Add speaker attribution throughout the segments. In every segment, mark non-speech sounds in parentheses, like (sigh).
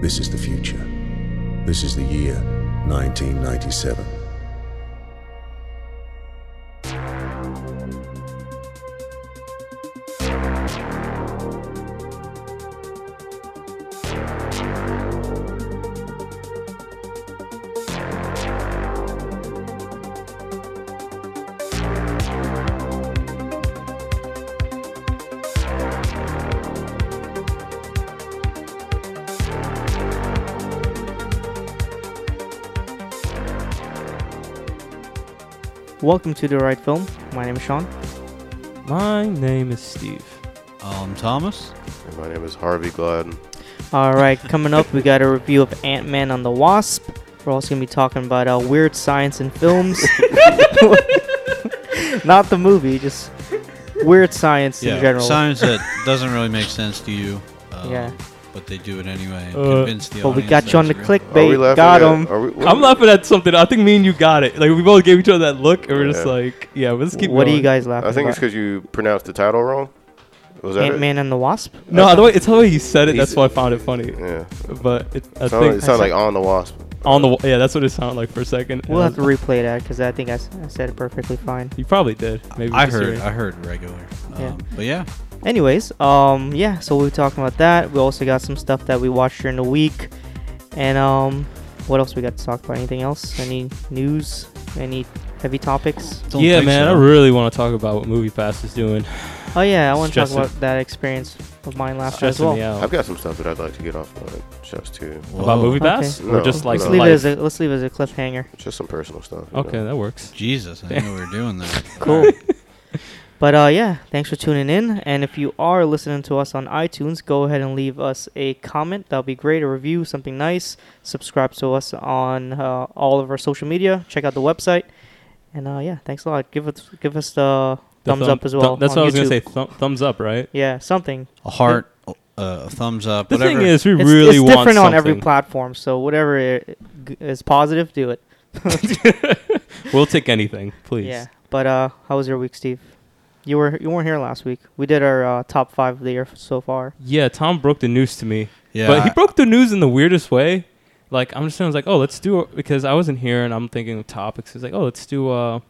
Speaker 1: This is the future. This is the year 1997.
Speaker 2: Welcome to the right film. My name is Sean.
Speaker 3: My name is Steve.
Speaker 4: Um, Thomas.
Speaker 5: And my name is Harvey Gladden.
Speaker 2: All right, coming up, we got a review of Ant Man and the Wasp. We're also gonna be talking about uh, weird science in films, (laughs) not the movie, just weird science in general. (laughs)
Speaker 4: Science that doesn't really make sense to you. Um,
Speaker 2: Yeah. but
Speaker 4: But they do it anyway. And
Speaker 3: Uh,
Speaker 4: convince the
Speaker 2: but we
Speaker 4: audience
Speaker 2: got
Speaker 4: that
Speaker 2: you on
Speaker 4: it's
Speaker 2: the
Speaker 4: real.
Speaker 5: Are we
Speaker 2: clickbait.
Speaker 5: laughing
Speaker 2: Got
Speaker 5: at-
Speaker 2: him.
Speaker 5: Are we,
Speaker 3: I'm laughing at something. I think me and you got it. Like we both gave each other that look, and we're just
Speaker 5: Yeah.
Speaker 3: like, yeah, let's keep.
Speaker 2: What are
Speaker 3: going.
Speaker 2: you guys laughing
Speaker 5: I think it's uh,
Speaker 2: about?
Speaker 5: because you pronounced the title wrong. Was that
Speaker 2: Ant Man and the Wasp.
Speaker 3: No, the way it's the way you said it. That's
Speaker 5: He's-
Speaker 3: why I found it funny.
Speaker 5: it? Yeah.
Speaker 3: But it, I
Speaker 5: It sounded,
Speaker 3: think
Speaker 5: it sounded like On the Wasp.
Speaker 3: on the yeah, that's what it sounded like for a second.
Speaker 2: We'll have to
Speaker 3: And
Speaker 2: replay that because I think I, s- I said it perfectly fine.
Speaker 3: you probably did. Maybe
Speaker 4: I
Speaker 3: just your-
Speaker 4: heard. I heard regular. Um,
Speaker 2: Yeah.
Speaker 4: But yeah,
Speaker 2: Anyways, um, yeah, so we were talking about that. We also got some stuff that we watched during the week, and um, what else we got to talk about? Anything else? Any news? Any heavy topics?
Speaker 4: don't
Speaker 3: yeah,
Speaker 4: think
Speaker 3: man,
Speaker 4: so.
Speaker 3: I really want to talk about what Movie Pass is doing.
Speaker 2: Oh yeah, I want to talk
Speaker 3: Stressing-
Speaker 2: about that experience of mine last year as
Speaker 3: Stressing
Speaker 2: well.
Speaker 3: me out.
Speaker 5: I've got some stuff that I'd like to get off my chest too.
Speaker 4: Whoa.
Speaker 3: About Movie Pass,
Speaker 5: Okay.
Speaker 3: or
Speaker 5: No,
Speaker 3: just like
Speaker 2: let's
Speaker 5: no.
Speaker 2: leave it
Speaker 3: life?
Speaker 2: as a let's leave it as a cliffhanger.
Speaker 5: Just some personal stuff. you
Speaker 3: okay,
Speaker 5: know.
Speaker 3: that works.
Speaker 4: Jesus, I knew we were
Speaker 3: (laughs)
Speaker 4: doing that.
Speaker 2: Cool. but uh, yeah, thanks for tuning in. And if you are listening to us on iTunes, go ahead and leave us a comment. That'll be great. A review, something nice. Subscribe to us on uh, all of our social media. Check out the website. And uh, yeah, thanks a lot. Give us give us the,
Speaker 3: The
Speaker 2: thumbs
Speaker 3: thumb-
Speaker 2: up as well.
Speaker 3: thumb- that's
Speaker 2: on
Speaker 3: what I was gonna
Speaker 2: YouTube.
Speaker 3: say. Thumb, thumbs up, right?
Speaker 2: Yeah, something.
Speaker 4: A heart, uh, a thumbs up.
Speaker 3: The
Speaker 4: whatever.
Speaker 3: thing is, we
Speaker 2: It's,
Speaker 3: really
Speaker 2: it's
Speaker 3: want
Speaker 2: different on
Speaker 3: something.
Speaker 2: every platform. So whatever i- g- is positive, do it.
Speaker 3: We'll take anything, please.
Speaker 2: Yeah. But uh, how was your week, Steve? You were you weren't here last week. We did our uh, top five of the year f- so far.
Speaker 3: Yeah, Tom broke the news to me.
Speaker 4: yeah,
Speaker 3: but he
Speaker 4: I-
Speaker 3: broke the news in the weirdest way. Like I'm just I was like, oh, let's do because I wasn't here and I'm thinking of topics. He's like, oh, let's do uh,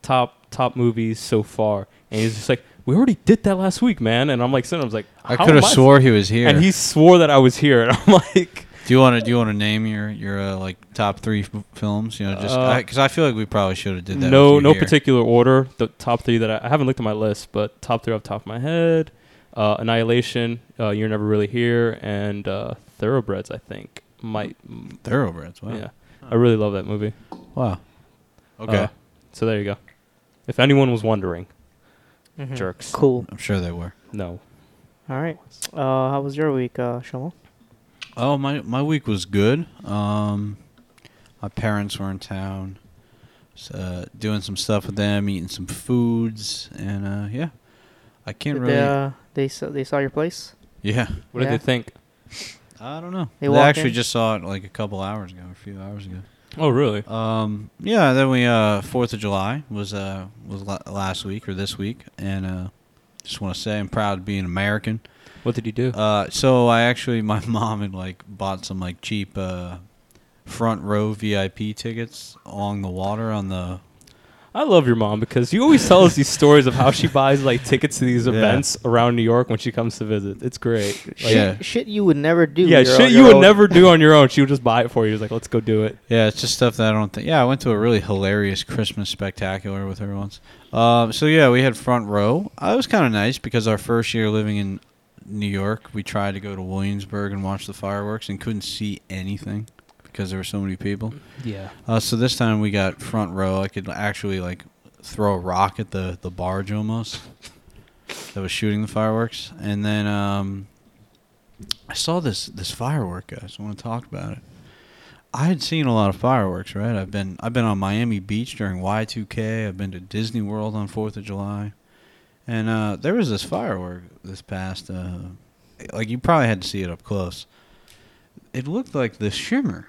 Speaker 3: top top movies so far, and he's just like, we already did that last week, man. And I'm like, sitting, I was like,
Speaker 4: I
Speaker 3: how
Speaker 4: could have
Speaker 3: am I-
Speaker 4: swore he was here.
Speaker 3: and he swore that I was here, (laughs) and I'm like,
Speaker 4: do you want to? Do you want to name your your uh, like top three f- films? You know, just
Speaker 3: Uh,
Speaker 4: because I, feel like we probably should have did that.
Speaker 3: no,
Speaker 4: with you
Speaker 3: no
Speaker 4: here.
Speaker 3: particular order. The top three that I, I haven't looked at my list, but top three off the top of my head: uh, Annihilation, uh, You're Never Really Here, and uh, Thoroughbreds. I think might,
Speaker 4: Thoroughbreds. Wow.
Speaker 3: yeah, I really love that movie.
Speaker 4: Wow. Okay.
Speaker 3: Uh, so there you go. If anyone was wondering,
Speaker 4: Mm-hmm.
Speaker 2: Mhm.
Speaker 3: jerks.
Speaker 2: Cool.
Speaker 4: I'm sure they were.
Speaker 3: No.
Speaker 2: All right. Uh, how was your week, uh, Shamo?
Speaker 4: Oh, my my week was good. Um, my parents were in town, so, uh, doing some stuff with them, eating some foods, and uh, yeah, I can't
Speaker 2: Did
Speaker 4: really.
Speaker 2: they, uh, they saw, they saw your place.
Speaker 3: Oh,
Speaker 4: yeah,
Speaker 3: What
Speaker 2: Yeah.
Speaker 3: did they think?
Speaker 4: I don't know.
Speaker 2: They
Speaker 4: They,
Speaker 2: walk
Speaker 4: actually
Speaker 2: in?
Speaker 4: just saw it like a couple hours ago, a few hours ago.
Speaker 3: Oh, really?
Speaker 4: Um, yeah. Then we uh, Fourth of July was uh was la- last week or this week, and uh, just want to say I'm proud to be an American.
Speaker 3: What did you do?
Speaker 4: Uh, so I actually, my (laughs) mom had like bought some like cheap uh, front row VIP tickets along the water on the.
Speaker 3: I love your mom because you always tell us
Speaker 4: (laughs)
Speaker 3: these stories of how she buys like tickets to these
Speaker 4: Yeah.
Speaker 3: events around New York when she comes to visit. It's great. Like,
Speaker 4: Yeah.
Speaker 2: Shit, shit you would never do.
Speaker 3: Yeah,
Speaker 2: your-
Speaker 3: shit
Speaker 2: your
Speaker 3: you would
Speaker 2: own-
Speaker 3: never do on your own. She would just buy it for you. She's like, let's go do it.
Speaker 4: Yeah, it's just stuff that I don't think. Yeah, I went to a really hilarious Christmas spectacular with her once. Um, so yeah, we had front row. Uh, It was kind of nice because our first year living in New York, we tried to go to Williamsburg and watch the fireworks and couldn't see anything because there were so many people.
Speaker 3: Yeah.
Speaker 4: Uh, so this time we got front row. I could actually like throw a rock at the the barge almost that was shooting the fireworks, and then um, I saw this this firework, guys. I want to talk about it. I had seen a lot of fireworks, right? I've been I've been on Miami Beach during Y2K. I've been to Disney World on Fourth of July, and uh, there was this firework this past. Uh, like you probably had to see it up close. It looked like the shimmer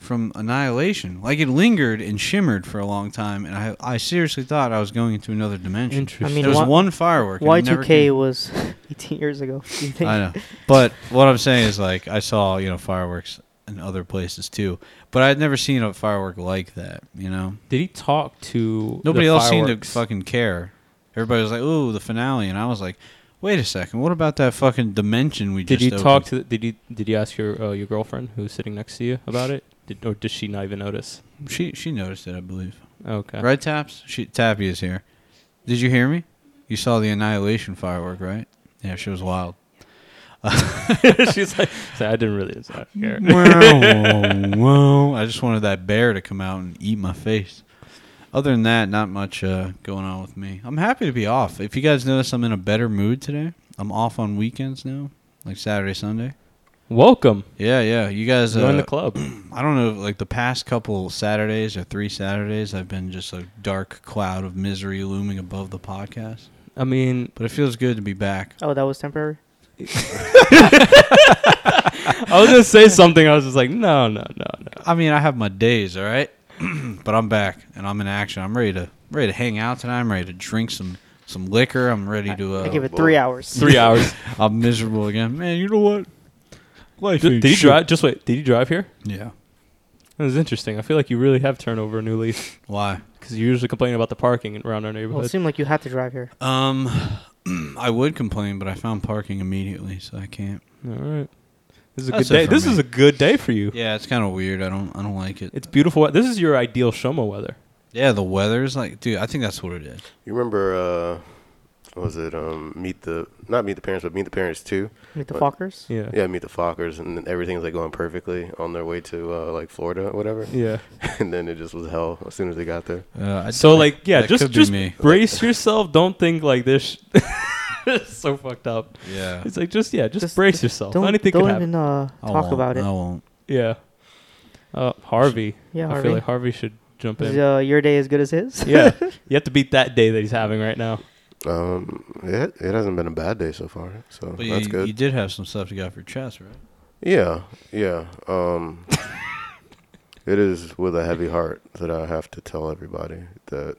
Speaker 4: from Annihilation. Like it lingered and shimmered for a long time, and I I seriously thought I was going into another dimension.
Speaker 3: Interesting.
Speaker 2: I mean,
Speaker 4: there was
Speaker 2: wha-
Speaker 4: one firework. and it never
Speaker 2: Y2K
Speaker 4: came-
Speaker 2: was (laughs) 18 years ago. (laughs) Do you think?
Speaker 4: I know. But what I'm saying is like I saw, you know, fireworks in other places too. But I'd never seen a firework like that, you know.
Speaker 3: Did he talk to
Speaker 4: Nobody
Speaker 3: the
Speaker 4: else seemed to
Speaker 3: fireworks?
Speaker 4: fucking care. Everybody was like, "Ooh, the finale." And I was like, "Wait a second. What about that fucking dimension we
Speaker 3: Did
Speaker 4: just
Speaker 3: you
Speaker 4: opened?
Speaker 3: talk to? The, did you did you ask your uh, your girlfriend who's sitting next to you about it? Did, or did she not even notice?
Speaker 4: She she noticed it, I believe.
Speaker 3: Okay.
Speaker 4: Right taps? She Tappy is here. Did you hear me? You saw the annihilation firework, right? Yeah, she was wild.
Speaker 3: (laughs) She's like, so I didn't really I don't care.
Speaker 4: wow, wow. (laughs) I just wanted that bear to come out and eat my face. Other than that, not much uh, going on with me. I'm happy to be off. If you guys notice, I'm in a better mood today. I'm off on weekends now, like Saturday, Sunday.
Speaker 3: Welcome.
Speaker 4: Yeah, yeah. You guys,
Speaker 3: Join
Speaker 4: uh,
Speaker 3: the club.
Speaker 4: I don't know, like the past couple Saturdays or three Saturdays, I've been just a dark cloud of misery looming above the podcast.
Speaker 3: I mean,
Speaker 4: But it feels good to be back.
Speaker 2: Oh, that was temporary.
Speaker 3: I was gonna say something. I was just like, no, no, no, no.
Speaker 4: I mean, I have my days, all right. (clears throat) but I'm back and I'm in action. I'm ready to ready to hang out tonight. I'm ready to drink some some liquor. I'm ready to. Uh,
Speaker 2: I give it
Speaker 5: boy.
Speaker 2: three hours.
Speaker 3: Three hours.
Speaker 4: I'm miserable again, man. You know what? Life.
Speaker 3: did,
Speaker 4: ain't
Speaker 3: did you
Speaker 4: shit.
Speaker 3: drive? Just wait. Did you drive here?
Speaker 4: Yeah.
Speaker 3: That was interesting. I feel like you really have turned over a new leaf
Speaker 4: Why?
Speaker 3: because you usually complain about the parking around
Speaker 2: Well,
Speaker 3: our
Speaker 2: it
Speaker 3: neighborhood.
Speaker 2: seemed like you had to drive here.
Speaker 4: Um, (clears throat) I would complain, but I found parking immediately, so I can't.
Speaker 3: All right. This is a
Speaker 4: That's
Speaker 3: good day.
Speaker 4: it for
Speaker 3: This
Speaker 4: me.
Speaker 3: is a good day for you.
Speaker 4: Yeah, it's kind of weird. I don't. I don't like it.
Speaker 3: It's beautiful. we- This is your ideal Shoma weather.
Speaker 4: Yeah, the weather's like, dude. I think that's what it is.
Speaker 5: You remember, uh, what was it um, Meet the not Meet the Parents, but Meet the Parents too?
Speaker 2: Meet the
Speaker 5: But-
Speaker 2: Fockers.
Speaker 3: Yeah.
Speaker 5: Yeah, Meet the Fockers, and then everything's like going perfectly on their way to uh, like Florida or
Speaker 3: (laughs)
Speaker 5: whatever.
Speaker 3: Yeah.
Speaker 5: and then it just was hell as soon as they got there.
Speaker 4: Uh, I-
Speaker 3: So like, yeah,
Speaker 4: that
Speaker 3: just
Speaker 4: could be
Speaker 3: just
Speaker 4: me.
Speaker 3: brace yourself. Don't think like this. (laughs) It's so fucked up.
Speaker 4: Yeah.
Speaker 3: It's like just yeah, just,
Speaker 2: Just-
Speaker 3: brace yourself.
Speaker 2: Don't,
Speaker 3: Anything
Speaker 2: don't
Speaker 3: can happen.
Speaker 2: even uh,
Speaker 4: I
Speaker 2: talk
Speaker 4: won't.
Speaker 2: about it.
Speaker 4: I won't.
Speaker 3: Yeah. Uh, Harvey.
Speaker 2: Yeah,
Speaker 3: I
Speaker 2: Harvey.
Speaker 3: feel like Harvey should jump
Speaker 2: Is
Speaker 3: in.
Speaker 2: uh, your day as good as his?
Speaker 3: (laughs) yeah. You have to beat that day that he's having right now.
Speaker 5: Um, it it hasn't been a bad day so far, so
Speaker 4: But
Speaker 5: that's
Speaker 4: you,
Speaker 5: good.
Speaker 4: you did have some stuff to get off your chest, right?
Speaker 5: yeah, yeah. Um, (laughs) it is with a heavy heart that I have to tell everybody that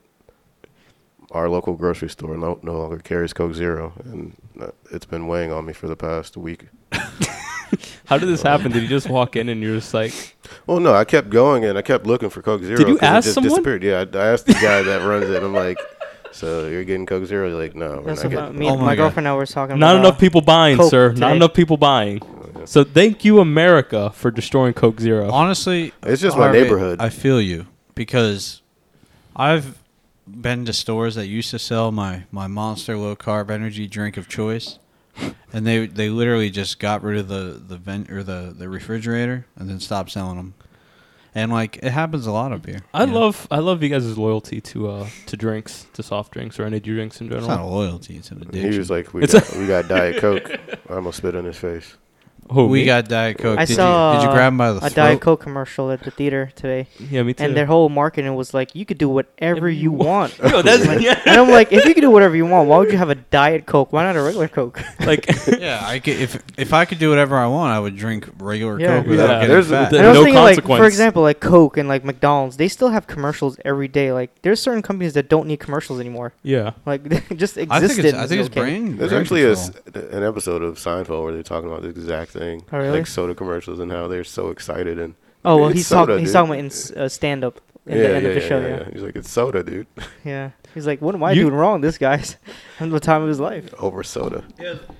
Speaker 5: our local grocery store no, no longer carries Coke Zero, and that- it's been weighing on me for the past week.
Speaker 3: How did this happen? Did you just walk in and you're
Speaker 2: (laughs)
Speaker 3: just like,
Speaker 5: Well, no, I kept going and I kept looking for Coke Zero.
Speaker 3: Did you
Speaker 5: 'cause
Speaker 3: ask
Speaker 5: it just
Speaker 3: someone?
Speaker 5: Disappeared. Yeah, I, I asked the guy that runs it.
Speaker 3: (laughs)
Speaker 5: I'm like, so you're getting Coke Zero? He's like, no, we're
Speaker 2: (laughs) That's
Speaker 5: not
Speaker 2: what
Speaker 5: getting.
Speaker 2: me
Speaker 4: Oh
Speaker 2: and
Speaker 4: my
Speaker 2: my,
Speaker 4: God.
Speaker 2: girlfriend and I were talking
Speaker 3: not
Speaker 2: about.
Speaker 3: enough people buying,
Speaker 2: uh, Coke
Speaker 3: sir. Not
Speaker 2: today.
Speaker 3: enough people buying. So thank you, America, for destroying Coke Zero.
Speaker 4: Honestly,
Speaker 5: It's just my
Speaker 4: Harvey,
Speaker 5: neighborhood.
Speaker 4: I feel you because I've been to stores that used to sell my my monster low carb energy drink of choice, and they they literally just got rid of the the vent or the the refrigerator and then stopped selling them. And like it happens a lot up here.
Speaker 3: I
Speaker 4: you know?
Speaker 3: love I love you guys' loyalty to uh to drinks, to soft drinks or energy drinks in
Speaker 4: It's
Speaker 3: general.
Speaker 4: not a loyalty; it's an addiction.
Speaker 5: He was like, we
Speaker 3: It's
Speaker 5: got, we got Diet Coke. I almost spit in his face.
Speaker 3: Who,
Speaker 4: we
Speaker 3: me?
Speaker 4: got Diet Coke.
Speaker 2: I
Speaker 4: did,
Speaker 2: saw
Speaker 4: you, did you grab 'em by the
Speaker 2: a
Speaker 4: throat?
Speaker 2: Diet Coke commercial at the theater today,
Speaker 3: yeah, me too.
Speaker 2: and their whole marketing was like, "You could do whatever
Speaker 3: Whatever you
Speaker 2: you want."
Speaker 3: (laughs) Yo,
Speaker 2: (laughs)
Speaker 3: that's
Speaker 2: Like-
Speaker 3: yeah.
Speaker 2: and I'm like, if you could do whatever you want, why would you have a diet Coke? Why not a regular Coke?
Speaker 3: like (laughs)
Speaker 4: yeah, I could, if if I could do whatever I want, I would drink regular
Speaker 2: Yeah.
Speaker 4: Coke without
Speaker 3: Yeah.
Speaker 4: getting
Speaker 5: There's-
Speaker 4: fat.
Speaker 3: the-
Speaker 2: And I was
Speaker 3: no
Speaker 2: thinking, like, for
Speaker 3: consequence.
Speaker 2: example, like Coke and like McDonald's, they still have commercials every day. Like, there's certain companies that don't need commercials anymore. (laughs)
Speaker 3: yeah.
Speaker 2: Like, they just existed.
Speaker 4: I think it's, I
Speaker 2: is
Speaker 4: think it's
Speaker 2: okay.
Speaker 4: brain.
Speaker 5: There's
Speaker 4: brain
Speaker 5: actually a
Speaker 4: control.
Speaker 5: s an episode of Seinfeld where they're talking about the exact thing,
Speaker 2: Oh, really?
Speaker 5: like soda commercials and how they're so excited and
Speaker 2: Oh well,
Speaker 5: It's
Speaker 2: he's
Speaker 5: soda,
Speaker 2: talking. He's
Speaker 5: dude.
Speaker 2: talking about in s- uh, stand up. In
Speaker 5: yeah,
Speaker 2: the end
Speaker 5: yeah,
Speaker 2: of the
Speaker 5: yeah,
Speaker 2: show,
Speaker 5: yeah, yeah. He's like, it's soda, dude, (laughs)
Speaker 2: Yeah. He's like, what am I
Speaker 3: You-
Speaker 2: doing wrong? This guy's (laughs) at the time of his life.
Speaker 5: over soda.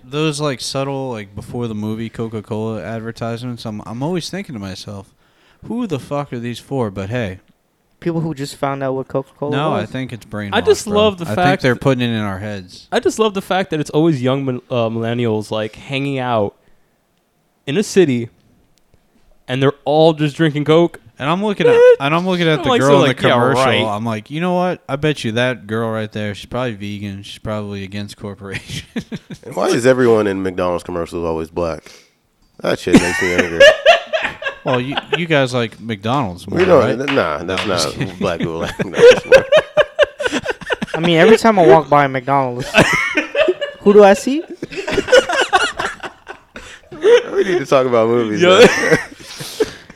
Speaker 4: those like subtle like before the movie coca-cola advertisements i'm, I'm always thinking to myself who the fuck are these for but hey
Speaker 2: People who just found out what Coca Cola
Speaker 4: no i
Speaker 2: was.
Speaker 4: think it's brain
Speaker 3: I just love the
Speaker 4: i think
Speaker 3: fact
Speaker 4: they're putting it in our heads
Speaker 3: I just love the fact that it's always young mil- uh, millennials like hanging out in a city, and they're all just drinking Coke.
Speaker 4: and i'm looking at and i'm
Speaker 3: (laughs)
Speaker 4: looking at
Speaker 3: I'm
Speaker 4: the
Speaker 3: like,
Speaker 4: girl
Speaker 3: so
Speaker 4: in the
Speaker 3: like, yeah,
Speaker 4: commercial
Speaker 3: right.
Speaker 4: i'm like you know what i bet you that girl right there she's probably vegan she's probably against corporations
Speaker 5: And why is everyone in McDonald's commercials always black? That shit makes me angry.
Speaker 4: (laughs) well you you guys like mcdonald's more,
Speaker 5: We don't.
Speaker 4: right?
Speaker 5: Nah, that's
Speaker 4: I'm just
Speaker 5: not black people. (laughs) like McDonald's.
Speaker 2: I mean, every time I walk by McDonald's, who do I see?
Speaker 5: we need to talk about movies.
Speaker 3: Yo.
Speaker 5: though.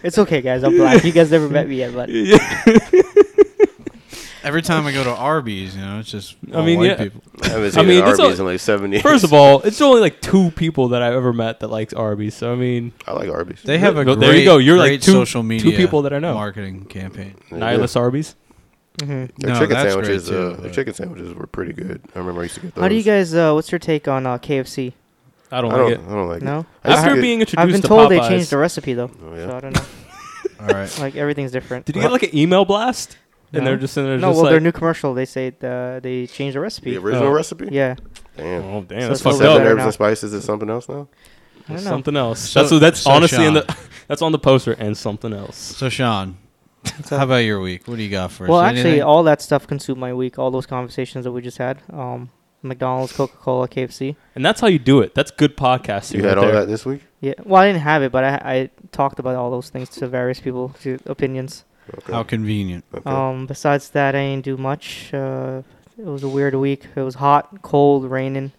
Speaker 2: It's okay, guys. I'm black. You guys never met me yet, but
Speaker 4: Every time I go to Arby's, you know, it's just
Speaker 3: I
Speaker 4: all
Speaker 3: mean,
Speaker 4: white
Speaker 3: yeah.
Speaker 4: people.
Speaker 5: I haven't
Speaker 3: I
Speaker 5: seen
Speaker 3: mean,
Speaker 5: an
Speaker 3: it's
Speaker 5: Arby's
Speaker 3: all-
Speaker 5: in like seven years.
Speaker 3: (laughs) First of all, it's only like two people that I've ever met that likes Arby's. So I mean,
Speaker 5: I like Arby's.
Speaker 4: They have a
Speaker 3: Well,
Speaker 4: great,
Speaker 3: there you go. You're like
Speaker 4: great
Speaker 3: two-
Speaker 4: social media
Speaker 3: people that I know.
Speaker 4: marketing campaign.
Speaker 5: They do.
Speaker 3: nihilist Arby's.
Speaker 2: Mhm.
Speaker 5: Their
Speaker 4: No,
Speaker 5: chicken
Speaker 4: that's great
Speaker 5: sandwiches,
Speaker 4: too,
Speaker 5: uh, their
Speaker 4: but-
Speaker 5: chicken sandwiches were pretty good. I remember I used to get those.
Speaker 2: how do you guys? Uh, what's your take on uh, KFC?
Speaker 3: I don't
Speaker 5: I
Speaker 3: like
Speaker 5: don't.
Speaker 3: it.
Speaker 5: I don't like
Speaker 2: No,
Speaker 5: I used to
Speaker 3: After
Speaker 5: get-
Speaker 3: being
Speaker 2: I've been
Speaker 3: introduced to
Speaker 2: told they
Speaker 3: Popeyes,
Speaker 2: changed the recipe though,
Speaker 5: it. Oh, yeah.
Speaker 2: so I don't know.
Speaker 4: All right.
Speaker 2: Like everything's different.
Speaker 3: did you get like an email blast? And
Speaker 2: No.
Speaker 3: they're just in there
Speaker 2: no,
Speaker 3: just
Speaker 2: well, their
Speaker 3: like,
Speaker 2: new commercial they say uh, they changed the recipe.
Speaker 5: The original
Speaker 3: Oh.
Speaker 5: recipe.
Speaker 2: Yeah,
Speaker 5: Damn.
Speaker 3: oh damn,
Speaker 2: So
Speaker 3: that's
Speaker 2: it's a
Speaker 3: fucked
Speaker 5: Seven
Speaker 2: little
Speaker 3: up.
Speaker 2: better
Speaker 5: herbs
Speaker 2: now.
Speaker 5: and spices is something else now.
Speaker 2: I don't know.
Speaker 3: Something else.
Speaker 4: So-
Speaker 3: that's what- that's
Speaker 4: so
Speaker 3: honestly in
Speaker 4: Sean.
Speaker 3: the (laughs) that's on the poster and something else.
Speaker 4: So Sean,
Speaker 2: up?
Speaker 4: how about your week? What do you got for us?
Speaker 2: Well, actually,
Speaker 4: Anything?
Speaker 2: all that stuff consumed my week. All those conversations that we just had. Um, McDonald's, Coca Cola, KFC.
Speaker 3: And that's how you do it. That's good podcasting.
Speaker 5: You
Speaker 3: right
Speaker 5: had all
Speaker 3: there.
Speaker 5: that this week.
Speaker 2: Yeah. Well, I didn't have it, but I, I talked about all those things to various people, to opinions.
Speaker 5: Okay.
Speaker 4: how convenient.
Speaker 5: okay.
Speaker 2: Um, besides that, I didn't do much. Uh, it was a weird week. It was hot, cold, raining.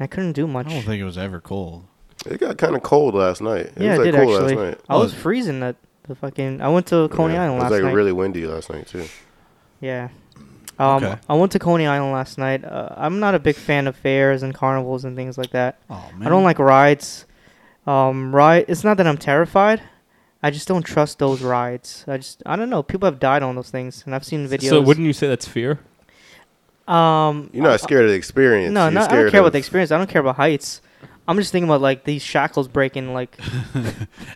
Speaker 2: I couldn't do
Speaker 4: I
Speaker 2: much.
Speaker 4: don't think it was ever cold.
Speaker 5: it got kind of cold last night. It
Speaker 2: yeah,
Speaker 5: was
Speaker 2: I
Speaker 5: like
Speaker 2: did
Speaker 5: cool
Speaker 2: actually.
Speaker 5: last night.
Speaker 2: I was
Speaker 4: Oh.
Speaker 2: freezing at the fucking. I went to Coney
Speaker 5: Yeah.
Speaker 2: Island
Speaker 5: It
Speaker 2: last
Speaker 5: was like
Speaker 2: night.
Speaker 5: really windy last night too.
Speaker 2: Yeah. Um,
Speaker 4: Okay.
Speaker 2: I went to Coney Island last night. Uh, I'm not a big fan of fairs and carnivals and things like that.
Speaker 4: Oh man.
Speaker 2: I don't like rides. Um, ride. It's not that I'm terrified. I just don't trust those rides. I just I don't know. People have died on those things, and I've seen videos.
Speaker 3: So wouldn't you say that's fear?
Speaker 2: um
Speaker 5: You're not scared of the experience.
Speaker 2: no
Speaker 5: You're
Speaker 2: no I
Speaker 5: scared
Speaker 2: don't care
Speaker 5: of,
Speaker 2: about the experience. I don't care about heights. I'm just thinking about like these shackles breaking, like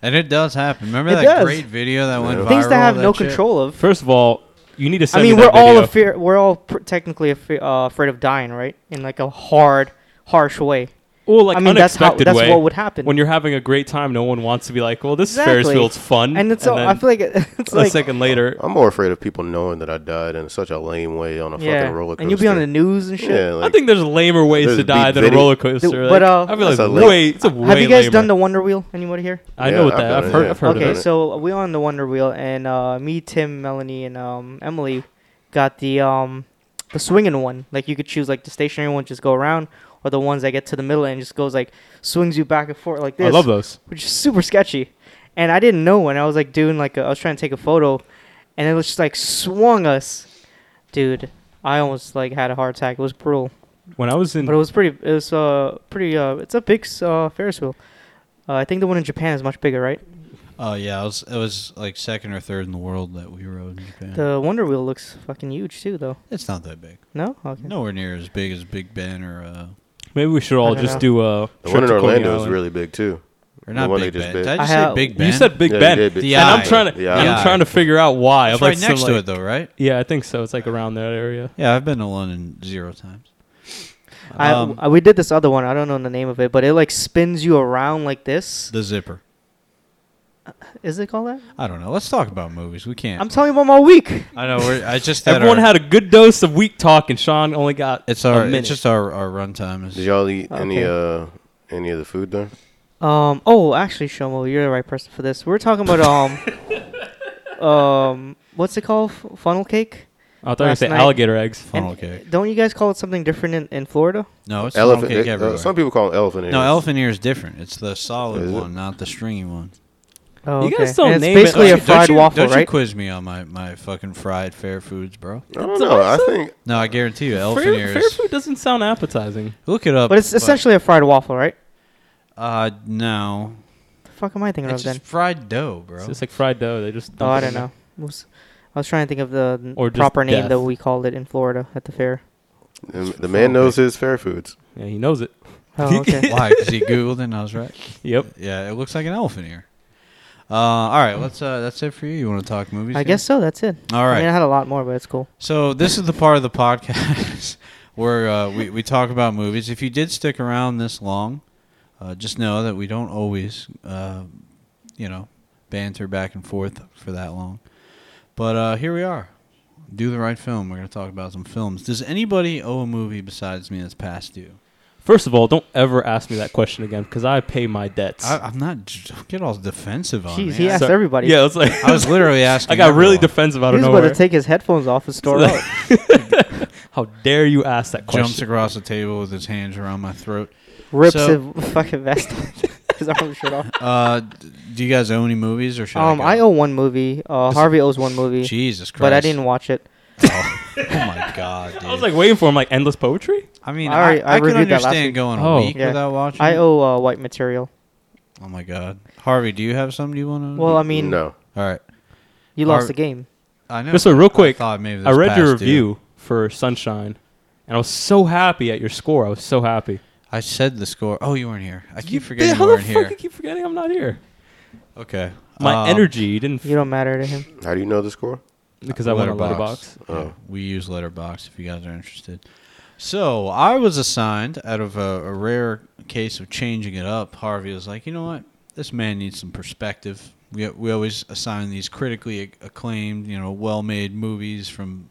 Speaker 4: And it does happen. Remember
Speaker 2: It
Speaker 4: that
Speaker 2: does.
Speaker 4: great video that went
Speaker 5: Yeah.
Speaker 4: viral?
Speaker 2: things that have no
Speaker 4: shit?
Speaker 2: control of.
Speaker 3: First of all, you need to
Speaker 2: I
Speaker 3: send
Speaker 2: mean,
Speaker 3: me
Speaker 2: we're
Speaker 3: that
Speaker 2: all
Speaker 3: video.
Speaker 2: afraid. We're all pr- technically afra- uh, afraid of dying, right? In like a hard, harsh way.
Speaker 3: well, like
Speaker 2: I mean, that's how
Speaker 3: unexpected
Speaker 2: that's
Speaker 3: way.
Speaker 2: what would happen.
Speaker 3: when you're having a great time, no one wants to be like, "Well, this Ferris
Speaker 2: Exactly.
Speaker 3: wheel's fun,"
Speaker 2: and it's so,
Speaker 3: then
Speaker 2: I feel like it- (laughs) it's
Speaker 3: a
Speaker 2: like
Speaker 3: second later,
Speaker 5: I'm more afraid of people knowing that I died in such a lame way on a fucking roller coaster.
Speaker 2: and you'll be on the news and shit.
Speaker 5: Yeah, like,
Speaker 3: I think there's lamer ways
Speaker 5: There's
Speaker 3: to die
Speaker 5: beat
Speaker 3: than a
Speaker 5: video-
Speaker 3: roller coaster.
Speaker 2: Dude,
Speaker 3: like,
Speaker 2: but, uh,
Speaker 3: I feel like
Speaker 5: That's a lame-
Speaker 3: way, it's a way
Speaker 2: Have you guys
Speaker 3: lamer.
Speaker 2: done the Wonder Wheel? Anybody here?
Speaker 3: I
Speaker 5: Yeah,
Speaker 3: know what
Speaker 5: I've
Speaker 3: that.
Speaker 5: done
Speaker 3: I've
Speaker 5: it,
Speaker 3: heard.
Speaker 5: yeah.
Speaker 3: I've heard
Speaker 2: okay,
Speaker 3: of it.
Speaker 2: so we on the Wonder Wheel, and uh, me, Tim, Melanie, and um, Emily got the um, the swinging one. Like you could choose like the stationary one, just go around, or the ones that get to the middle and just goes like swings you back and forth like this.
Speaker 3: I love those.
Speaker 2: which is super sketchy. And I didn't know when I was like doing like a, I was trying to take a photo, and it was just like swung us, dude. I almost like had a heart attack. It was brutal,
Speaker 3: When I was in
Speaker 2: but it was pretty. It was uh pretty uh it's a big uh Ferris wheel. Uh, I think the one in Japan is much bigger, right?
Speaker 4: Oh yeah, it was, it was like second or third in the world that we rode in Japan.
Speaker 2: The Wonder Wheel looks fucking huge too, though.
Speaker 4: it's not that big.
Speaker 2: No, okay.
Speaker 4: Nowhere near as big as Big Ben or uh,
Speaker 3: Maybe we should
Speaker 2: I
Speaker 3: all
Speaker 2: don't
Speaker 3: just
Speaker 2: know.
Speaker 3: do a
Speaker 5: the
Speaker 3: trip
Speaker 5: one in
Speaker 3: to Coney
Speaker 5: Orlando is
Speaker 3: Island.
Speaker 5: really big too.
Speaker 4: or
Speaker 5: The
Speaker 4: not
Speaker 5: one
Speaker 4: Big
Speaker 5: they
Speaker 4: Ben.
Speaker 5: just bid.
Speaker 4: Did I
Speaker 2: I
Speaker 4: just
Speaker 2: have-
Speaker 4: say Big Ben?
Speaker 3: You said Big
Speaker 5: Yeah, you
Speaker 3: Ben,
Speaker 5: did, but-
Speaker 4: The
Speaker 3: and
Speaker 4: eye.
Speaker 3: I'm trying to.
Speaker 5: The
Speaker 3: and
Speaker 4: eye.
Speaker 3: I'm trying to figure out why.
Speaker 4: It's
Speaker 3: I'm
Speaker 4: right
Speaker 3: like,
Speaker 4: next
Speaker 3: some,
Speaker 4: to
Speaker 3: like-
Speaker 4: it though, right?
Speaker 3: Yeah, I think so. It's like around that area.
Speaker 4: Yeah, I've been to London zero times.
Speaker 2: I,
Speaker 4: Um,
Speaker 2: I- we did this other one. I don't know the name of it, but it like spins you around like this.
Speaker 4: the zipper.
Speaker 2: Is it called that?
Speaker 4: I don't know. Let's talk about movies. We can't.
Speaker 2: I'm telling you about my week.
Speaker 4: I know. We're, I just
Speaker 3: (laughs)
Speaker 4: that
Speaker 3: Everyone
Speaker 4: our-
Speaker 3: had a good dose of weak talk, and Sean only got
Speaker 4: It's
Speaker 3: a
Speaker 4: our.
Speaker 3: minute.
Speaker 4: It's just our our runtime.
Speaker 5: Did
Speaker 4: Is,
Speaker 5: y'all eat any uh
Speaker 2: Oh, Okay.
Speaker 5: any of the food there?
Speaker 2: Um. Oh, actually, Shomo, you're the right person for this. We We're talking about um,
Speaker 4: (laughs)
Speaker 2: um, what's it called? F- funnel cake.
Speaker 3: I thought you were gonna
Speaker 2: last
Speaker 3: say
Speaker 2: night-
Speaker 3: alligator eggs.
Speaker 4: Funnel
Speaker 2: And
Speaker 4: cake.
Speaker 2: Don't you guys call it something different in, in Florida?
Speaker 4: Oh, no, it's elephant
Speaker 5: Elephant.
Speaker 4: cake
Speaker 5: uh,
Speaker 4: everywhere.
Speaker 5: some people call it elephant ears.
Speaker 4: no, elephant ear is different. It's the solid
Speaker 5: Is it?
Speaker 4: one, not the stringy one.
Speaker 2: Oh,
Speaker 3: You guys don't
Speaker 2: and
Speaker 3: name
Speaker 2: it's
Speaker 3: it-
Speaker 2: basically
Speaker 3: Don't
Speaker 2: a fried
Speaker 4: you,
Speaker 2: waffle,
Speaker 4: don't you
Speaker 2: right?
Speaker 4: quiz me on my, my fucking fried fair foods, bro.
Speaker 5: I don't know. I think
Speaker 4: No, I guarantee you, elephant
Speaker 3: Fair, fair
Speaker 4: ears.
Speaker 3: food doesn't sound appetizing.
Speaker 4: Look it up.
Speaker 2: But it's essentially a fried waffle, right?
Speaker 4: Uh, no.
Speaker 2: The fuck am I thinking
Speaker 4: It's
Speaker 2: of then?
Speaker 4: just fried dough, bro.
Speaker 3: It's just like fried dough. They just.
Speaker 2: Oh,
Speaker 3: dump
Speaker 2: I
Speaker 3: it
Speaker 2: don't
Speaker 3: in there.
Speaker 2: know. It was- I was trying to think of the n-
Speaker 3: Or just
Speaker 2: proper name
Speaker 3: death.
Speaker 2: that we called it in Florida at the
Speaker 3: (laughs)
Speaker 2: fair.
Speaker 5: the, the man knows his fair foods.
Speaker 3: Yeah, he knows it.
Speaker 2: Oh, okay.
Speaker 4: (laughs) Why? Because he googled it and I was right.
Speaker 3: Yep.
Speaker 4: Yeah, it looks like an elephant ear. Uh, all right, let's. Uh, that's it for you. You want to talk movies?
Speaker 2: I
Speaker 4: here?
Speaker 2: guess so. That's it.
Speaker 4: All
Speaker 2: I mean,
Speaker 4: right.
Speaker 2: I had a lot more, but it's cool.
Speaker 4: So this is the part of the podcast (laughs) where uh, we we talk about movies. If you did stick around this long, uh, just know that we don't always, uh, you know, banter back and forth for that long. But uh, here we are. Do the right film. We're going to talk about some films. Does anybody owe a movie besides me that's past due?
Speaker 3: First of all, don't ever ask me that question again because I pay my debts.
Speaker 4: I, I'm not. Don't get all defensive on
Speaker 2: Jeez,
Speaker 4: me.
Speaker 2: he
Speaker 4: I-
Speaker 2: asked
Speaker 3: So-
Speaker 2: everybody.
Speaker 3: Yeah, it's like
Speaker 4: I was literally
Speaker 3: (laughs)
Speaker 4: asking.
Speaker 3: I got really
Speaker 4: everyone.
Speaker 3: defensive out
Speaker 2: he
Speaker 3: of
Speaker 2: was about
Speaker 3: nowhere.
Speaker 2: to take his headphones off and store
Speaker 3: like-
Speaker 2: out.
Speaker 3: How dare you ask that
Speaker 4: Jumps
Speaker 3: question?
Speaker 4: across the table with his hands around my throat.
Speaker 2: Rips
Speaker 4: So-
Speaker 2: his fucking vest. his arm shirt off. (laughs)
Speaker 4: Uh, d- do you guys owe any movies or should
Speaker 2: Um,
Speaker 4: I?
Speaker 2: I
Speaker 4: go?
Speaker 2: owe one movie. Uh, Harvey owes one movie,
Speaker 4: Jesus Christ!
Speaker 2: but I didn't watch it.
Speaker 4: Oh, (laughs) oh my God,
Speaker 3: (laughs)
Speaker 4: dude.
Speaker 3: I was like waiting for him, like endless poetry.
Speaker 4: I mean,
Speaker 2: I
Speaker 4: I,
Speaker 2: already- I
Speaker 4: I, can
Speaker 2: reviewed that last
Speaker 4: understand
Speaker 2: week.
Speaker 4: going
Speaker 3: Oh.
Speaker 4: a week
Speaker 2: Yeah.
Speaker 4: without watching.
Speaker 2: I
Speaker 4: it.
Speaker 2: owe uh, White Material.
Speaker 4: Oh my God, Harvey, do you have something you want to?
Speaker 2: Well, I mean,
Speaker 5: no.
Speaker 4: all right,
Speaker 2: you lost
Speaker 4: Harv-
Speaker 2: the game.
Speaker 4: I know.
Speaker 3: Just so real quick,
Speaker 4: I, thought maybe
Speaker 3: I
Speaker 4: this
Speaker 3: read your
Speaker 4: past due.
Speaker 3: review for Sunshine, and I was so happy at your score. I was so happy.
Speaker 4: I said the score. Oh, you weren't here. I keep
Speaker 3: Yeah,
Speaker 4: forgetting
Speaker 3: How
Speaker 4: you
Speaker 3: the
Speaker 4: weren't
Speaker 3: fuck
Speaker 4: here.
Speaker 3: I keep forgetting I'm not here?
Speaker 4: Okay,
Speaker 3: My
Speaker 4: Um,
Speaker 3: energy didn't
Speaker 2: You don't matter to him.
Speaker 5: How do you know the score?
Speaker 3: because I went on
Speaker 4: Letterboxd.
Speaker 3: Letterbox.
Speaker 4: Yeah,
Speaker 5: Oh.
Speaker 4: we use Letterbox if you guys are interested. So I was assigned out of a, a rare case of changing it up. Harvey was like, you know what, this man needs some perspective. We we always assign these critically ac- acclaimed, you know, well-made movies from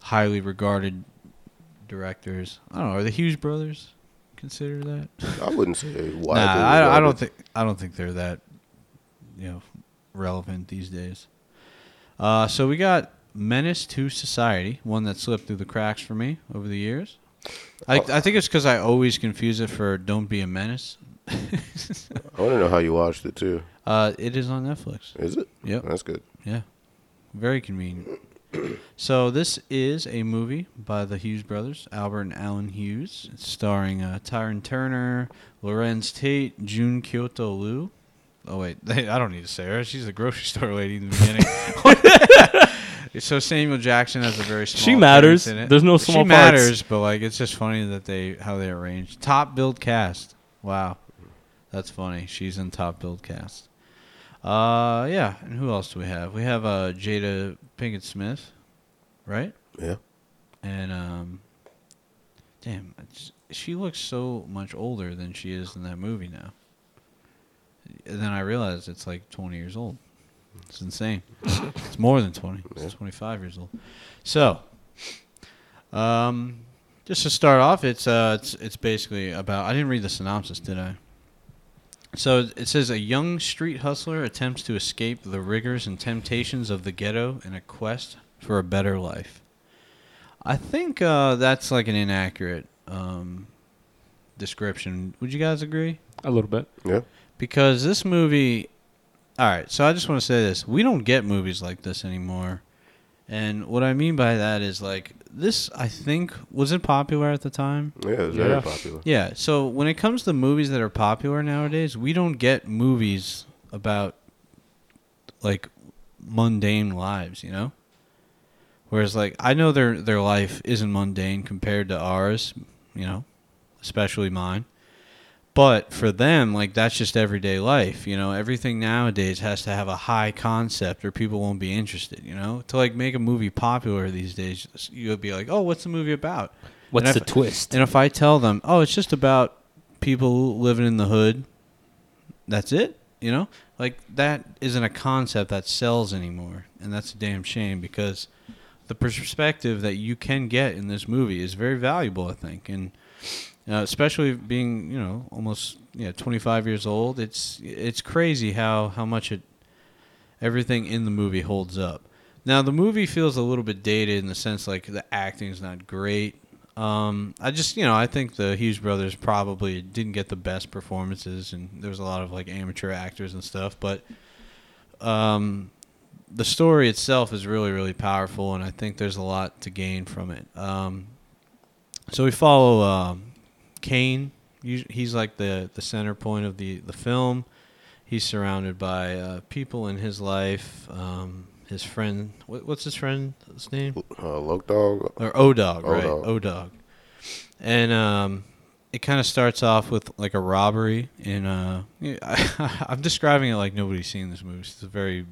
Speaker 4: highly regarded directors. I don't know. Are the Hughes brothers considered that?
Speaker 5: I wouldn't say why.
Speaker 4: Nah, I, I don't think I don't think they're that you know relevant these days. Uh, so we got Menace to Society, one that slipped through the cracks for me over the years. I, I think it's because I always confuse it for Don't Be a Menace. (laughs)
Speaker 5: I want to know how you watched it too.
Speaker 4: Uh, it is on Netflix.
Speaker 5: Is it?
Speaker 4: Yep.
Speaker 5: That's good.
Speaker 4: Yeah. Very convenient. So this is a movie by the Hughes brothers, Albert and Alan Hughes. It's starring uh, Tyron Turner, Lorenz Tate, June Kyoto Liu. Oh wait, (laughs) I don't need to say her. She's the grocery (laughs) store lady in the beginning. (laughs) so Samuel Jackson has a very small.
Speaker 3: She matters.
Speaker 4: appearance in it.
Speaker 3: There's no
Speaker 4: She
Speaker 3: small parts.
Speaker 4: matters, but like it's just funny that they how they arranged top build cast. Wow, that's funny. She's in top build cast. Uh, yeah. And who else do we have? We have uh Jada Pinkett Smith, right?
Speaker 5: Yeah.
Speaker 4: And um, damn, it's- she looks so much older than she is in that movie now. And then I realized it's like 20 years old. It's insane. it's more than 20.
Speaker 5: Yeah.
Speaker 4: It's 25 years old. So, um, just to start off, it's uh, it's it's basically about. I didn't read the synopsis, did I? So it- it says a young street hustler attempts to escape the rigors and temptations of the ghetto in a quest for a better life. I think uh, that's like an inaccurate um, description. Would you guys agree?
Speaker 3: A little bit.
Speaker 5: Yeah.
Speaker 4: Because this movie, all right. So I just want to say this: we don't get movies like this anymore. And what I mean by that is like this. I think was it popular at the time?
Speaker 5: Yeah. It was
Speaker 3: Yeah.
Speaker 5: very popular.
Speaker 4: Yeah. So when it comes to movies that are popular nowadays, we don't get movies about like mundane lives, you know? Whereas like I know their their life isn't mundane compared to ours, you know, especially mine. But for them, like that's just everyday life, you know. Everything nowadays has to have a high concept, or people won't be interested, you know. To like make a movie popular these days, you'll be like, "Oh, what's the movie about?"
Speaker 3: What's
Speaker 4: And
Speaker 3: the
Speaker 4: if-
Speaker 3: twist?
Speaker 4: and if I tell them, oh, it's just about people living in the hood, that's it, you know? Like, that isn't a concept that sells anymore. And that's a damn shame because the perspective that you can get in this movie is very valuable, I think. And uh, especially being, you know, almost yeah, 25 years old, it's it's crazy how, how much it everything in the movie holds up. Now the movie feels a little bit dated in the sense like the acting's not great. Um, I just you know I think the Hughes brothers probably didn't get the best performances, and there was a lot of like amateur actors and stuff. But um, the story itself is really really powerful, and I think there's a lot to gain from it. Um, so we follow um, Kane. Us- He's like the the center point of the the film. He's surrounded by uh, people in his life. Um, his friend, what, what's his friend's name?
Speaker 5: Uh, Loke Dog.
Speaker 4: Or O Dog, right?
Speaker 5: O-Dog.
Speaker 4: O Dog. And um, it kind of starts off with like a robbery. And uh, (laughs) yeah, I, I'm describing it like nobody's seen this movie. It's a very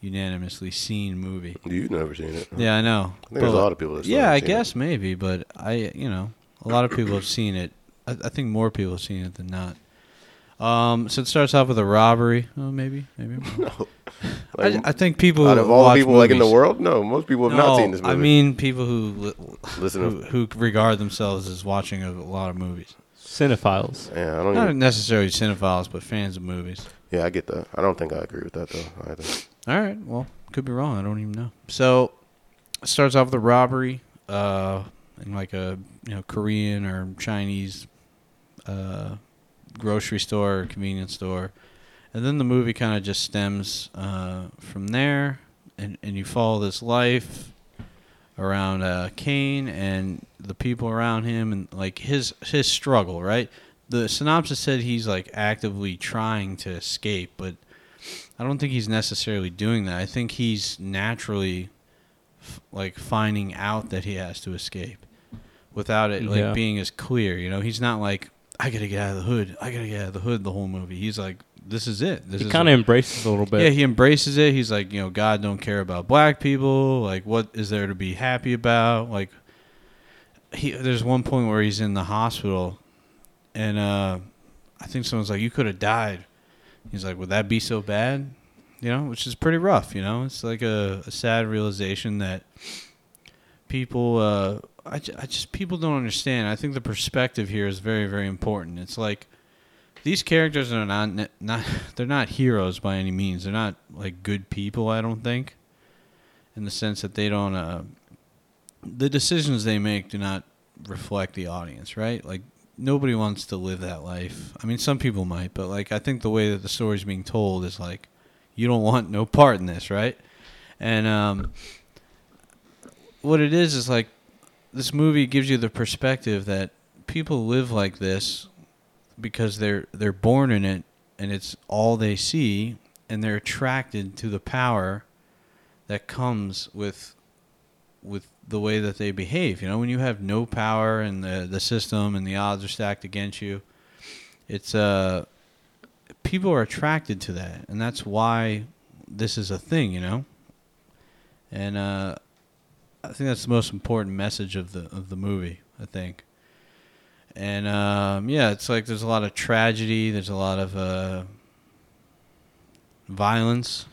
Speaker 4: unanimously seen movie.
Speaker 5: You've never seen it. huh?
Speaker 4: Yeah, I know.
Speaker 5: Mm-hmm. I think there's a
Speaker 4: But-
Speaker 5: lot of people that. still
Speaker 4: yeah,
Speaker 5: haven't
Speaker 4: I
Speaker 5: seen it.
Speaker 4: guess maybe, but I, you know, a lot of people have seen it. I, I think more people have seen it than not. Um, so it starts off with a robbery. Oh, maybe, maybe. I'm wrong. I,
Speaker 5: No. (laughs) Like,
Speaker 4: I think people
Speaker 5: out
Speaker 4: who
Speaker 5: of all the
Speaker 4: watch
Speaker 5: people like in the
Speaker 4: movies-
Speaker 5: world, no, most people have not
Speaker 4: No,
Speaker 5: seen this movie.
Speaker 4: I mean, people who li-
Speaker 5: listen,
Speaker 4: who,
Speaker 5: to,
Speaker 4: who regard themselves as watching a lot of movies.
Speaker 3: Cinephiles.
Speaker 5: Oh, yeah, I don't.
Speaker 4: Not
Speaker 5: Even,
Speaker 4: necessarily cinephiles, but fans of movies.
Speaker 5: yeah, I get that. I don't think I agree with that though. Either.
Speaker 4: All right. Well, could be wrong. I don't even know. So, it starts off with a robbery, uh, in like a you know Korean or Chinese, uh, grocery store or convenience store. And then the movie kind of just stems uh, from there, and, and you follow this life around uh, Kane and the people around him, and like his his struggle, right? The synopsis said he's like actively trying to escape, but I don't think he's necessarily doing that. I think he's naturally f- like finding out that he has to escape without it like
Speaker 3: Yeah.
Speaker 4: being as clear. You know, he's not like I gotta get out of the hood. I gotta get out of the hood. The whole movie, he's like, this is it. This
Speaker 3: He
Speaker 4: is
Speaker 3: kind
Speaker 4: what-
Speaker 3: of embraces it a little bit.
Speaker 4: yeah, he embraces it. He's like, you know, God don't care about black people. Like, what is there to be happy about? Like, he there's one point where he's in the hospital, and uh, I think someone's like, you could have died. He's like, would that be so bad? You know, which is pretty rough. You know, it's like a, a sad realization that people, uh, I, ju- I just people don't understand. I think the perspective here is very, very important. It's like these characters are not ne- not (laughs) they're not heroes by any means. They're not like good people. I don't think, in the sense that they don't. Uh, the decisions they make do not reflect the audience, right? Like nobody wants to live that life. I mean, some people might, but like I think the way that the story's being told is like you don't want no part in this, right? And um, what it is is like this movie gives you the perspective that people live like this because they're they're born in it and it's all they see and they're attracted to the power that comes with with the way that they behave you know when you have no power and the the system and the odds are stacked against you it's uh people are attracted to that and that's why this is a thing you know and uh i think that's the most important message of the of the movie i think and um, yeah, it's like there's a lot of tragedy. There's a lot of uh, violence.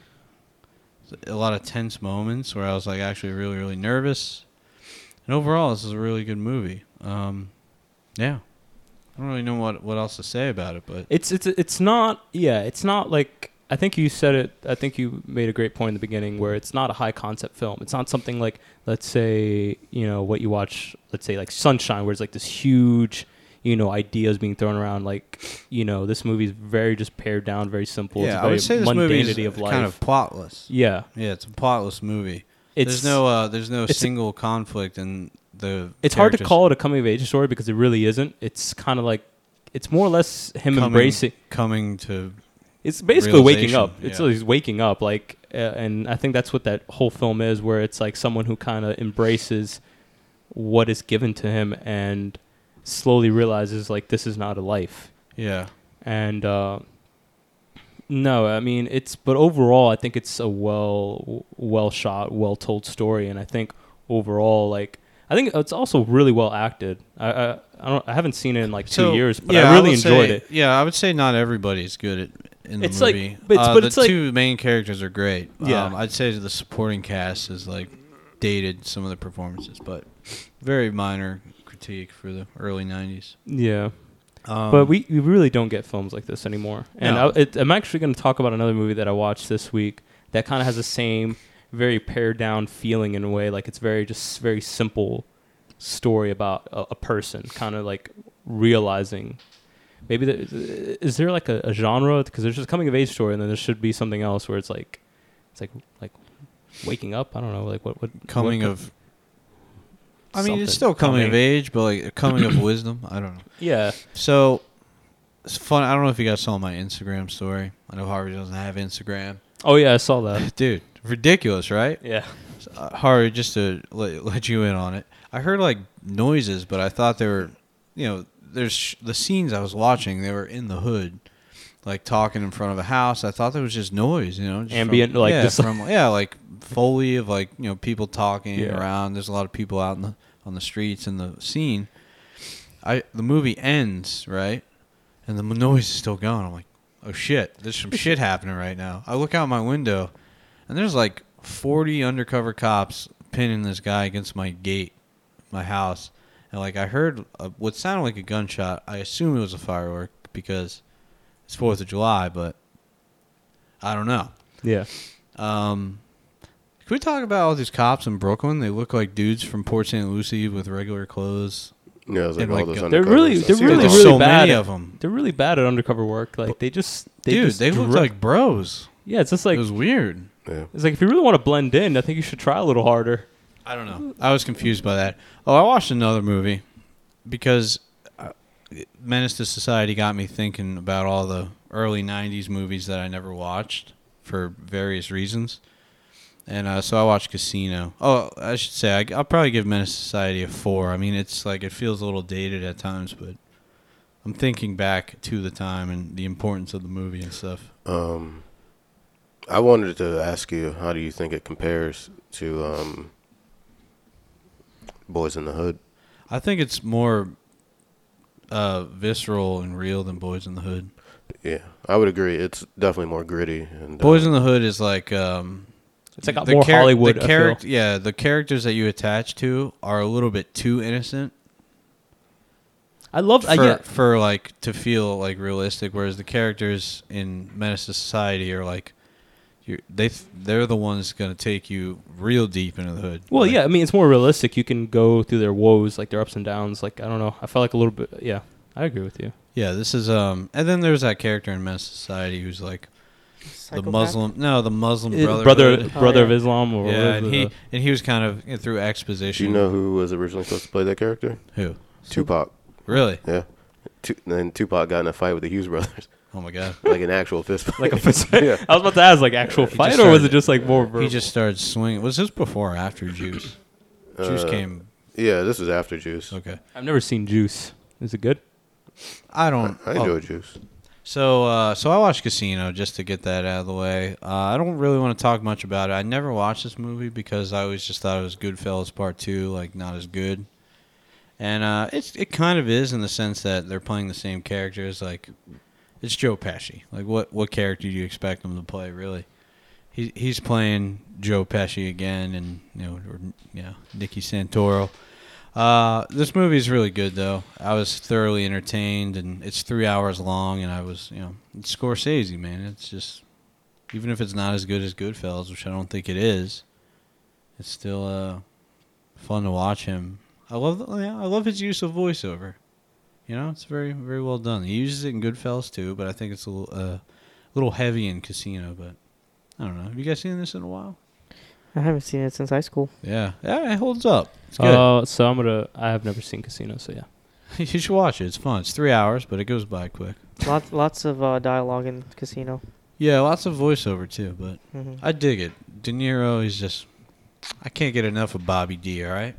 Speaker 4: A lot of tense moments where I was like actually really really nervous. And overall, this is a really good movie. Um, yeah, I don't really know what what else to say about it, but
Speaker 3: It's it's it's not yeah, it's not like I think you said it I think you made a great point in the beginning where it's not a high concept film. It's not something like let's say, you know, what you watch, let's say like Sunshine where it's like this huge, you know, ideas being thrown around like, you know, this movie's very just pared down, very simple. it's
Speaker 4: yeah,
Speaker 3: very
Speaker 4: I would say this movie is
Speaker 3: mundanity of life.
Speaker 4: kind of plotless.
Speaker 3: yeah.
Speaker 4: Yeah, it's a plotless movie.
Speaker 3: It's
Speaker 4: there's no uh, there's no
Speaker 3: it's-
Speaker 4: single conflict and the.
Speaker 3: it's hard to
Speaker 4: characters
Speaker 3: call it a coming of age story because it really isn't. It's kind of like it's more or less him
Speaker 4: coming-
Speaker 3: embracing
Speaker 4: coming to
Speaker 3: It's basically waking
Speaker 4: Realization,
Speaker 3: up. It's
Speaker 4: yeah.
Speaker 3: like he's waking up, like, uh, and I think that's what that whole film is, where it's like someone who kind of embraces what is given to him and slowly realizes like this is not a life.
Speaker 4: yeah.
Speaker 3: And uh, no, I mean it's, but overall, I think it's a well, well shot, well told story, and I think overall, like, I think it's also really well acted. I, I, I don't, I haven't seen it in like two
Speaker 4: So,
Speaker 3: years, but
Speaker 4: yeah,
Speaker 3: I really
Speaker 4: would
Speaker 3: enjoyed
Speaker 4: say-
Speaker 3: it.
Speaker 4: Yeah, I would say not everybody's good at in the
Speaker 3: It's like-
Speaker 4: movie.
Speaker 3: but it's-
Speaker 4: Uh,
Speaker 3: but
Speaker 4: the
Speaker 3: it's like-
Speaker 4: two main characters are great.
Speaker 3: Yeah.
Speaker 4: um, I'd say the supporting cast is like dated some of the performances, but very minor critique for the early '90s.
Speaker 3: Yeah.
Speaker 4: Um,
Speaker 3: but we, we really don't get films like this anymore. And
Speaker 4: No.
Speaker 3: I, it, I'm actually going to talk about another movie that I watched this week that kind of has the same very pared down feeling in a way. Like it's very just very simple story about a, a person kind of like realizing. Maybe there, is there like a, a genre because there's just coming of age story and then there should be something else where it's like it's like like waking up. I don't know like what what
Speaker 4: coming
Speaker 3: what-
Speaker 4: of. I mean, it's
Speaker 3: something.
Speaker 4: still coming, of
Speaker 3: Coming.
Speaker 4: age, but like
Speaker 3: (clears throat)
Speaker 4: coming of wisdom. I don't know.
Speaker 3: yeah
Speaker 4: So it's fun. I don't know if you guys saw my Instagram story. I know Harvey doesn't have Instagram, (sighs)
Speaker 3: oh yeah I saw
Speaker 4: (laughs)
Speaker 3: that
Speaker 4: dude. Ridiculous, right?
Speaker 3: yeah
Speaker 4: uh, Harvey, just to let, let you in on it, I heard like noises, but I thought they were, you know, there's the scenes I was watching. They were in the hood, like talking in front of a house. I thought there was just noise, you know, just
Speaker 3: Ambient,
Speaker 4: from,
Speaker 3: like,
Speaker 4: yeah,
Speaker 3: just-
Speaker 4: from yeah, like foley of like you know people talking
Speaker 3: Yeah.
Speaker 4: around. There's a lot of people out in the on the streets in the scene. I the movie ends right, and the m- noise is still going. I'm like, oh shit, there's some shit happening right now. I look out my window, and there's like 40 undercover cops pinning this guy against my gate, my house, and like I heard a, what sounded like a gunshot. I assume it was a firework because it's Fourth of July, but I don't know.
Speaker 3: yeah
Speaker 4: Um, can we talk about all these cops in Brooklyn? They look like dudes from Port St. Lucie with regular clothes.
Speaker 5: Yeah, it's like
Speaker 4: And,
Speaker 5: all
Speaker 4: like,
Speaker 5: those
Speaker 4: they're
Speaker 5: undercovers.
Speaker 3: really-
Speaker 5: I
Speaker 3: they're
Speaker 5: see
Speaker 4: Dude,
Speaker 3: really,
Speaker 5: them
Speaker 4: there's
Speaker 5: all.
Speaker 3: really
Speaker 4: so
Speaker 3: bad
Speaker 4: many
Speaker 3: at-
Speaker 4: of them.
Speaker 3: They're really bad at undercover work. Like they just they
Speaker 4: Dude,
Speaker 3: just
Speaker 4: they looked
Speaker 3: dri-
Speaker 4: like bros.
Speaker 3: yeah. It's just like
Speaker 4: it was weird.
Speaker 5: Yeah.
Speaker 3: it's like if you really want to blend in, I think you should try a little harder.
Speaker 4: I don't know. I was confused by that. Oh, I watched another movie because uh, Menace to Society got me thinking about all the early '90s movies that I never watched for various reasons, and uh, so I watched Casino. Oh, I should say I, I'll probably give Menace to Society a four. I mean, it's like it feels a little dated at times, but I'm thinking back to the time and the importance of the movie and stuff.
Speaker 5: Um, I wanted to ask you, how do you think it compares to um, Boys in the Hood?
Speaker 4: I think it's more uh, visceral and real than Boys in the Hood.
Speaker 5: Yeah, I would agree. It's definitely more gritty and uh,
Speaker 4: Boys in the Hood is like um,
Speaker 3: It's like a more
Speaker 4: char-
Speaker 3: Hollywood.
Speaker 4: The
Speaker 3: I feel.
Speaker 4: character, yeah, the characters that you attach to are a little bit too innocent
Speaker 3: I love.
Speaker 4: for,
Speaker 3: I, Uh, yeah,
Speaker 4: for like to feel like realistic. Whereas the characters in Menace to Society are like, you're, they th- they're the ones gonna take you real deep into the hood.
Speaker 3: Well,
Speaker 4: Like,
Speaker 3: yeah, I mean, it's more realistic. You can go through their woes, like their ups and downs. Like, I don't know. I felt like a little bit. Yeah, I agree with you.
Speaker 4: yeah. This is um, and then there's that character in Menace to Society who's like the
Speaker 2: Psychopath?
Speaker 4: Muslim. No, the Muslim
Speaker 3: Brother,
Speaker 4: brother.
Speaker 3: brother,
Speaker 2: Oh,
Speaker 3: brother
Speaker 2: yeah.
Speaker 3: of Islam, or uh,
Speaker 4: Yeah,
Speaker 3: whatever
Speaker 4: and
Speaker 3: the-
Speaker 4: he and he was kind of you know, through
Speaker 5: do
Speaker 4: exposition.
Speaker 5: you know who was originally supposed to play that character?
Speaker 4: who?
Speaker 5: Tupac.
Speaker 4: Really?
Speaker 5: Yeah. Tu- then Tupac got in a fight with the Hughes brothers, (laughs)
Speaker 4: Oh my god.
Speaker 5: like an actual fist fight.
Speaker 3: like a fist.
Speaker 5: Yeah.
Speaker 3: I was about to ask, like actual
Speaker 4: just
Speaker 3: fight, or was
Speaker 4: started-
Speaker 3: it just like more? Verbal?
Speaker 4: He just started swinging. Was this before or after Juice? Juice
Speaker 5: Uh,
Speaker 4: came.
Speaker 5: (laughs) Yeah, this is after Juice.
Speaker 4: Okay.
Speaker 3: I've never seen Juice. Is it good?
Speaker 4: I don't.
Speaker 5: I
Speaker 4: oh,
Speaker 5: enjoy Juice.
Speaker 4: So, uh, so I watched Casino just to get that out of the way. Uh, I don't really want to talk much about it. I never watched this movie because I always just thought it was Goodfellas Part Two, like not as good. And uh, it's it kind of is in the sense that they're playing the same characters. Like, it's Joe Pesci. Like, what what character do you expect him to play? Really, he he's playing Joe Pesci again, and you know, or, you know, Nicky Santoro. Uh, this movie is really good, though. I was thoroughly entertained, and it's three hours long, and I was, you know, it's Scorsese, man. It's just, even if it's not as good as Goodfellas, which I don't think it is, it's still uh, fun to watch him. I love, yeah, I love his use of voiceover. You know, it's very, very well done. He uses it in Goodfellas too, but I think it's a little, uh, little heavy in Casino. But I don't know. Have you guys seen this in a while?
Speaker 2: I haven't seen it since high school.
Speaker 4: Yeah, yeah, it holds up. It's good.
Speaker 3: Uh, so I'm gonna. I have never seen Casino. So yeah.
Speaker 4: (laughs) you should watch it. It's fun. It's three hours, but it goes by quick.
Speaker 2: Lots, lots of uh, dialogue in Casino.
Speaker 4: Yeah, lots of voiceover too, but
Speaker 2: Mhm.
Speaker 4: I dig it. De Niro is just I can't get enough of Bobby D, all right?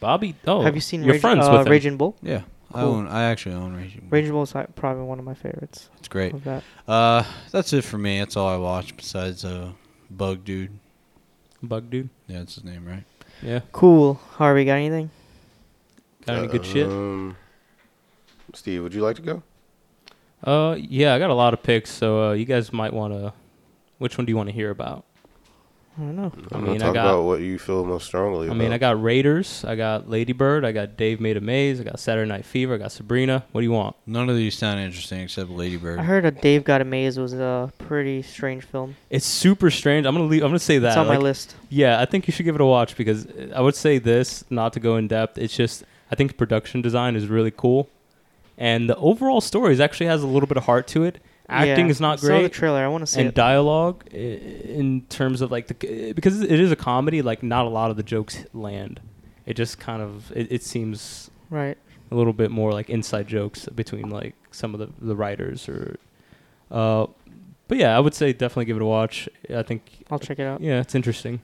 Speaker 3: Bobby. Oh,
Speaker 2: Have you seen
Speaker 3: You're
Speaker 2: Rage,
Speaker 3: friends
Speaker 2: uh,
Speaker 3: with him.
Speaker 2: Raging Bull?
Speaker 4: Yeah. I
Speaker 2: Cool.
Speaker 4: own I actually own Raging Bull.
Speaker 2: Raging Bull is uh, probably one of my favorites.
Speaker 4: It's great.
Speaker 2: Of that.
Speaker 4: Uh that's it for me. That's all I watch besides uh Bug Dude.
Speaker 3: Bug dude.
Speaker 4: Yeah, that's his name, right?
Speaker 3: Yeah.
Speaker 2: Cool. Harvey, got anything?
Speaker 3: Got any good shit?
Speaker 5: Um, Steve, would you like to go?
Speaker 3: Uh, yeah. I got a lot of picks, so uh, you guys might want to. Which one do you want to hear about?
Speaker 2: I don't know.
Speaker 5: I'm
Speaker 3: mean,
Speaker 5: gonna
Speaker 3: I
Speaker 5: talk
Speaker 3: got-
Speaker 5: about what you feel most strongly.
Speaker 3: I mean, I
Speaker 5: about.
Speaker 3: got Raiders. I got Lady Bird. I got Dave Made a Maze. I got Saturday Night Fever. I got Sabrina. What do you want?
Speaker 4: None of these sound interesting except Lady
Speaker 2: I
Speaker 4: Bird.
Speaker 2: heard a Dave Got Amazed was a pretty strange film.
Speaker 3: It's super strange. I'm gonna leave, I'm gonna say that.
Speaker 2: it's on
Speaker 3: Like,
Speaker 2: my list.
Speaker 3: Yeah, I think you should give it a watch because uh, I would say this, not to go in depth. It's just I think production design is really cool, and the overall story is actually has a little bit of heart to it. Acting
Speaker 2: Yeah.
Speaker 3: is not
Speaker 2: I saw the
Speaker 3: great,
Speaker 2: trailer. I want to see
Speaker 3: and
Speaker 2: it.
Speaker 3: dialogue i- in terms of like the c- because it is a comedy, like not a lot of the jokes land. It just kind of it, it seems
Speaker 2: right.
Speaker 3: a little bit more like inside jokes between like some of the, the writers or uh but yeah i would say definitely give it a watch i think
Speaker 2: I'll check it out.
Speaker 3: yeah it's interesting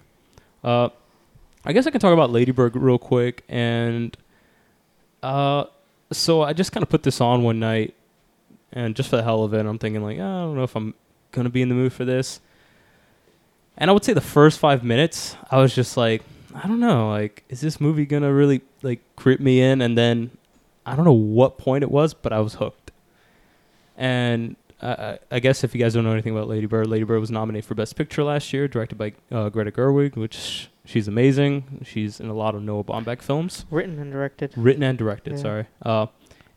Speaker 3: uh i guess i can talk about ladybird real quick and uh so i just kind of put this on one night and just for the hell of it i'm thinking like "Ah, i don't know if i'm gonna be in the mood for this and i would say the first five minutes i was just like i don't know like is this movie gonna really like grip me in and then i don't know what point it was but i was hooked and I- I, I guess if you guys don't know anything about Lady Bird, Lady Bird was nominated for Best Picture last year, directed by uh, Greta Gerwig, which she's amazing. She's in a lot of Noah Baumbach films
Speaker 2: Written and directed.
Speaker 3: written and directed.
Speaker 2: Yeah.
Speaker 3: Sorry. Uh,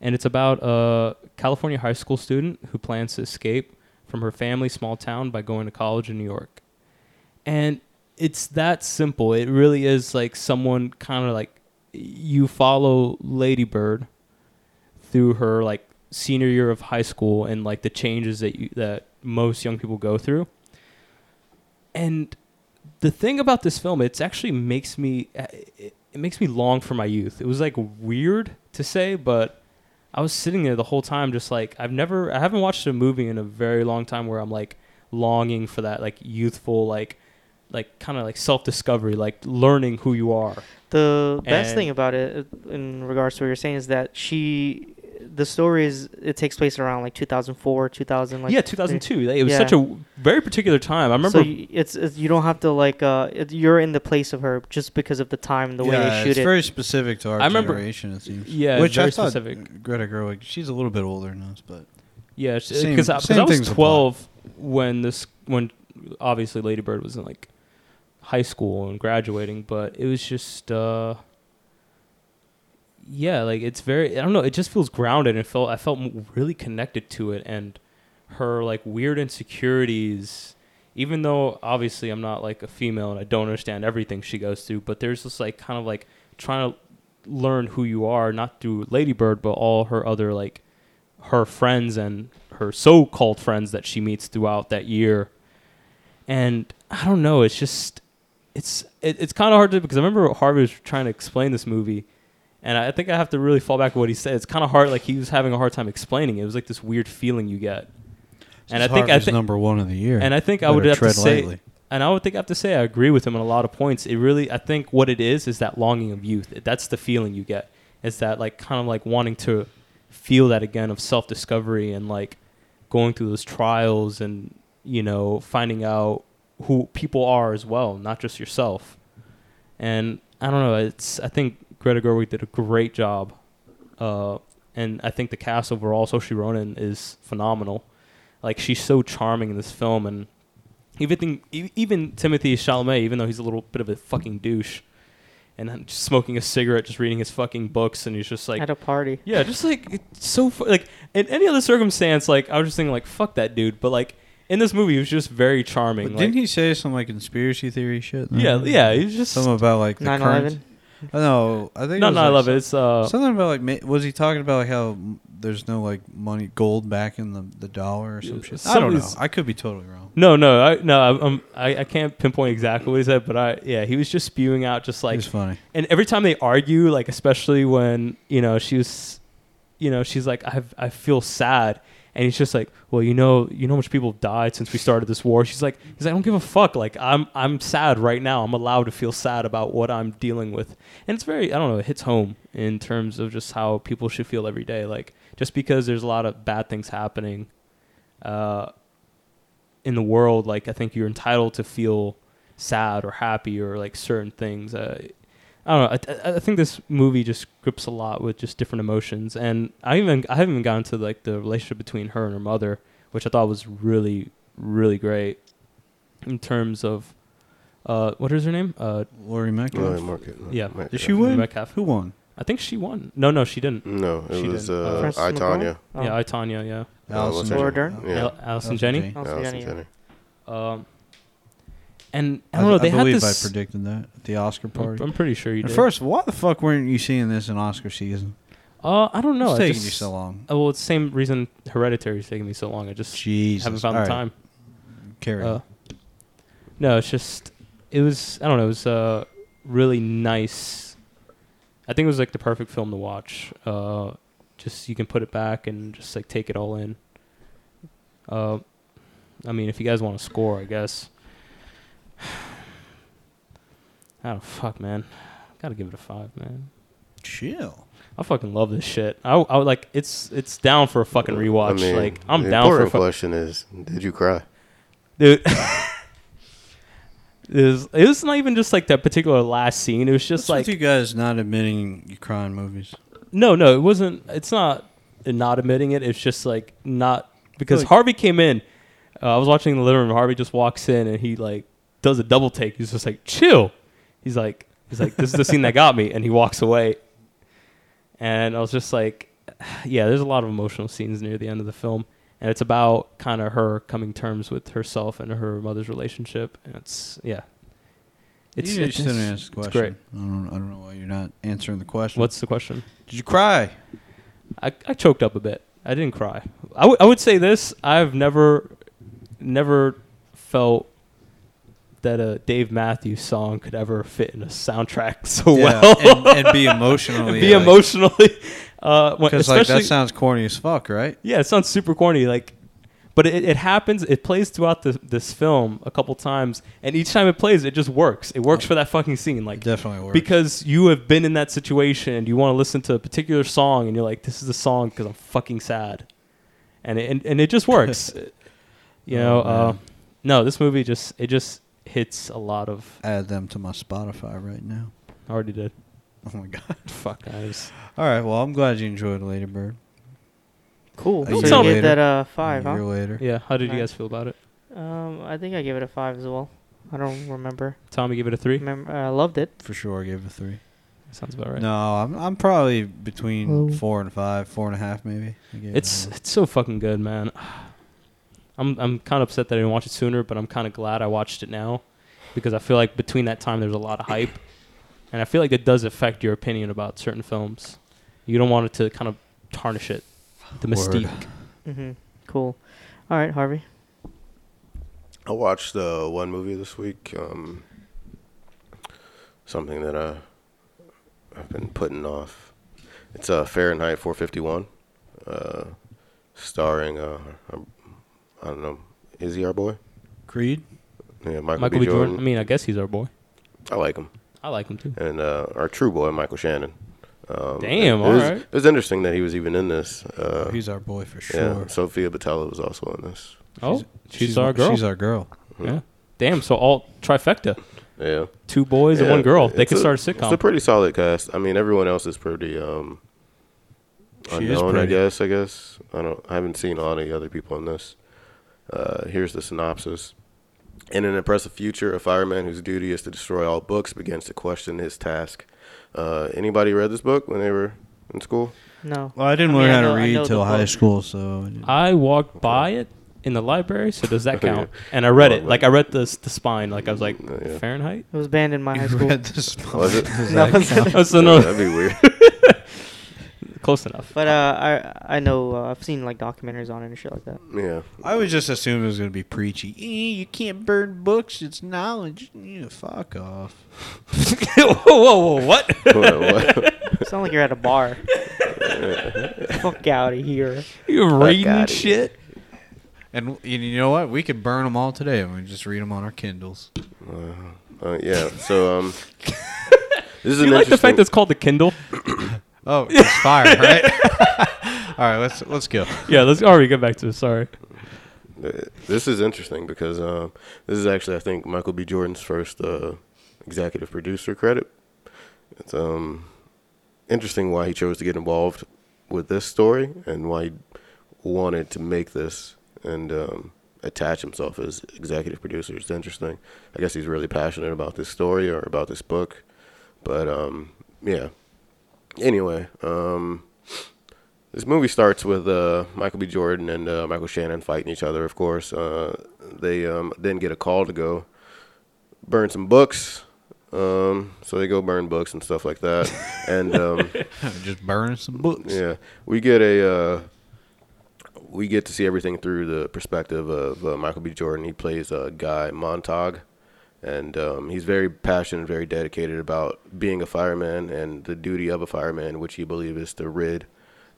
Speaker 3: and it's about a California high school student who plans to escape from her family's small town by going to college in New York. And it's that simple. It really is like someone kind of like you follow Ladybird through her like senior year of high school and like the changes that you, that most young people go through. And the thing about this film, it's actually makes me it, it makes me long for my youth. It was like weird to say, but I was sitting there the whole time just like I've never I haven't watched a movie in a very long time where I'm like longing for that like youthful like like kind of like self-discovery, like learning who you are.
Speaker 2: The best
Speaker 3: And-
Speaker 2: thing about it, uh, in regards to what you're saying, is that she, the story is it takes place around like 2004, 2000, like
Speaker 3: yeah, 2002. Like, It was
Speaker 2: yeah.
Speaker 3: such a very particular time. I remember
Speaker 2: So you, it's, it's you don't have to like uh it, you're in the place of her just because of the time and the way they shoot
Speaker 4: it's
Speaker 2: it.
Speaker 4: very specific to our
Speaker 3: I remember-
Speaker 4: generation. It seems.
Speaker 3: Yeah, it's
Speaker 4: which
Speaker 3: very
Speaker 4: I thought
Speaker 3: specific.
Speaker 4: Greta Gerwig. She's a little bit older than us, but
Speaker 3: Yeah,
Speaker 4: Same-
Speaker 3: because I, 'cause
Speaker 4: same
Speaker 3: I was
Speaker 4: things apply.
Speaker 3: 12 when this when obviously Lady Bird was in like high school and graduating, but it was just uh yeah, like it's very I don't know, it just feels grounded and felt I felt m- really connected to it and her like weird insecurities even though obviously I'm not like a female and I don't understand everything she goes through, but there's this like kind of like trying to learn who you are not through Ladybird but all her other like her friends and her so-called friends that she meets throughout that year and i don't know it's just it's it, it's kind of hard to because i remember harvey was trying to explain this movie and i think i have to really fall back on what he said it's kind of hard like he was having a hard time explaining it it was like this weird feeling you get and i think i
Speaker 4: Harvey's
Speaker 3: think
Speaker 4: number one of the year.
Speaker 3: and I think I
Speaker 4: Better
Speaker 3: would have to
Speaker 4: tread
Speaker 3: say,
Speaker 4: lightly.
Speaker 3: and I would think I have to say I agree with him on a lot of points. It really, I think what it is is that longing of youth. That's the feeling you get. It's that like kind of like wanting to feel that again of self discovery and like going through those trials and you know finding out who people are as well, not just yourself. And I don't know. It's I think Greta Gerwig did a great job, uh, and I think the cast overall, Saoirse Ronan is phenomenal. Like she's so charming in this film, and even think- e- even Timothy Chalamet, even though he's a little bit of a fucking douche, and I'm just smoking a cigarette, just reading his fucking books, and he's just like,
Speaker 2: at a party.
Speaker 3: yeah, just like it's so fu- like in any other circumstance, like I was just thinking like fuck that dude, but like in this movie, he was just very charming.
Speaker 4: But
Speaker 3: like-
Speaker 4: didn't he Mm-hmm. say some like conspiracy theory shit? in
Speaker 3: Yeah,
Speaker 4: there?
Speaker 3: yeah, he's just
Speaker 4: Something about like the
Speaker 2: 9/11?
Speaker 4: current. Oh, no, I think
Speaker 3: no,
Speaker 4: it was,
Speaker 3: no, I
Speaker 4: like,
Speaker 3: love it. It's uh,
Speaker 4: Something about like ma- was he talking about like how m- there's no like money gold back in the, the dollar or some
Speaker 3: Yeah,
Speaker 4: shit. I don't know.
Speaker 3: somebody's-
Speaker 4: I could be totally wrong.
Speaker 3: no, no, I, no, I, um, I, I can't pinpoint exactly what he said, but I, yeah, he was just spewing out just
Speaker 4: Like,
Speaker 3: like
Speaker 4: it's funny.
Speaker 3: and every time they argue like especially when you know she was you know she's like i i feel sad and he's just like well you know you know how much people have died since we started this war she's like he's like i don't give a fuck like i'm i'm sad right now i'm allowed to feel sad about what i'm dealing with and it's very i don't know it hits home in terms of just how people should feel every day like just because there's a lot of bad things happening uh in the world like i think you're entitled to feel sad or happy or like certain things uh I don't know. I- I, I think this movie just grips a lot with just different emotions, and I even I haven't even gotten to like the relationship between her and her mother, which I thought was really really great in terms of uh, what is her name? Uh,
Speaker 4: Lori Metcalf.
Speaker 5: Really market.
Speaker 3: Yeah.
Speaker 5: Might-
Speaker 4: Did she win?
Speaker 3: Metcalf.
Speaker 4: Who won?
Speaker 3: I think she won. No, no, she didn't.
Speaker 5: No, it
Speaker 3: She
Speaker 5: was
Speaker 3: didn't. Uh,
Speaker 5: uh,
Speaker 2: Frances
Speaker 5: I Tanya.
Speaker 2: McDormand? Oh.
Speaker 3: Yeah, I Tanya. Yeah,
Speaker 5: Yeah,
Speaker 4: Allison
Speaker 5: what's
Speaker 2: her
Speaker 4: Jenny. Oh,
Speaker 2: name?
Speaker 5: Yeah.
Speaker 3: Al- Allison Jenny.
Speaker 2: Allison
Speaker 5: Allison
Speaker 4: uh,
Speaker 2: Janney.
Speaker 5: Janney.
Speaker 3: Um, and I
Speaker 4: I,
Speaker 3: don't know.
Speaker 4: I
Speaker 3: They had
Speaker 4: believe
Speaker 3: this.
Speaker 4: I predicted that at the Oscar
Speaker 3: I'm,
Speaker 4: party.
Speaker 3: I'm pretty sure you
Speaker 4: And
Speaker 3: did.
Speaker 4: First, why the fuck weren't you seeing this in Oscar season?
Speaker 3: uh, I don't know.
Speaker 4: it's
Speaker 3: I
Speaker 4: taking
Speaker 3: just-
Speaker 4: you so long.
Speaker 3: Oh, well, it's the same reason Hereditary is taking me so long. I just
Speaker 4: Jesus,
Speaker 3: haven't found
Speaker 4: All
Speaker 3: the
Speaker 4: right,
Speaker 3: time.
Speaker 4: Carry.
Speaker 3: Uh,
Speaker 4: on.
Speaker 3: no, it's just it was I don't know, it was uh really nice. I think it was like the perfect film to watch. Uh just you can put it back and just like take it all in. Uh I mean, if you guys want to score, I guess. (sighs) I don't fuck, man. Gotta give it a five, man.
Speaker 4: Chill.
Speaker 3: I fucking love this shit. I, I would, like it's it's down for a fucking rewatch. like I'm
Speaker 5: the
Speaker 3: down for a
Speaker 5: important
Speaker 3: fu-
Speaker 5: question is, did you cry?
Speaker 3: dude. (laughs) it, was, it was not even just like that particular last scene. It was just
Speaker 4: What's with you
Speaker 3: like
Speaker 4: guys not admitting you cry in movies.
Speaker 3: no, no, it wasn't. It's not not admitting it. It's just like not because
Speaker 4: like-
Speaker 3: Harvey came in. Uh, I was watching in the living room. Harvey just walks in and he like does a double take. He's just like chill. He's like he's like this is the scene that got me, and he walks away. And I was just like, (sighs) yeah, there's a lot of emotional scenes near the end of the film, and it's about kind of her coming terms with herself and her mother's relationship, and it's yeah, It's,
Speaker 4: you
Speaker 3: it's,
Speaker 4: just didn't ask the
Speaker 3: it's
Speaker 4: question.
Speaker 3: great.
Speaker 4: I don't, I don't know why you're not answering the question.
Speaker 3: What's the question?
Speaker 4: Did you cry?
Speaker 3: I, I choked up a bit. I didn't cry. I would- I would say this. I've never, never felt that a Dave Matthews song could ever fit in a soundtrack (laughs) so (laughs)
Speaker 4: Yeah,
Speaker 3: well. (laughs)
Speaker 4: and, oh, and be emotionally.
Speaker 3: Be emotionally. Uh, when-
Speaker 4: Because like that
Speaker 3: especially-
Speaker 4: sounds corny as fuck, right?
Speaker 3: yeah, it sounds super corny. Like, but it, it happens. It plays throughout the, this film a couple times, and each time it plays, it just works. It
Speaker 4: Oh.
Speaker 3: works for that fucking scene.
Speaker 4: It
Speaker 3: Like,
Speaker 4: definitely works.
Speaker 3: because you have been in that situation and you want to listen to a particular song and you're like this is the song because i'm fucking sad and it, and, and it just
Speaker 4: (laughs)
Speaker 3: works you
Speaker 4: Oh,
Speaker 3: know uh,
Speaker 4: man.
Speaker 3: no this movie just it just hits a lot of
Speaker 4: add them to my Spotify right now. (laughs)
Speaker 3: I already did
Speaker 4: Oh my god.
Speaker 3: fuck guys
Speaker 4: All right. Well, I'm glad you enjoyed Lady Bird.
Speaker 2: Cool.
Speaker 4: A
Speaker 2: So
Speaker 3: year
Speaker 2: you
Speaker 4: later.
Speaker 2: gave that uh five,
Speaker 4: a year
Speaker 2: huh?
Speaker 4: later.
Speaker 3: yeah how did you
Speaker 2: Nice.
Speaker 3: guys feel about it
Speaker 2: Um, I think I gave it a five as well. I don't remember.
Speaker 3: tommy give it a three
Speaker 2: Remember, I loved it.
Speaker 4: For sure, I gave it a three.
Speaker 3: sounds about right
Speaker 4: No, I'm I'm probably between
Speaker 2: Hello.
Speaker 4: four and five, four and a half maybe. I gave it
Speaker 3: it's
Speaker 4: a-
Speaker 3: it's so fucking good man (sighs) i'm i'm kind of upset that i didn't watch it sooner but i'm kind of glad i watched it now because i feel like between that time there's a lot of hype and i feel like it does affect your opinion about certain films you don't want it to kind of tarnish it the
Speaker 4: Word.
Speaker 3: mystique
Speaker 2: Mm-hmm. Cool. All right, Harvey.
Speaker 5: I watched uh, one movie this week. Um, something that uh, I've been putting off. It's uh, Fahrenheit 451, uh, starring uh, um, I don't know, is he our boy?
Speaker 4: Creed.
Speaker 5: Yeah, Michael,
Speaker 3: michael
Speaker 5: B. Jordan.
Speaker 3: i mean i guess he's our boy
Speaker 5: I like him,
Speaker 3: i like him too
Speaker 5: and uh, our true boy, Michael Shannon. Um,
Speaker 3: Damn,
Speaker 5: It, was,
Speaker 3: alright.
Speaker 5: it was interesting that he was even in this. Uh,
Speaker 4: He's our boy for sure.
Speaker 5: yeah, Sophia Batella was also in this.
Speaker 3: oh she's, our girl
Speaker 4: She's our girl.
Speaker 3: yeah damn so all trifecta
Speaker 5: Yeah.
Speaker 3: two boys and
Speaker 5: Yeah,
Speaker 3: one girl they
Speaker 5: it's
Speaker 3: could
Speaker 5: a-
Speaker 3: start a
Speaker 5: It's a
Speaker 3: sitcom
Speaker 5: pretty solid cast. I mean, everyone else is pretty um,
Speaker 4: She is
Speaker 5: unknown. I
Speaker 4: pretty.
Speaker 5: guess. I guess. I don't. I haven't seen all the other people in this. Uh, here's the synopsis. In an impressive future, a fireman whose duty is to destroy all books begins to question his task. Uh, anybody read this book when they were in
Speaker 3: (laughs)
Speaker 5: school?
Speaker 2: No.
Speaker 4: Well, I didn't
Speaker 2: I mean,
Speaker 4: learn
Speaker 2: I
Speaker 4: how
Speaker 2: know-
Speaker 4: to
Speaker 2: I know
Speaker 4: read
Speaker 2: the
Speaker 4: till high
Speaker 2: book.
Speaker 4: school, so I didn't- (laughs)
Speaker 3: I walked by it in the library, so does
Speaker 5: (laughs)
Speaker 3: that
Speaker 5: Yeah.
Speaker 3: count? And I read
Speaker 5: Oh,
Speaker 3: it.
Speaker 5: but-
Speaker 3: Like I read the s- the spine. Like I was like
Speaker 5: Uh, yeah. (laughs)
Speaker 3: Fahrenheit. (laughs)
Speaker 2: It was banned in my
Speaker 4: (laughs)
Speaker 2: high
Speaker 4: you
Speaker 2: school.
Speaker 4: read this.
Speaker 5: Was it?
Speaker 2: (laughs)
Speaker 4: Does
Speaker 2: No,
Speaker 4: that
Speaker 2: it's-
Speaker 4: count?
Speaker 3: Oh, so
Speaker 5: Yeah,
Speaker 3: no,
Speaker 5: that'd be weird. (laughs)
Speaker 3: close enough.
Speaker 2: But uh, I I know uh, I've seen like documentaries on it and shit like that.
Speaker 5: yeah. (laughs)
Speaker 4: I would just assume it was going to be preachy. Eh, You can't burn books; it's knowledge. Eh, fuck (laughs) off.
Speaker 3: whoa, whoa, whoa!
Speaker 4: (laughs)
Speaker 3: What?
Speaker 5: What- what-
Speaker 2: It's not like you're at a
Speaker 3: (laughs)
Speaker 2: bar. Fuck out of here.
Speaker 3: You're reading
Speaker 5: outta
Speaker 3: shit.
Speaker 4: And and you know what? We could burn them all today, and we just read them on our Kindles.
Speaker 5: uh, yeah.
Speaker 3: (laughs)
Speaker 5: So um, this is
Speaker 3: You
Speaker 5: an
Speaker 3: like the fact
Speaker 5: interesting.
Speaker 3: that it's called the Kindle?
Speaker 4: Oh, it's fire, (laughs) right? all right, let's let's go. (laughs)
Speaker 3: Yeah. Let's already get back to it. Sorry.
Speaker 5: Uh, this is interesting because um, this is actually, I think, Michael B. Jordan's first uh, executive producer credit. It's um, interesting why he chose to get involved with this story and why he wanted to make this and um, attach himself as executive producer. It's interesting. I guess he's really passionate about this story or about this book. But um, yeah. Anyway, um, this movie starts with uh, Michael B. Jordan and uh, Michael Shannon fighting each other. Of course, uh, they um, then get a call to go burn some books, um, so they go burn books and stuff like that. and um,
Speaker 4: just burn some books.
Speaker 5: yeah, we get a uh, we get to see everything through the perspective of uh, Michael B. Jordan. He plays a guy Montag, and um, he's very passionate, very dedicated about being a fireman and the duty of a fireman, which he believes is to rid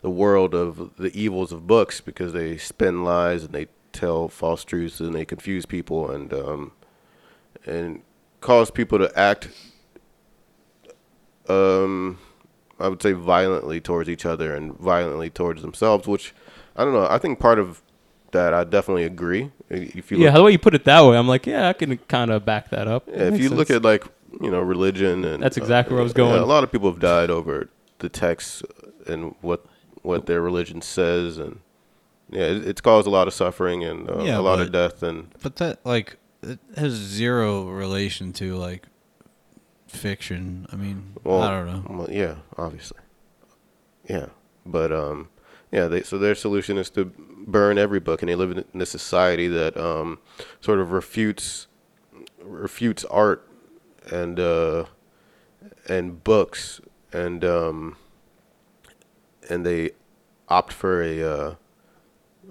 Speaker 5: the world of the evils of books because they spin lies and they tell false truths and they confuse people and um, and cause people to act um I would say violently towards each other and violently towards themselves, which I don't know. I think part of that I definitely agree. If you
Speaker 3: Yeah.
Speaker 5: look,
Speaker 3: The way you put it that way, I'm like, yeah, I can kind of back that up.
Speaker 5: yeah, if you look at like you know religion and uh,
Speaker 3: That's exactly where I was going.
Speaker 5: a lot of people have died over the texts and what what their religion says, and yeah, it, it's caused a lot of suffering and uh,
Speaker 4: Yeah,
Speaker 5: a lot
Speaker 4: but-
Speaker 5: of death and
Speaker 4: But that like it has zero relation to like fiction. I mean,
Speaker 5: Well,
Speaker 4: I don't know.
Speaker 5: well, yeah, obviously. Yeah, but um, yeah. They so their solution is to burn every book, and they live in, in a society that um, sort of refutes refutes art and uh, and books and um, and they opt for a uh,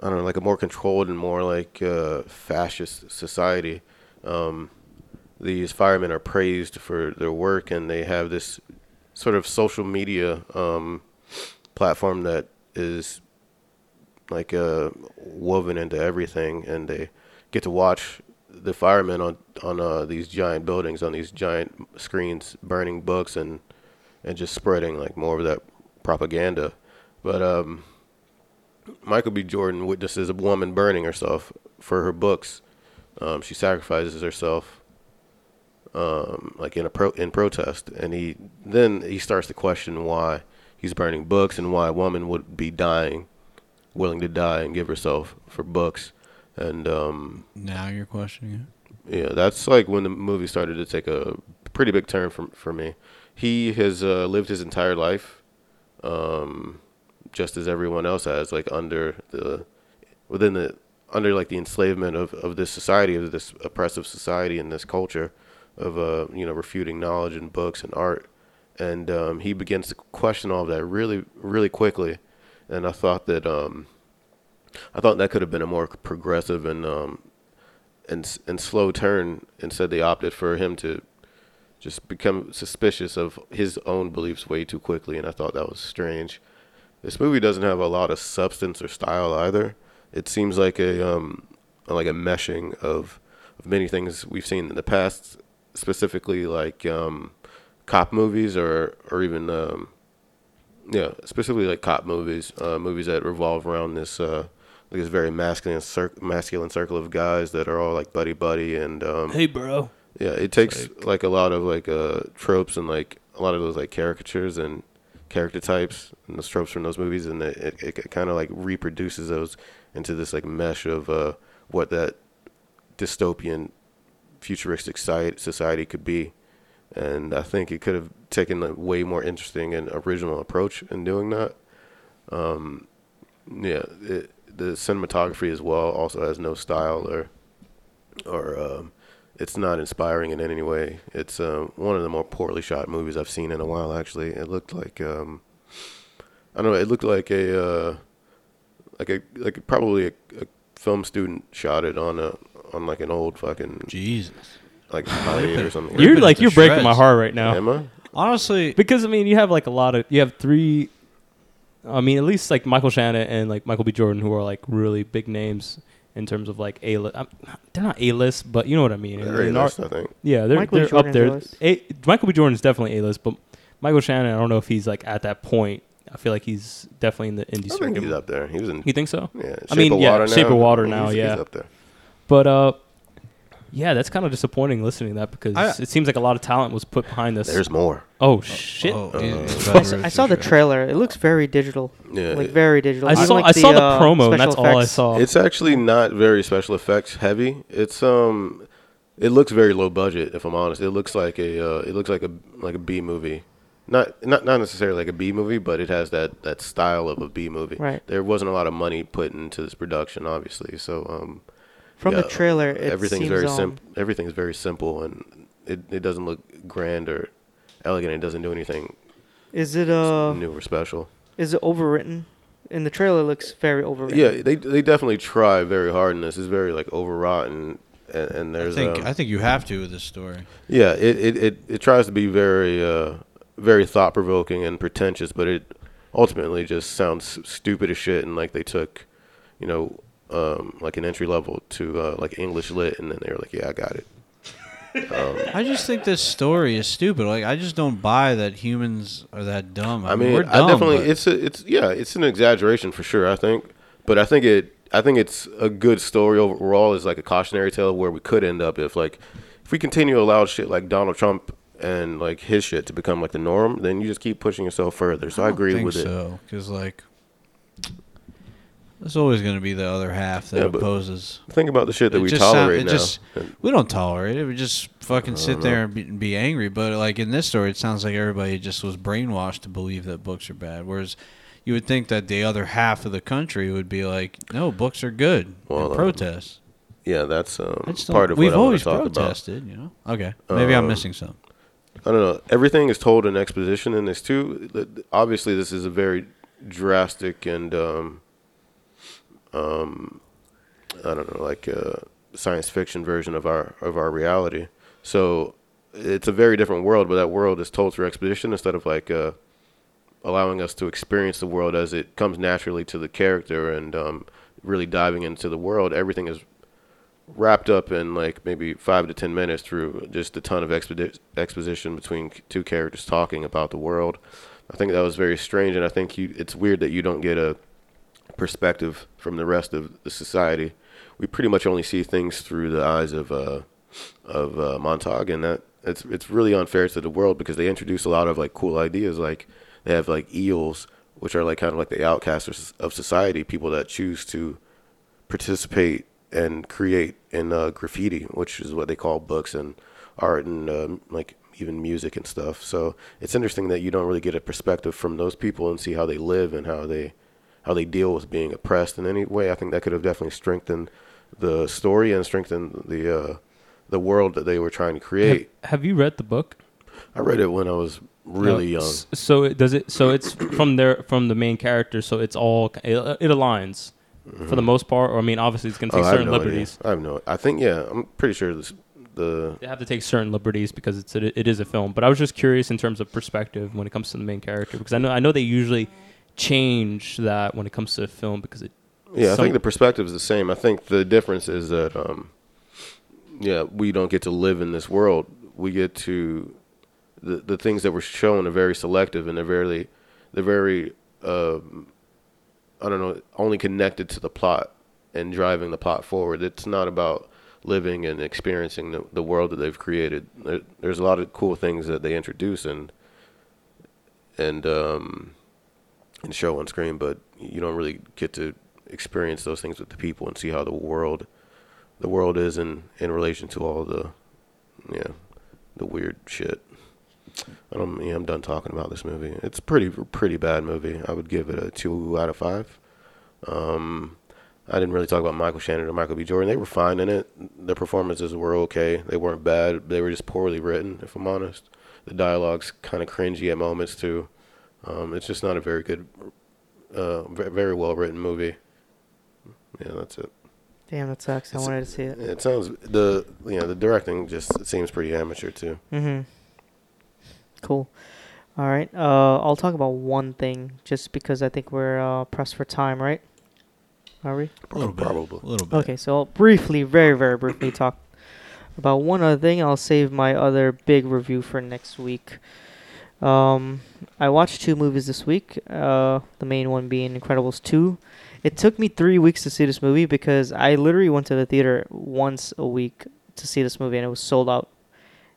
Speaker 5: I don't know like a more controlled and more like uh, fascist society. Um, these firemen are praised for their work and they have this sort of social media um, platform that is like uh, woven into everything, and they get to watch the firemen on on uh, these giant buildings on these giant screens burning books and and just spreading like more of that propaganda. But um, Michael B. Jordan witnesses a woman burning herself for her books. Um, she sacrifices herself, um, like in a pro- in protest, and he then he starts to question why he's burning books and why a woman would be dying, willing to die and give herself for books, and um,
Speaker 4: Now you're questioning
Speaker 5: yeah, that's like when the movie started to take a pretty big turn for for me. He has uh, lived his entire life, um, just as everyone else has, like under the within the under like the enslavement of, of this society, of this oppressive society and this culture of uh, you know refuting knowledge and books and art, and um, he begins to question all of that really really quickly, and I thought that um, I thought that could have been a more progressive and um, and s- and slow turn instead they opted for him to just become suspicious of his own beliefs way too quickly and I thought that was strange. This movie doesn't have a lot of substance or style either. It seems like a um like a meshing of of many things we've seen in the past, specifically like um cop movies or or even um yeah, specifically like cop movies, uh, movies that revolve around this uh, like this very masculine cir- masculine circle of guys that are all like buddy buddy and um,
Speaker 3: Hey, bro.
Speaker 5: yeah, it takes like, a lot of like uh tropes and like a lot of those like caricatures and character types and those tropes from those movies, and it it, it, kind of like reproduces those into this like mesh of uh what that dystopian futuristic society society could be, and I think it could have taken a way more interesting and original approach in doing that. Um, yeah, it, the cinematography as well also has no style or or um, it's not inspiring in any way. It's uh, one of the more poorly shot movies I've seen in a while. Actually, it looked like um, I don't know. It looked like a uh, like a like a- probably a, a film student shot it on a on like an old fucking
Speaker 4: you. Jesus.
Speaker 5: like high or something.
Speaker 4: Rip
Speaker 3: You're
Speaker 4: it
Speaker 3: like
Speaker 4: into
Speaker 3: you're breaking my
Speaker 4: shreds.
Speaker 3: heart right now.
Speaker 5: Am I?
Speaker 4: Honestly,
Speaker 3: Because I mean, you have like a lot of you have three. I mean, at least like Michael Shannon and like Michael B. Jordan, who are like really big names in terms of like a list. They're not a list, but you know what I mean.
Speaker 5: They're
Speaker 3: In our-
Speaker 5: A-list, I think.
Speaker 3: yeah, they're,
Speaker 2: Michael B.
Speaker 3: they're up
Speaker 2: Jordan's
Speaker 3: there.
Speaker 2: A-list.
Speaker 3: A, Michael B. Jordan is definitely a list, but Michael Shannon, I don't know if he's like at that point. I feel like he's definitely in the indie
Speaker 5: I think
Speaker 3: circuit.
Speaker 5: he's up there. He was in.
Speaker 3: You think so?
Speaker 5: Yeah, Shape
Speaker 3: I mean,
Speaker 5: of
Speaker 3: yeah,
Speaker 5: water
Speaker 3: Shape
Speaker 5: now.
Speaker 3: of Water now,
Speaker 5: He's-
Speaker 3: yeah.
Speaker 5: he's up there.
Speaker 3: But uh, yeah, that's kind of disappointing listening to that because
Speaker 4: I-
Speaker 3: it seems like a lot of talent was put behind this.
Speaker 5: There's more.
Speaker 3: oh shit!
Speaker 4: Oh,
Speaker 5: Uh,
Speaker 4: it's
Speaker 5: I
Speaker 4: better
Speaker 2: I, s-
Speaker 4: if
Speaker 2: I
Speaker 4: it's
Speaker 2: saw the
Speaker 4: shred.
Speaker 2: trailer. It looks very digital,
Speaker 5: Yeah,
Speaker 2: like very digital.
Speaker 3: I
Speaker 2: Even,
Speaker 3: saw
Speaker 2: like,
Speaker 3: I saw the,
Speaker 2: uh,
Speaker 3: promo, and that's
Speaker 2: special
Speaker 3: all I
Speaker 2: effects.
Speaker 3: saw.
Speaker 5: It's actually not very special effects heavy. It's um, it looks very low budget. If I'm honest, it looks like a uh, it looks like a like a B movie, not not not necessarily like a B movie, but it has that that style of a B movie.
Speaker 2: Right.
Speaker 5: There wasn't a lot of money put into this production, obviously. So um,
Speaker 2: From
Speaker 5: yeah,
Speaker 2: the trailer, it
Speaker 5: everything's
Speaker 2: seems
Speaker 5: very
Speaker 2: um,
Speaker 5: simple. Everything's very simple, and it it doesn't look grand or elegant. It doesn't do anything
Speaker 2: Is it uh?
Speaker 5: new or special.
Speaker 2: Is it overwritten? In the trailer, it looks very overwritten.
Speaker 5: Yeah, they they definitely try very hard in this. It's very like overwrought and, and
Speaker 4: I
Speaker 5: there's
Speaker 4: think
Speaker 5: um,
Speaker 4: I think you have to with this story.
Speaker 5: Yeah, it, it, it, it tries to be very uh, very thought provoking and pretentious, but it ultimately just sounds stupid as shit. And like they took, you know, um, like an entry level to uh, like English lit, and then they were like, yeah, I got it.
Speaker 4: I just think this story is stupid. Like I just don't buy that humans are that dumb.
Speaker 5: I mean,
Speaker 4: we're
Speaker 5: I
Speaker 4: dumb,
Speaker 5: definitely
Speaker 4: but
Speaker 5: it's a, it's yeah, it's an exaggeration for sure. I think, but I think it I think it's a good story overall. Is like a cautionary tale where we could end up if like if we continue to allow shit like Donald Trump and like his shit to become like the norm, then you just keep pushing yourself further. So I,
Speaker 4: don't
Speaker 5: agree
Speaker 4: think
Speaker 5: with it.
Speaker 4: So, because like, there's always going to be the other half that
Speaker 5: Yeah, but-
Speaker 4: opposes.
Speaker 5: Think about the shit that
Speaker 4: It
Speaker 5: we
Speaker 4: just sound-
Speaker 5: tolerate
Speaker 4: it
Speaker 5: now.
Speaker 4: just-
Speaker 5: And-
Speaker 4: We don't tolerate it. We just fucking sit there and be, and be angry. But like in this story, it sounds like everybody just was brainwashed to believe that books are bad. Whereas you would think that the other half of the country would be like, no, books are good.
Speaker 5: Well,
Speaker 4: and
Speaker 5: um,
Speaker 4: protest.
Speaker 5: yeah, that's um,
Speaker 4: I just don't-
Speaker 5: part of
Speaker 4: we've
Speaker 5: what I want
Speaker 4: always
Speaker 5: to talk about.
Speaker 4: protested, you know. Okay, maybe I'm
Speaker 5: Um,
Speaker 4: missing something.
Speaker 5: I don't know. Everything is told in exposition in this too. Th- th- Obviously, this is a very drastic and um, um, I don't know, like a science fiction version of our of our reality. So it's a very different world, but that world is told through exposition instead of like uh, allowing us to experience the world as it comes naturally to the character and um, really diving into the world. Everything is wrapped up in like maybe five to ten minutes through just a ton of expedi- exposition between c- two characters talking about the world. I think that was very strange, and I think you, it's weird that you don't get a perspective from the rest of the society. We pretty much only see things through the eyes of uh, of uh, Montag, and that it's it's really unfair to the world because they introduce a lot of like cool ideas. Like they have like eels, which are like kind of like the outcasts of s- of society, people that choose to participate and create in uh, graffiti, which is what they call books and art and um, like even music and stuff. So it's interesting that you don't really get a perspective from those people and see how they live and how they how they deal with being oppressed in any way. I think that could have definitely strengthened the story and strengthened the uh, the world that they were trying to
Speaker 3: Have,
Speaker 5: create.
Speaker 3: have you read the book?
Speaker 5: I read it when I was really
Speaker 3: No.
Speaker 5: young.
Speaker 3: S- So it does it. So it's from their from the main character. So it's all it, it aligns for the most part. Or I mean, obviously it's going to
Speaker 5: Mm-hmm. Oh,
Speaker 3: take
Speaker 5: I have
Speaker 3: certain
Speaker 5: no idea.
Speaker 3: liberties.
Speaker 5: I have no. I think yeah. I'm pretty sure this the
Speaker 3: They have to take certain liberties because it's a, it is a film. But I was just curious in terms of perspective when it comes to the main character because I know I know they usually change that when it comes to a film because it
Speaker 5: Yeah, I
Speaker 3: some-
Speaker 5: think the perspective is the same. I think the difference is that, um, yeah, we don't get to live in this world. We get to the the things that were shown are very selective and they're very they're very um, I don't know only connected to the plot and driving the plot forward. It's not about living and experiencing the, the world that they've created. There, there's a lot of cool things that they introduce and and um, and show on screen, but you don't really get to experience those things with the people and see how the world the world is in in relation to all the yeah the weird shit. I don't. Yeah, I'm done talking about this movie. It's a pretty pretty bad movie. I would give it a two out of five. Um, I didn't really talk about Michael Shannon or Michael B. Jordan. They were fine in it. Their performances were okay. They weren't bad. They were just poorly written, if I'm honest. The dialogue's kind of cringy at moments too. Um, it's just not a very good, uh, ve- very well written movie. Yeah, that's it.
Speaker 2: Damn, that sucks. I
Speaker 5: It's-
Speaker 2: wanted to see it.
Speaker 5: It sounds the you know the directing just seems pretty amateur too.
Speaker 2: Mm-hmm. Cool. All right. Uh, I'll talk about one thing just because I think we're uh, pressed for time, right? Are we?
Speaker 4: A little bit,
Speaker 5: Probably.
Speaker 4: a little bit.
Speaker 2: Okay, so I'll briefly, very, very
Speaker 4: (coughs)
Speaker 2: briefly talk about one other thing. I'll save my other big review for next week. Um, I watched two movies this week, uh, the main one being Incredibles 2. It took me three weeks to see this movie because I literally went to the theater once a week to see this movie and it was sold out.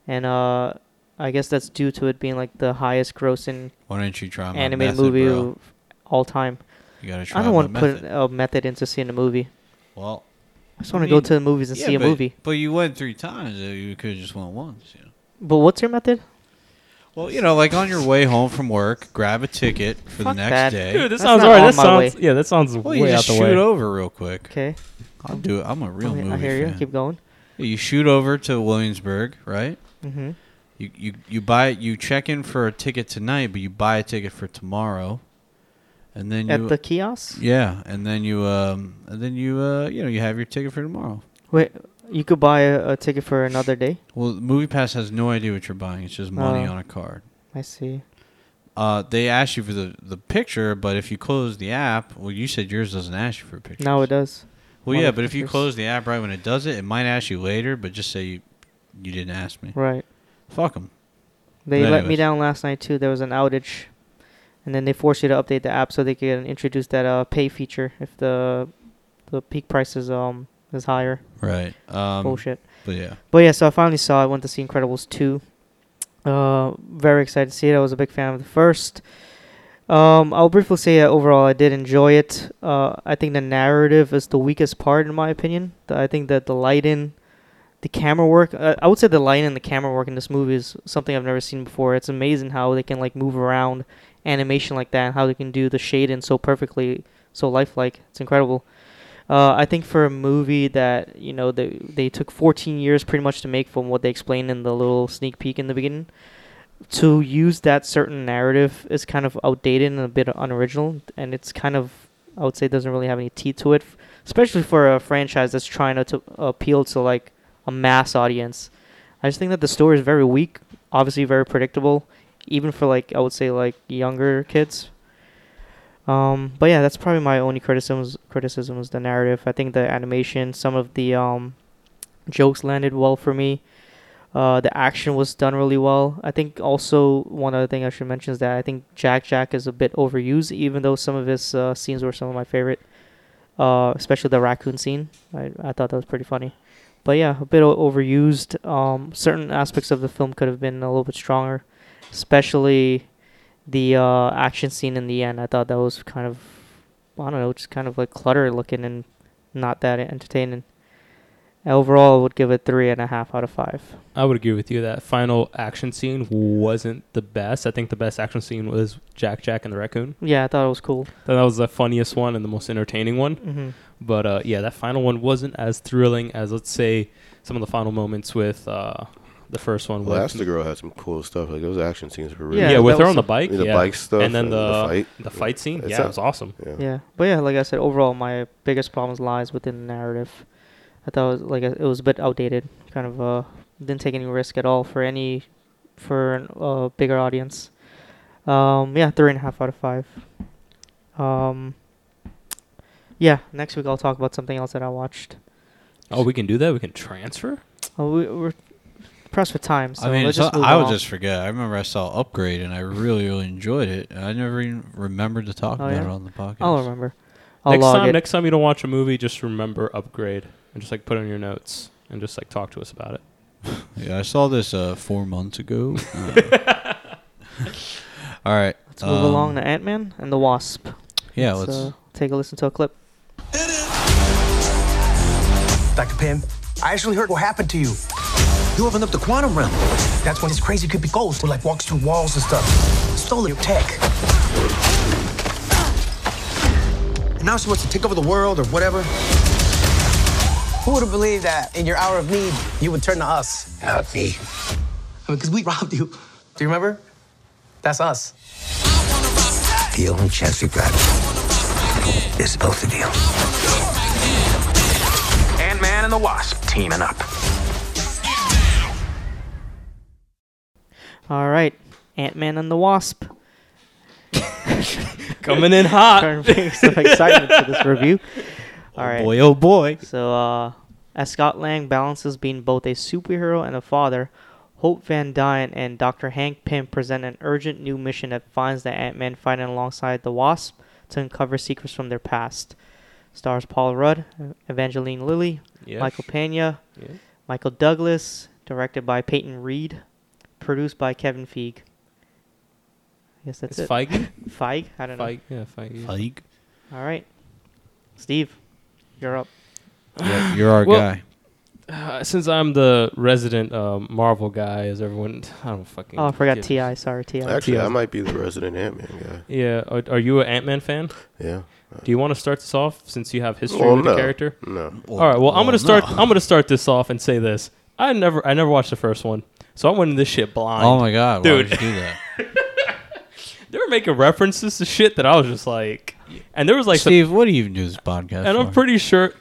Speaker 2: And uh, I guess that's due to it being like the highest grossing
Speaker 4: Why don't you try my
Speaker 2: animated
Speaker 4: method,
Speaker 2: movie
Speaker 4: bro?
Speaker 2: of all time.
Speaker 4: You gotta try
Speaker 2: I don't
Speaker 4: my
Speaker 2: want to
Speaker 4: method.
Speaker 2: put a method into seeing a movie.
Speaker 4: well,
Speaker 2: I just
Speaker 4: I
Speaker 2: want to go
Speaker 4: mean,
Speaker 2: to the movies and
Speaker 4: yeah,
Speaker 2: see a
Speaker 4: but,
Speaker 2: movie.
Speaker 4: But you went three times. uh, You could have just went once. You know?
Speaker 2: But what's your method?
Speaker 4: Well, you know, like on your way home from work, grab a ticket for the
Speaker 2: Fuck
Speaker 4: next
Speaker 2: that.
Speaker 4: day.
Speaker 3: dude. This
Speaker 2: That's
Speaker 3: sounds
Speaker 2: not
Speaker 3: alright.
Speaker 2: on
Speaker 3: That
Speaker 2: my
Speaker 3: sounds yeah. That sounds
Speaker 4: well, you
Speaker 3: way out
Speaker 4: just
Speaker 3: the
Speaker 4: shoot
Speaker 3: way.
Speaker 4: over real quick.
Speaker 2: Okay. Oh,
Speaker 4: I'll do it. I'm a real
Speaker 2: I, mean, I
Speaker 4: movie
Speaker 2: hear you.
Speaker 4: fan.
Speaker 2: Keep going.
Speaker 4: You shoot over to Williamsburg, right?
Speaker 2: hmm
Speaker 4: You, you you buy you check in for a ticket tonight, but you buy a ticket for tomorrow, and then you
Speaker 2: At the kiosk?
Speaker 4: yeah, and then you um and then you uh you know you have your ticket for tomorrow.
Speaker 2: Wait, you could buy a, a ticket for another day?
Speaker 4: Well, Movie Pass has no idea what you're buying. It's just money
Speaker 2: Oh.
Speaker 4: on a card.
Speaker 2: I see.
Speaker 4: Uh, they ask you for the, the picture, but if you close the app, well, you said yours doesn't ask you for pictures.
Speaker 2: Now it does.
Speaker 4: Well, yeah, but if you
Speaker 2: Motherfuckers.
Speaker 4: close the app right when it does it, it might ask you later, but just say you, you didn't ask me.
Speaker 2: Right.
Speaker 4: Fuck 'em.
Speaker 2: They
Speaker 4: But
Speaker 2: let me
Speaker 4: anyways.
Speaker 2: down last night, too. There was an outage. And then they forced you to update the app so they can introduce that uh, pay feature if the the peak price is, um, is higher.
Speaker 4: Right. Um,
Speaker 2: Bullshit.
Speaker 4: But yeah.
Speaker 2: But yeah, so I finally saw. I went to see Incredibles two. Uh, very excited to see it. I was a big fan of the first. Um, I'll briefly say that overall I did enjoy it. Uh, I think the narrative is the weakest part in my opinion. The, I think that the lighting, the camera work. Uh, I would say the lighting and the camera work in this movie is something I've never seen before. It's amazing how they can like move around animation like that, and how they can do the shading so perfectly, so lifelike. It's incredible. Uh, I think for a movie that you know they they took 14 years pretty much to make from what they explained in the little sneak peek in the beginning, to use that certain narrative is kind of outdated and a bit unoriginal, and it's kind of I would say doesn't really have any teeth to it, f- especially for a franchise that's trying to, to appeal to like a mass audience. I just think that the story is very weak, obviously very predictable, even for like I would say like younger kids. Um, but yeah, that's probably my only criticisms. Criticism is the narrative. I think the animation, some of the um, jokes landed well for me. Uh, the action was done really well. I think also one other thing I should mention is that I think Jack Jack is a bit overused, even though some of his uh, scenes were some of my favorite, uh, especially the raccoon scene. I I thought that was pretty funny. But yeah, a bit o- overused. Um, certain aspects of the film could have been a little bit stronger, especially the uh, action scene in the end. I thought that was kind of, I don't know, just kind of like clutter looking and not that entertaining. Overall, I would give it three and a half out of five.
Speaker 3: I would agree with you. That final action scene wasn't the best. I think the best action scene was Jack Jack and the raccoon.
Speaker 2: Yeah, I thought it was cool.
Speaker 3: That was the funniest one and the most entertaining one.
Speaker 2: hmm
Speaker 3: But uh, yeah, that final one wasn't as thrilling as let's say some of the final moments with uh, the first one. with-
Speaker 5: Elastigirl had some cool stuff. Like those action scenes were really
Speaker 3: yeah,
Speaker 2: Yeah,
Speaker 3: with
Speaker 2: that
Speaker 3: her
Speaker 2: was
Speaker 3: on the
Speaker 2: some-
Speaker 3: bike,
Speaker 5: the
Speaker 3: yeah.
Speaker 5: bike stuff
Speaker 3: and then the
Speaker 5: the fight.
Speaker 3: the fight scene.
Speaker 5: It's
Speaker 3: yeah,
Speaker 5: a-
Speaker 3: it was awesome.
Speaker 5: Yeah.
Speaker 2: Yeah, but yeah, like I said, overall, my biggest problems lies within the narrative. I thought it was, like it was a bit outdated, kind of uh, didn't take any risk at all for any for a uh, bigger audience. Um, yeah, three and a half out of five. Um, yeah, next week I'll talk about something else that I watched.
Speaker 3: Oh, we can do that. We can transfer.
Speaker 2: Oh, we, we're pressed for time, so
Speaker 4: I mean,
Speaker 2: let's
Speaker 4: it's not-
Speaker 2: just move
Speaker 4: I would
Speaker 2: along.
Speaker 4: just forget. I remember I saw Upgrade and I really, really enjoyed it. And I never even remembered to talk
Speaker 2: Oh,
Speaker 4: about
Speaker 2: yeah?
Speaker 4: it on the podcast.
Speaker 2: I'll remember. I'll
Speaker 3: next
Speaker 2: log
Speaker 3: time,
Speaker 2: it.
Speaker 3: next time you don't watch a movie, just remember upgrade and just like put it in your notes and just like talk to us about it.
Speaker 4: Yeah, I saw this uh, four months
Speaker 2: (laughs)
Speaker 4: ago. Uh, (laughs) all right.
Speaker 2: let's move along
Speaker 4: um,
Speaker 2: to Ant Man and the Wasp.
Speaker 4: Yeah,
Speaker 2: let's
Speaker 4: let's.
Speaker 2: uh, take a listen to a clip.
Speaker 6: Dr. Pym, I actually heard what happened to you. You opened up the quantum realm. That's when his crazy creepy ghost who like walks through walls and stuff. Stole your tech. And now she wants to take over the world or whatever. Who would have believed that in your hour of need, you would turn to us? Not me. I mean, because we (laughs) robbed you. Do you remember? That's us. The only chance we've got is both of you.
Speaker 7: Ant-Man and the Wasp teaming up.
Speaker 2: All right, Ant Man and the Wasp.
Speaker 3: Coming in hot.
Speaker 2: Trying (laughs) to bring some excitement to this review. All right.
Speaker 4: Boy, oh boy.
Speaker 2: So, uh, as Scott Lang balances being both a superhero and a father, Hope Van Dyne and Dr. Hank Pym present an urgent new mission that finds the Ant Man fighting alongside the Wasp to uncover secrets from their past. Stars Paul Rudd, Evangeline Lilly,
Speaker 3: Yeah.
Speaker 2: Michael Pena,
Speaker 3: Yeah.
Speaker 2: Michael Douglas, directed by Peyton Reed, produced by Kevin Feige. I guess that's it. (laughs)
Speaker 3: It's Feige.
Speaker 2: Feig? I don't
Speaker 3: Feige. Yeah, Feige.
Speaker 4: Like,
Speaker 2: know. All right. Steve, you're up.
Speaker 4: yeah, you're our
Speaker 3: Well-
Speaker 4: guy.
Speaker 3: Uh, since I'm the resident uh, Marvel guy, as everyone, I don't fucking.
Speaker 2: Oh, I forgot
Speaker 3: give-
Speaker 2: T.I. Sorry, T.I.
Speaker 5: Actually,
Speaker 3: Yeah.
Speaker 5: I might be the resident Ant Man guy.
Speaker 3: Yeah, are, are you an Ant Man fan?
Speaker 5: Yeah.
Speaker 3: Do you want to start this off since you have history
Speaker 5: Well,
Speaker 3: with
Speaker 5: Oh, no.
Speaker 3: the character?
Speaker 5: No.
Speaker 3: All right. Well, I'm gonna start.
Speaker 4: Oh, no.
Speaker 3: I'm gonna start this off and say this. I never, I never watched the first one, so I went in this shit blind.
Speaker 4: Oh my god,
Speaker 3: Dude.
Speaker 4: Why would you do
Speaker 2: (laughs)
Speaker 4: that?
Speaker 3: They were making references to shit that I was just like, and there was like, some-
Speaker 4: Steve, what do you even do this podcast?
Speaker 3: and I'm
Speaker 4: for?
Speaker 3: pretty sure,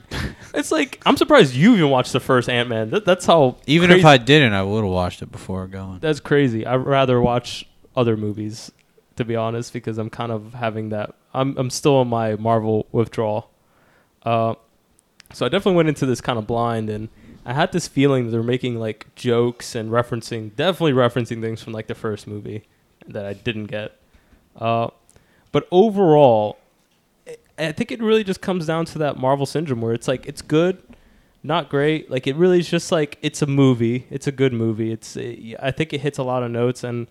Speaker 3: it's like I'm surprised you even watched the first Ant Man. That, that's how
Speaker 4: Even if
Speaker 3: crazy-
Speaker 4: I didn't, I would have watched it before going.
Speaker 3: that's crazy. I'd rather watch other movies, to be honest, because I'm kind of having that. I'm I'm still on my Marvel withdrawal. Uh, so I definitely went into this kind of blind, and I had this feeling that they're making like jokes and referencing, definitely referencing things from like the first movie that I didn't get. Uh, but overall, I I think it really just comes down to that Marvel syndrome where it's like it's good, not great. Like it really is just like it's a movie. It's a good movie. It's it, I think it hits a lot of notes and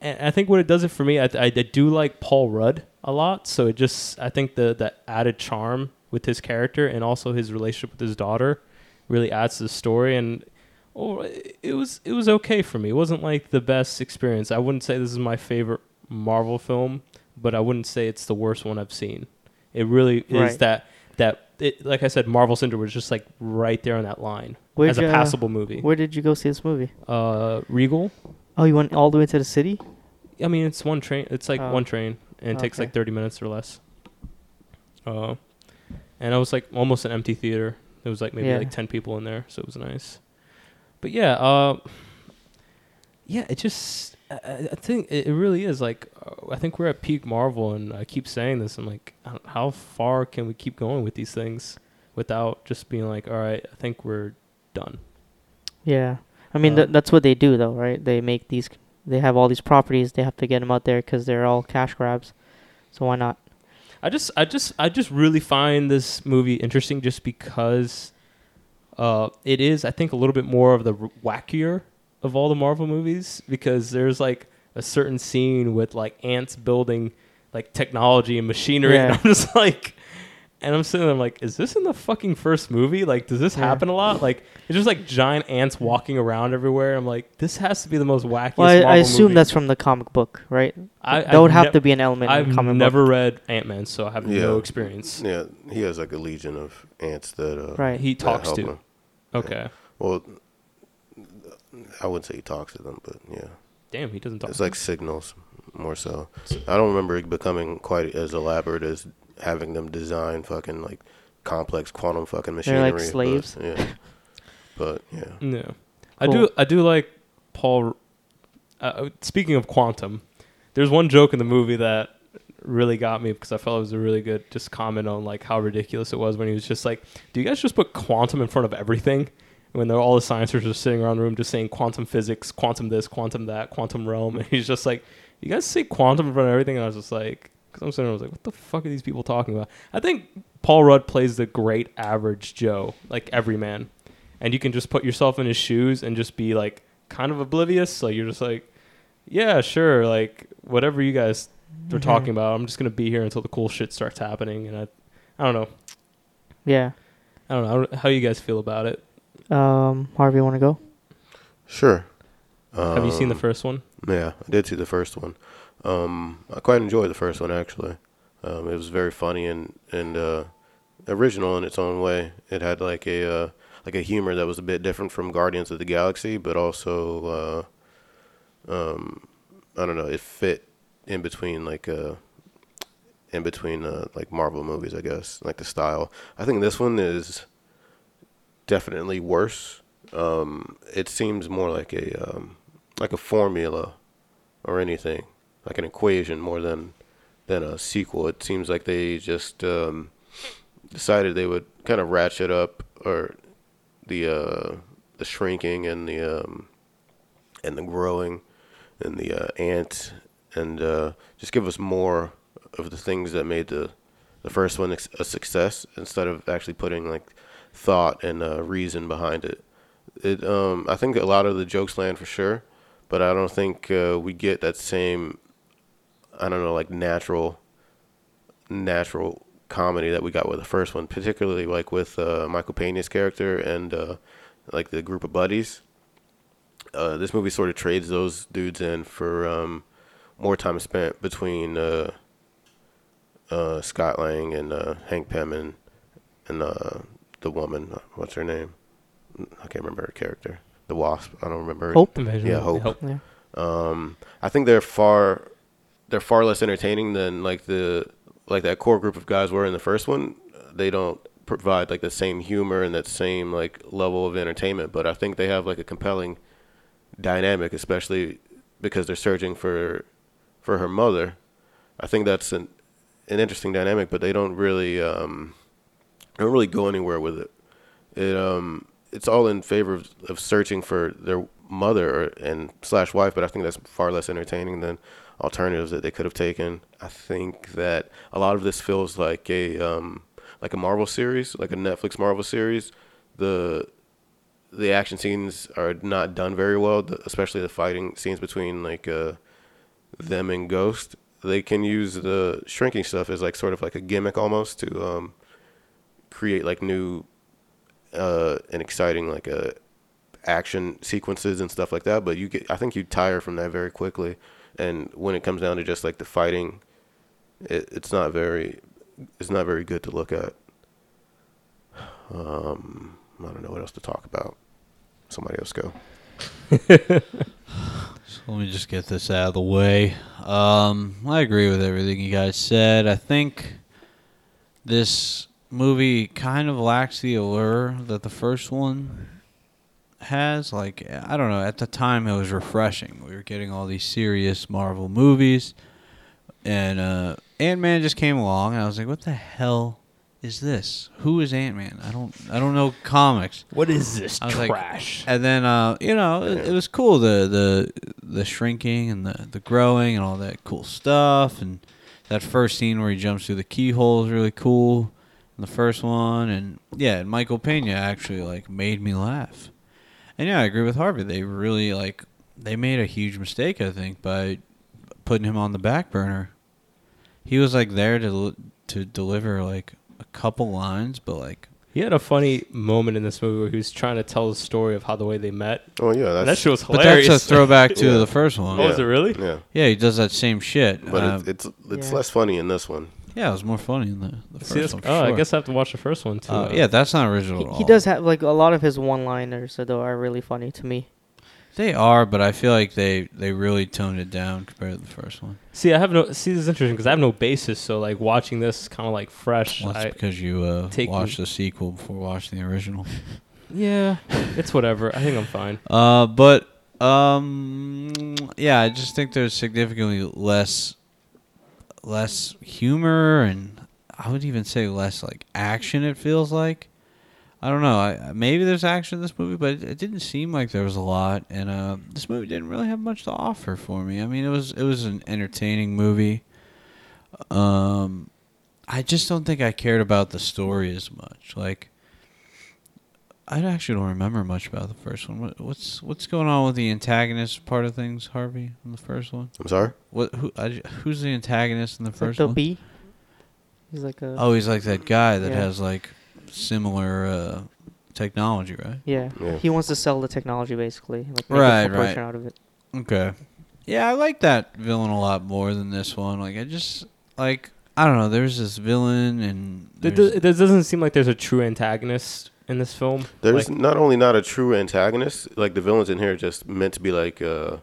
Speaker 3: and I think what it does it for me. I, I, I do like Paul Rudd a lot, so it just I think the the added charm with his character and also his relationship with his daughter really adds to the story and. Oh, it was it was okay for me. It wasn't like the best experience. I wouldn't say this is my favorite Marvel film, but I wouldn't say it's the worst one I've seen. It really is
Speaker 2: Right.
Speaker 3: that that it, like I said, Marvel Syndrome was just like right there on that line
Speaker 2: Where'd
Speaker 3: as a
Speaker 2: you, uh,
Speaker 3: passable movie.
Speaker 2: Where did you go see this movie?
Speaker 3: uh, Regal.
Speaker 2: Oh, you went all the way to the city?
Speaker 3: I mean, it's one train. It's like
Speaker 2: Oh.
Speaker 3: one train, and it takes
Speaker 2: Okay.
Speaker 3: like thirty minutes or less. Uh, and I was like almost an empty theater. There was like maybe
Speaker 2: Yeah.
Speaker 3: like ten people in there, so it was nice. But yeah, uh, yeah, it just I- I, I think it it really is like uh, I think we're at peak Marvel, and I keep saying this. I'm like, I don't- how far can we keep going with these things without just being like, all right, I think we're done.
Speaker 2: Yeah. I mean,
Speaker 3: Uh,
Speaker 2: th- that's what they do, though, right? They make these, they have all these properties. They have to get them out there because they're all cash grabs. So why not?
Speaker 3: I just, I just, I just really find this movie interesting, just because uh, it is, I think, a little bit more of the r- wackier of all the Marvel movies because there's like a certain scene with like ants building like technology and machinery, and
Speaker 2: Yeah.
Speaker 3: (laughs) I'm just like, and I'm sitting there, I'm like, is this in the fucking first movie? Like, does this
Speaker 2: Yeah.
Speaker 3: happen a lot? Like, it's just like giant ants walking around everywhere. I'm like, this has to be the most wackiest.
Speaker 2: Well, I, I
Speaker 3: Marvel
Speaker 2: assume
Speaker 3: movie.
Speaker 2: that's from the comic book, right?
Speaker 3: I-
Speaker 2: that would
Speaker 3: I've
Speaker 2: have
Speaker 3: nev-
Speaker 2: to be an element. in
Speaker 3: I've
Speaker 2: the comic
Speaker 3: never
Speaker 2: book.
Speaker 3: read Ant Man, so I have
Speaker 5: Yeah.
Speaker 3: no experience.
Speaker 5: Yeah, he has like a legion of ants that uh,
Speaker 2: Right.
Speaker 3: He
Speaker 5: that
Speaker 3: talks
Speaker 5: help
Speaker 3: to.
Speaker 5: him.
Speaker 3: Okay.
Speaker 5: Well, I wouldn't say he talks to them, but yeah,
Speaker 3: Damn, he doesn't talk.
Speaker 5: it's like signals more so. I don't remember it becoming quite as elaborate as having them design fucking like complex quantum fucking
Speaker 2: They're
Speaker 5: machinery.
Speaker 2: like slaves.
Speaker 5: But, yeah. But yeah.
Speaker 3: no. I
Speaker 2: Cool.
Speaker 3: do. I do like Paul. Uh, speaking of quantum, there's one joke in the movie that really got me because I felt it was a really good just comment on like how ridiculous it was when he was just like, "Do you guys just put quantum in front of everything?" When they're, all the scientists are sitting around the room just saying quantum physics, quantum this, quantum that, quantum realm, (laughs) and he's just like, "You guys say quantum in front of everything," and I was just like, "Cause I'm sitting, there, I was like, what the fuck are these people talking about?" I think Paul Rudd plays the great average Joe, like every man, and you can just put yourself in his shoes and just be like kind of oblivious. Like you're just like, yeah, sure, like whatever you guys
Speaker 4: Mm-hmm.
Speaker 3: are talking about, I'm just gonna be here until the cool shit starts happening. And I, I don't know,
Speaker 2: Yeah.
Speaker 3: I don't know I don't- how you guys feel about it.
Speaker 2: Um, Harvey, want to go?
Speaker 5: Sure.
Speaker 3: Have you seen the
Speaker 5: Um,
Speaker 3: first one?
Speaker 5: Yeah, I did see the first one. Um, I quite enjoyed the first one actually. Um, it was very funny and and uh, original in its own way. It had like a uh, like a humor that was a bit different from Guardians of the Galaxy, but also uh, um, I don't know. It fit in between like uh, in between uh, like Marvel movies, I guess. Like the style. I think this one is definitely worse. Um, it seems more like a um, like a formula or anything, like an equation more than than a sequel. It seems like they just um, decided they would kind of ratchet up or the uh, the shrinking and the um, and the growing and the uh, ant and uh, just give us more of the things that made the the first one ex- a success instead of actually putting like thought and uh, reason behind it. It um I think a lot of the jokes land for sure, but I don't think uh, we get that same I don't know like natural natural comedy that we got with the first one, particularly like with uh, Michael Pena's character and uh, like the group of buddies uh, this movie sort of trades those dudes in for um, more time spent between uh, uh, Scott Lang and uh, Hank Pym and, and uh, the woman. What's her name? I can't remember her character. The Wasp. I don't remember. her-
Speaker 2: Hope?
Speaker 5: Yeah, Hope.
Speaker 2: Yeah.
Speaker 5: I think they're far they're far less entertaining than like the like that core group of guys were in the first one. They don't provide like the same humor and that same like level of entertainment, but I think they have like a compelling dynamic, especially because they're searching for for her mother. I think that's an an interesting dynamic, but they don't really um, don't really go anywhere with it. It um it's all in favor of, of searching for their mother or, and slash wife, but I think that's far less entertaining than alternatives that they could have taken. I think that a lot of this feels like a um like a Marvel series, like a Netflix Marvel series. The the action scenes are not done very well, the- especially the fighting scenes between like uh them and Ghost. They can use the shrinking stuff as like sort of like a gimmick almost to um create like new uh and exciting like uh action sequences and stuff like that but you get i think you tire from that very quickly and when it comes down to just like the fighting it, it's not very it's not very good to look at Um, I don't know what else to talk about. Somebody else go.
Speaker 4: Let me just get this out of the way. Um, I agree with everything you guys said. I think this movie kind of lacks the allure that the first one has. Like, I don't know. At the time, it was refreshing. We were getting all these serious Marvel movies, and uh, Ant Man just came along, and I was like, "What the hell is this? Who is Ant Man? I don't, I don't know comics."
Speaker 3: What is this
Speaker 4: I was like- And then uh, you know, it, it was cool the the the shrinking and the the growing and all that cool stuff and that first scene where he jumps through the keyhole is really cool. And the first one and yeah, and Michael Pena actually like made me laugh. And yeah, I agree with Harvey. They really like they made a huge mistake, I think, by putting him on the back burner. He was like there to to deliver like a couple lines, but like
Speaker 3: he had a funny moment in this movie where he was trying to tell the story of how the way they met.
Speaker 5: Oh yeah, that's
Speaker 3: And that shit was
Speaker 4: but
Speaker 3: hilarious.
Speaker 4: that's a throwback to
Speaker 5: Yeah.
Speaker 4: the first one.
Speaker 3: (laughs) Oh, is it really?
Speaker 5: yeah.
Speaker 4: Yeah, he does that same shit.
Speaker 5: But
Speaker 4: uh,
Speaker 5: it's it's, it's
Speaker 2: yeah.
Speaker 5: less funny in this one.
Speaker 4: yeah, it was more funny in the, the first
Speaker 3: See, that's,
Speaker 4: one. for
Speaker 3: oh, I
Speaker 4: sure.
Speaker 3: guess I have to watch the first one too.
Speaker 4: Uh, yeah, that's not original
Speaker 2: He,
Speaker 4: at all.
Speaker 2: he does have like a lot of his one-liners, though, are really funny to me.
Speaker 4: They are, but I feel like they they really toned it down compared to the first one.
Speaker 3: See, I have no. See, this is interesting because I have no basis. So like watching this is kind of like fresh.
Speaker 4: Well, that's
Speaker 3: I,
Speaker 4: because you uh,
Speaker 3: Take
Speaker 4: watched
Speaker 3: me-
Speaker 4: the sequel before watching the original.
Speaker 3: yeah, it's whatever. I think I'm fine.
Speaker 4: Uh, but um, yeah, I just think there's significantly less less humor, and I would even say less like action. It feels like I don't know. I, maybe there's action in this movie, but it, it didn't seem like there was a lot, and uh, this movie didn't really have much to offer for me. I mean, it was it was an entertaining movie. Um, I just don't think I cared about the story as much. Like, I actually don't remember much about the first one. What, what's what's going on with the antagonist part of things, Harvey? In the first one,
Speaker 5: I'm sorry.
Speaker 4: what who I, j- who's the antagonist in the
Speaker 2: It's like
Speaker 4: first
Speaker 2: the
Speaker 4: one?
Speaker 2: bee. He's like a
Speaker 4: Oh, he's like that guy that
Speaker 2: Yeah.
Speaker 4: has like similar uh, technology, right?
Speaker 2: yeah.
Speaker 5: Yeah.
Speaker 2: He wants to sell the technology basically, like make
Speaker 4: Right,
Speaker 2: a corporation
Speaker 4: right.
Speaker 2: out of it.
Speaker 4: Okay. Yeah, I like that villain a lot more than this one. Like, I just like I don't know. There's this villain and
Speaker 3: It, do,
Speaker 4: there's-
Speaker 3: it doesn't seem like there's a true antagonist in this film.
Speaker 5: There's
Speaker 3: Like,
Speaker 5: not only not a true antagonist, like the villains in here are just meant to be like uh,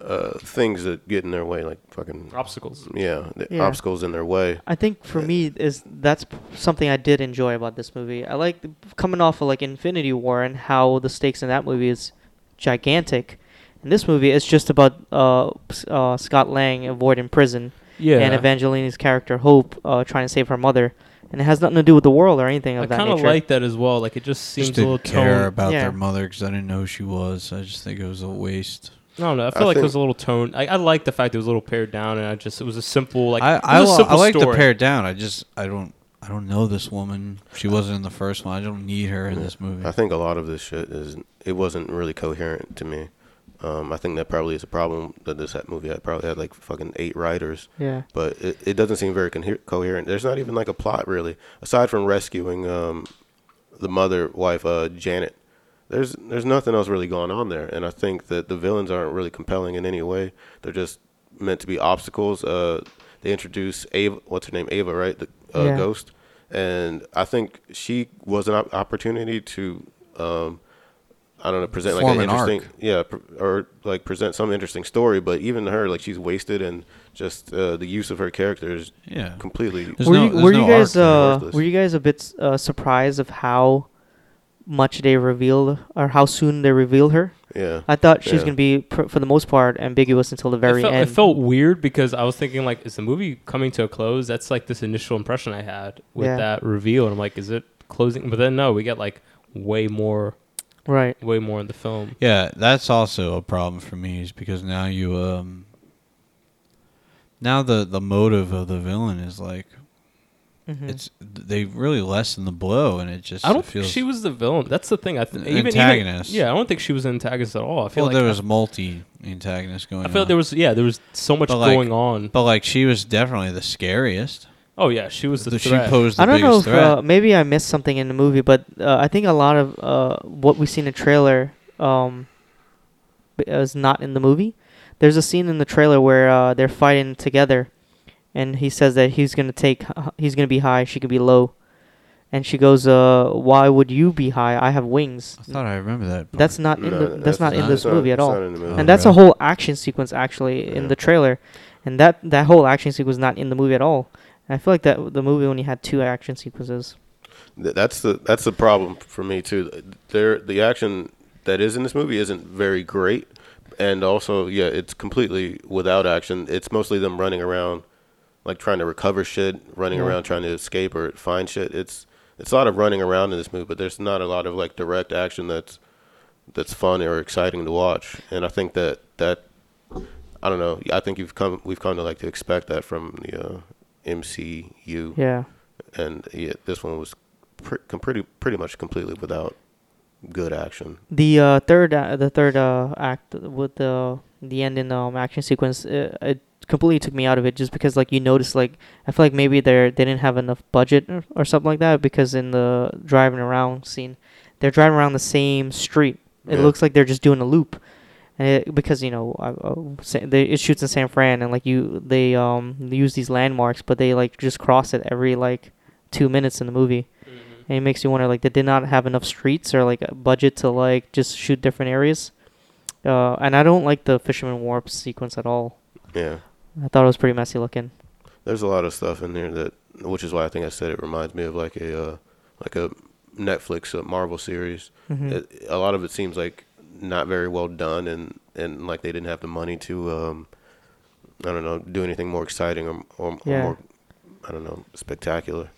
Speaker 5: uh, things that get in their way, like fucking
Speaker 3: obstacles.
Speaker 5: yeah, the
Speaker 2: Yeah.
Speaker 5: obstacles in their way.
Speaker 2: I think for me is that's p- something I did enjoy about this movie. I like the- coming off of like Infinity War and how the stakes in that movie is gigantic. In this movie, it's just about uh, s- uh, Scott Lang avoiding prison
Speaker 3: Yeah.
Speaker 2: and Evangelina's character Hope uh, trying to save her mother, and it has nothing to do with the world or anything of
Speaker 3: I
Speaker 2: that
Speaker 3: kind of
Speaker 2: nature.
Speaker 3: like that as well. Like it just seems
Speaker 4: just
Speaker 3: a little
Speaker 4: didn't care
Speaker 3: toned.
Speaker 4: about
Speaker 2: Yeah.
Speaker 4: their mother because I didn't know who she was. I just think it was a waste.
Speaker 3: I don't know. I feel
Speaker 5: I
Speaker 3: like it
Speaker 5: think-
Speaker 3: was a little toned. I, I like the fact it was a little pared down, and I just it was a simple like
Speaker 4: I
Speaker 3: it
Speaker 4: I,
Speaker 3: was a
Speaker 4: li- I
Speaker 3: simple
Speaker 4: like to
Speaker 3: story.
Speaker 4: pare it down. I just I don't I don't know this woman. She wasn't in the first one. I don't need her in this movie.
Speaker 5: I think a lot of this shit is it wasn't really coherent to me. Um, I think that probably is a problem that this had- movie had probably had like fucking eight writers,
Speaker 2: Yeah.
Speaker 5: but it, it doesn't seem very cohe- coherent. There's not even like a plot really, aside from rescuing um, the mother wife uh, Janet. There's there's nothing else really going on there, and I think that the villains aren't really compelling in any way. They're just meant to be obstacles. Uh, they introduce Ava, what's her name, Ava, right? The uh,
Speaker 2: Yeah.
Speaker 5: ghost, and I think she was an op- opportunity to, um, I don't know, present like
Speaker 4: Form
Speaker 5: an
Speaker 4: an arc.
Speaker 5: interesting, yeah, pr- or like present some interesting story. But even her, like she's wasted, and just uh, the use of her character is
Speaker 4: Yeah.
Speaker 5: completely
Speaker 4: There's
Speaker 2: were
Speaker 4: no-
Speaker 2: you,
Speaker 4: there's
Speaker 2: were
Speaker 4: no
Speaker 2: you guys
Speaker 4: arc.
Speaker 2: uh,
Speaker 5: Worthless.
Speaker 2: were you guys a bit uh, surprised of how much they revealed or how soon they revealed her?
Speaker 5: yeah.
Speaker 2: I thought she was
Speaker 5: Yeah.
Speaker 2: gonna be pr- for the most part ambiguous until the very
Speaker 3: it felt,
Speaker 2: end.
Speaker 3: It felt weird because I was thinking like, is the movie coming to a close? That's like this initial impression I had with
Speaker 2: Yeah.
Speaker 3: that reveal, and I'm like, is it closing? But then no, we get like way more,
Speaker 2: right.
Speaker 3: way more in the film.
Speaker 4: Yeah, that's also a problem for me is because now you um now the the motive of the villain is like it's they really lessen the blow and it just
Speaker 3: Mm-hmm. I don't think
Speaker 4: feels
Speaker 3: she was the villain. That's the thing. I think
Speaker 4: An
Speaker 3: even,
Speaker 4: antagonist.
Speaker 3: Even, yeah, I don't think she was an antagonist at all. I feel
Speaker 4: well,
Speaker 3: like
Speaker 4: there was multi antagonists going
Speaker 3: I
Speaker 4: on.
Speaker 3: felt there was yeah, there was so much
Speaker 4: But, like-
Speaker 3: going on.
Speaker 4: but like she was definitely the scariest.
Speaker 3: Oh yeah, she was the,
Speaker 4: she
Speaker 3: threat.
Speaker 4: posed the
Speaker 2: I don't know
Speaker 4: biggest
Speaker 2: if
Speaker 4: threat.
Speaker 2: uh, maybe I missed something in the movie, but uh, I think a lot of uh, what we see in the trailer um, b- is not in the movie. There's a scene in the trailer where uh, they're fighting together, and he says that he's gonna take he's gonna be high, she could be low, and she goes, uh, "Why would you be high? I have wings."
Speaker 4: I thought I remember that. part.
Speaker 2: That's not in
Speaker 5: No,
Speaker 2: the,
Speaker 5: no,
Speaker 2: that's not in
Speaker 4: not-
Speaker 2: this
Speaker 5: it's
Speaker 2: movie at
Speaker 5: it's
Speaker 2: all.
Speaker 5: not in the movie.
Speaker 2: and that's
Speaker 4: really?
Speaker 2: a whole action sequence actually in
Speaker 5: Oh, Yeah.
Speaker 2: the trailer, and that that whole action sequence not in the movie at all. And I feel like that the movie only had two action sequences.
Speaker 5: Th- that's the that's the problem for me too. There, the action that is in this movie isn't very great, and also yeah, it's completely without action. It's mostly them running around, like trying to recover shit, running around trying to escape or find shit. It's it's a lot of running around in this movie, but there's not a lot of like direct action that's that's fun or exciting to watch. And I think that that I don't know. I think you've come we've come to like to expect that from the uh, MCU
Speaker 2: Yeah,
Speaker 5: and yeah, this one was pre- com- pretty pretty much completely without good action.
Speaker 2: the uh, third a the third uh, act with the the end in um, action sequence it, it completely took me out of it just because like you notice like I feel like maybe they they didn't have enough budget or, or something like that because in the driving around scene they're driving around the same street. It
Speaker 5: Yeah.
Speaker 2: looks like they're just doing a loop. And it, because you know, I, I, Sa- they, it shoots in San Fran, and like you, they um they use these landmarks, but they like just cross it every like two minutes in the movie, and it makes you wonder like they did not have enough streets or like a budget to like just shoot different areas. Uh, and I don't like the Fisherman Warp sequence at all.
Speaker 5: Yeah,
Speaker 2: I thought it was pretty messy looking.
Speaker 5: there's a lot of stuff in there that, which is why I think I said it reminds me of like a uh, like a Netflix uh, Marvel series. It- a lot of it seems like not very well done, and and like they didn't have the money to um, I don't know, do anything more exciting or or,
Speaker 2: Yeah.
Speaker 5: or more I don't know, spectacular.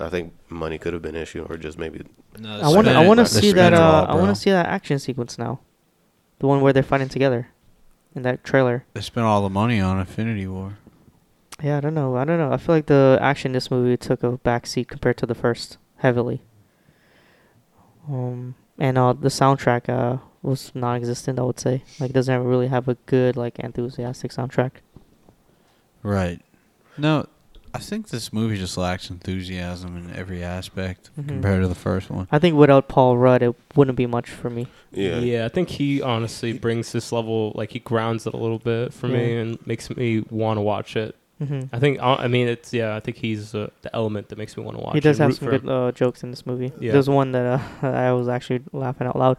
Speaker 5: I think money could have been issued, or just maybe
Speaker 4: No,
Speaker 2: I want to
Speaker 4: spin
Speaker 2: I
Speaker 4: it-
Speaker 2: want to
Speaker 4: the
Speaker 2: see
Speaker 4: spin
Speaker 2: that
Speaker 4: it all,
Speaker 2: uh, I want
Speaker 4: bro.
Speaker 2: to see that action sequence now, the one where they're fighting together, in that trailer.
Speaker 4: They spent all the money on Infinity War.
Speaker 2: Yeah, I don't know. I don't know. I feel like the action in this movie took a backseat compared to the first heavily. Um, and uh, the soundtrack uh was non-existent. I would say like doesn't ever really have a good like enthusiastic soundtrack.
Speaker 4: Right. No, I think this movie just lacks enthusiasm in every aspect
Speaker 2: Mhm.
Speaker 4: compared to the first one.
Speaker 2: I think without Paul Rudd, it wouldn't be much for me.
Speaker 5: yeah,
Speaker 3: I think he honestly brings this level, like he grounds it a little bit for me
Speaker 2: Yeah.
Speaker 3: and makes me want to watch it.
Speaker 2: hmm
Speaker 3: I think, I I mean, it's, yeah, I think he's uh, the element that makes me want to watch
Speaker 2: He
Speaker 3: it.
Speaker 2: does have
Speaker 3: and root
Speaker 2: some
Speaker 3: for
Speaker 2: good
Speaker 3: him.
Speaker 2: uh, jokes in this movie.
Speaker 3: Yeah.
Speaker 2: There's one that uh, (laughs) I was actually laughing out loud.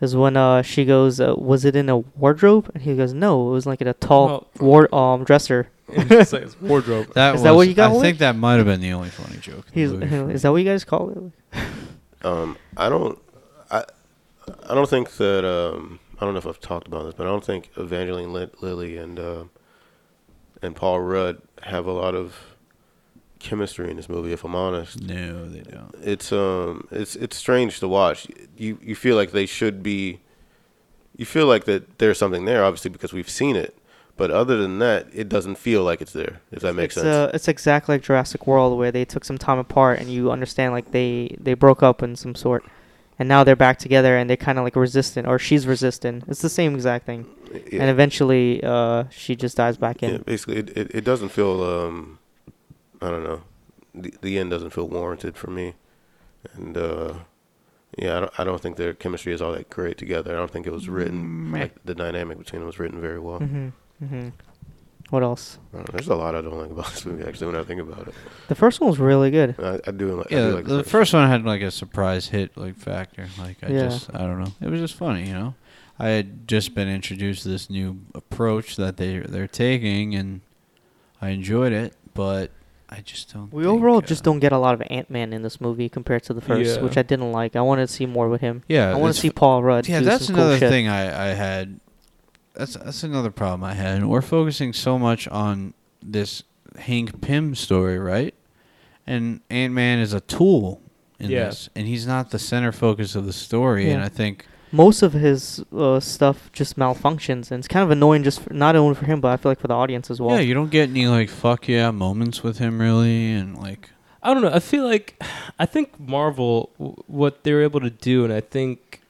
Speaker 2: Is when uh, she goes, uh, "Was it in a wardrobe?" And he goes, "No, it was like in a tall ward um dresser."
Speaker 3: (laughs) it's like his wardrobe.
Speaker 4: That
Speaker 2: Is that
Speaker 4: was-
Speaker 2: what you got,
Speaker 4: I
Speaker 2: Wally?
Speaker 4: think that might have been the only funny joke. in
Speaker 2: He's,
Speaker 4: the movie for me.
Speaker 2: (laughs) is that what you guys call it?
Speaker 5: Um, I don't, I, I don't think that. Um, I don't know if I've talked about this, but I don't think Evangeline Lin- Lilly and uh, and Paul Rudd have a lot of chemistry in this movie. If I'm honest,
Speaker 4: No, they don't.
Speaker 5: it's um, it's it's strange to watch. You you feel like they should be. You feel like that there's something there, obviously, because we've seen it. But other than that, it doesn't feel like it's there. If that makes
Speaker 2: it's,
Speaker 5: sense.
Speaker 2: Uh, it's exactly like Jurassic World, where they took some time apart, and you understand like they they broke up in some sort, and now they're back together, and they're kind of like resistant, or she's resistant. It's the same exact thing,
Speaker 5: Yeah.
Speaker 2: and eventually, uh, she just dies back in.
Speaker 5: Yeah, basically, it, it, it doesn't feel, um, I don't know, the, the end doesn't feel warranted for me. And, uh, yeah, I don't, I don't think their chemistry is all that great together. I don't think it was written,
Speaker 4: Mm-hmm.
Speaker 5: like, the dynamic between them was written very well.
Speaker 2: Mm-hmm. What else?
Speaker 5: I don't know, there's a lot I don't like about this movie, actually, when I think about it.
Speaker 2: The first one was really good.
Speaker 5: I, I do like, I
Speaker 4: Yeah,
Speaker 5: do like
Speaker 4: the first one had like a surprise hit like factor. Like I
Speaker 2: Yeah.
Speaker 4: just I don't know. It was just funny, you know. I had just been introduced to this new approach that they they're taking, and I enjoyed it, but I just don't.
Speaker 2: We
Speaker 4: think,
Speaker 2: overall
Speaker 4: uh,
Speaker 2: just don't get a lot of Ant Man in this movie compared to the first,
Speaker 3: Yeah.
Speaker 2: which I didn't like. I wanted to see more with him.
Speaker 4: Yeah,
Speaker 2: I want
Speaker 4: it's
Speaker 2: to see
Speaker 4: f-
Speaker 2: Paul Rudd.
Speaker 4: Yeah,
Speaker 2: do
Speaker 4: that's
Speaker 2: some cool
Speaker 4: another
Speaker 2: shit.
Speaker 4: thing I, I had. That's that's another problem I had. We're focusing so much on this Hank Pym story, right? And Ant Man is a tool in
Speaker 3: Yeah.
Speaker 4: this, and he's not the center focus of the story. And
Speaker 2: Yeah.
Speaker 4: I think
Speaker 2: most of his uh, stuff just malfunctions, and it's kind of annoying just for, not only for him, but I feel like for the audience as well.
Speaker 4: yeah, you don't get any like fuck yeah moments with him really, and like
Speaker 3: I don't know. I feel like I think Marvel w- what they're able to do, and I think,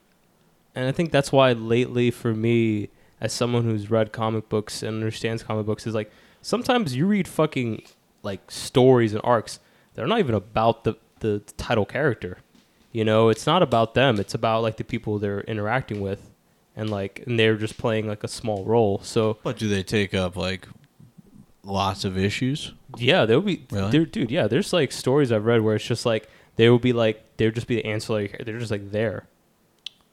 Speaker 3: and I think that's why lately for me, as someone who's read comic books and understands comic books, is like sometimes you read fucking like stories and arcs that are not even about the the title character. You know, it's not about them. It's about like the people they're interacting with, and like and they're just playing like a small role. So
Speaker 4: but do they take up like lots of issues?
Speaker 3: yeah, there would be
Speaker 4: Really?
Speaker 3: there, dude. Yeah, there's like stories I've read where it's just like they would be like they would just be the ancillary. char- They're just like there,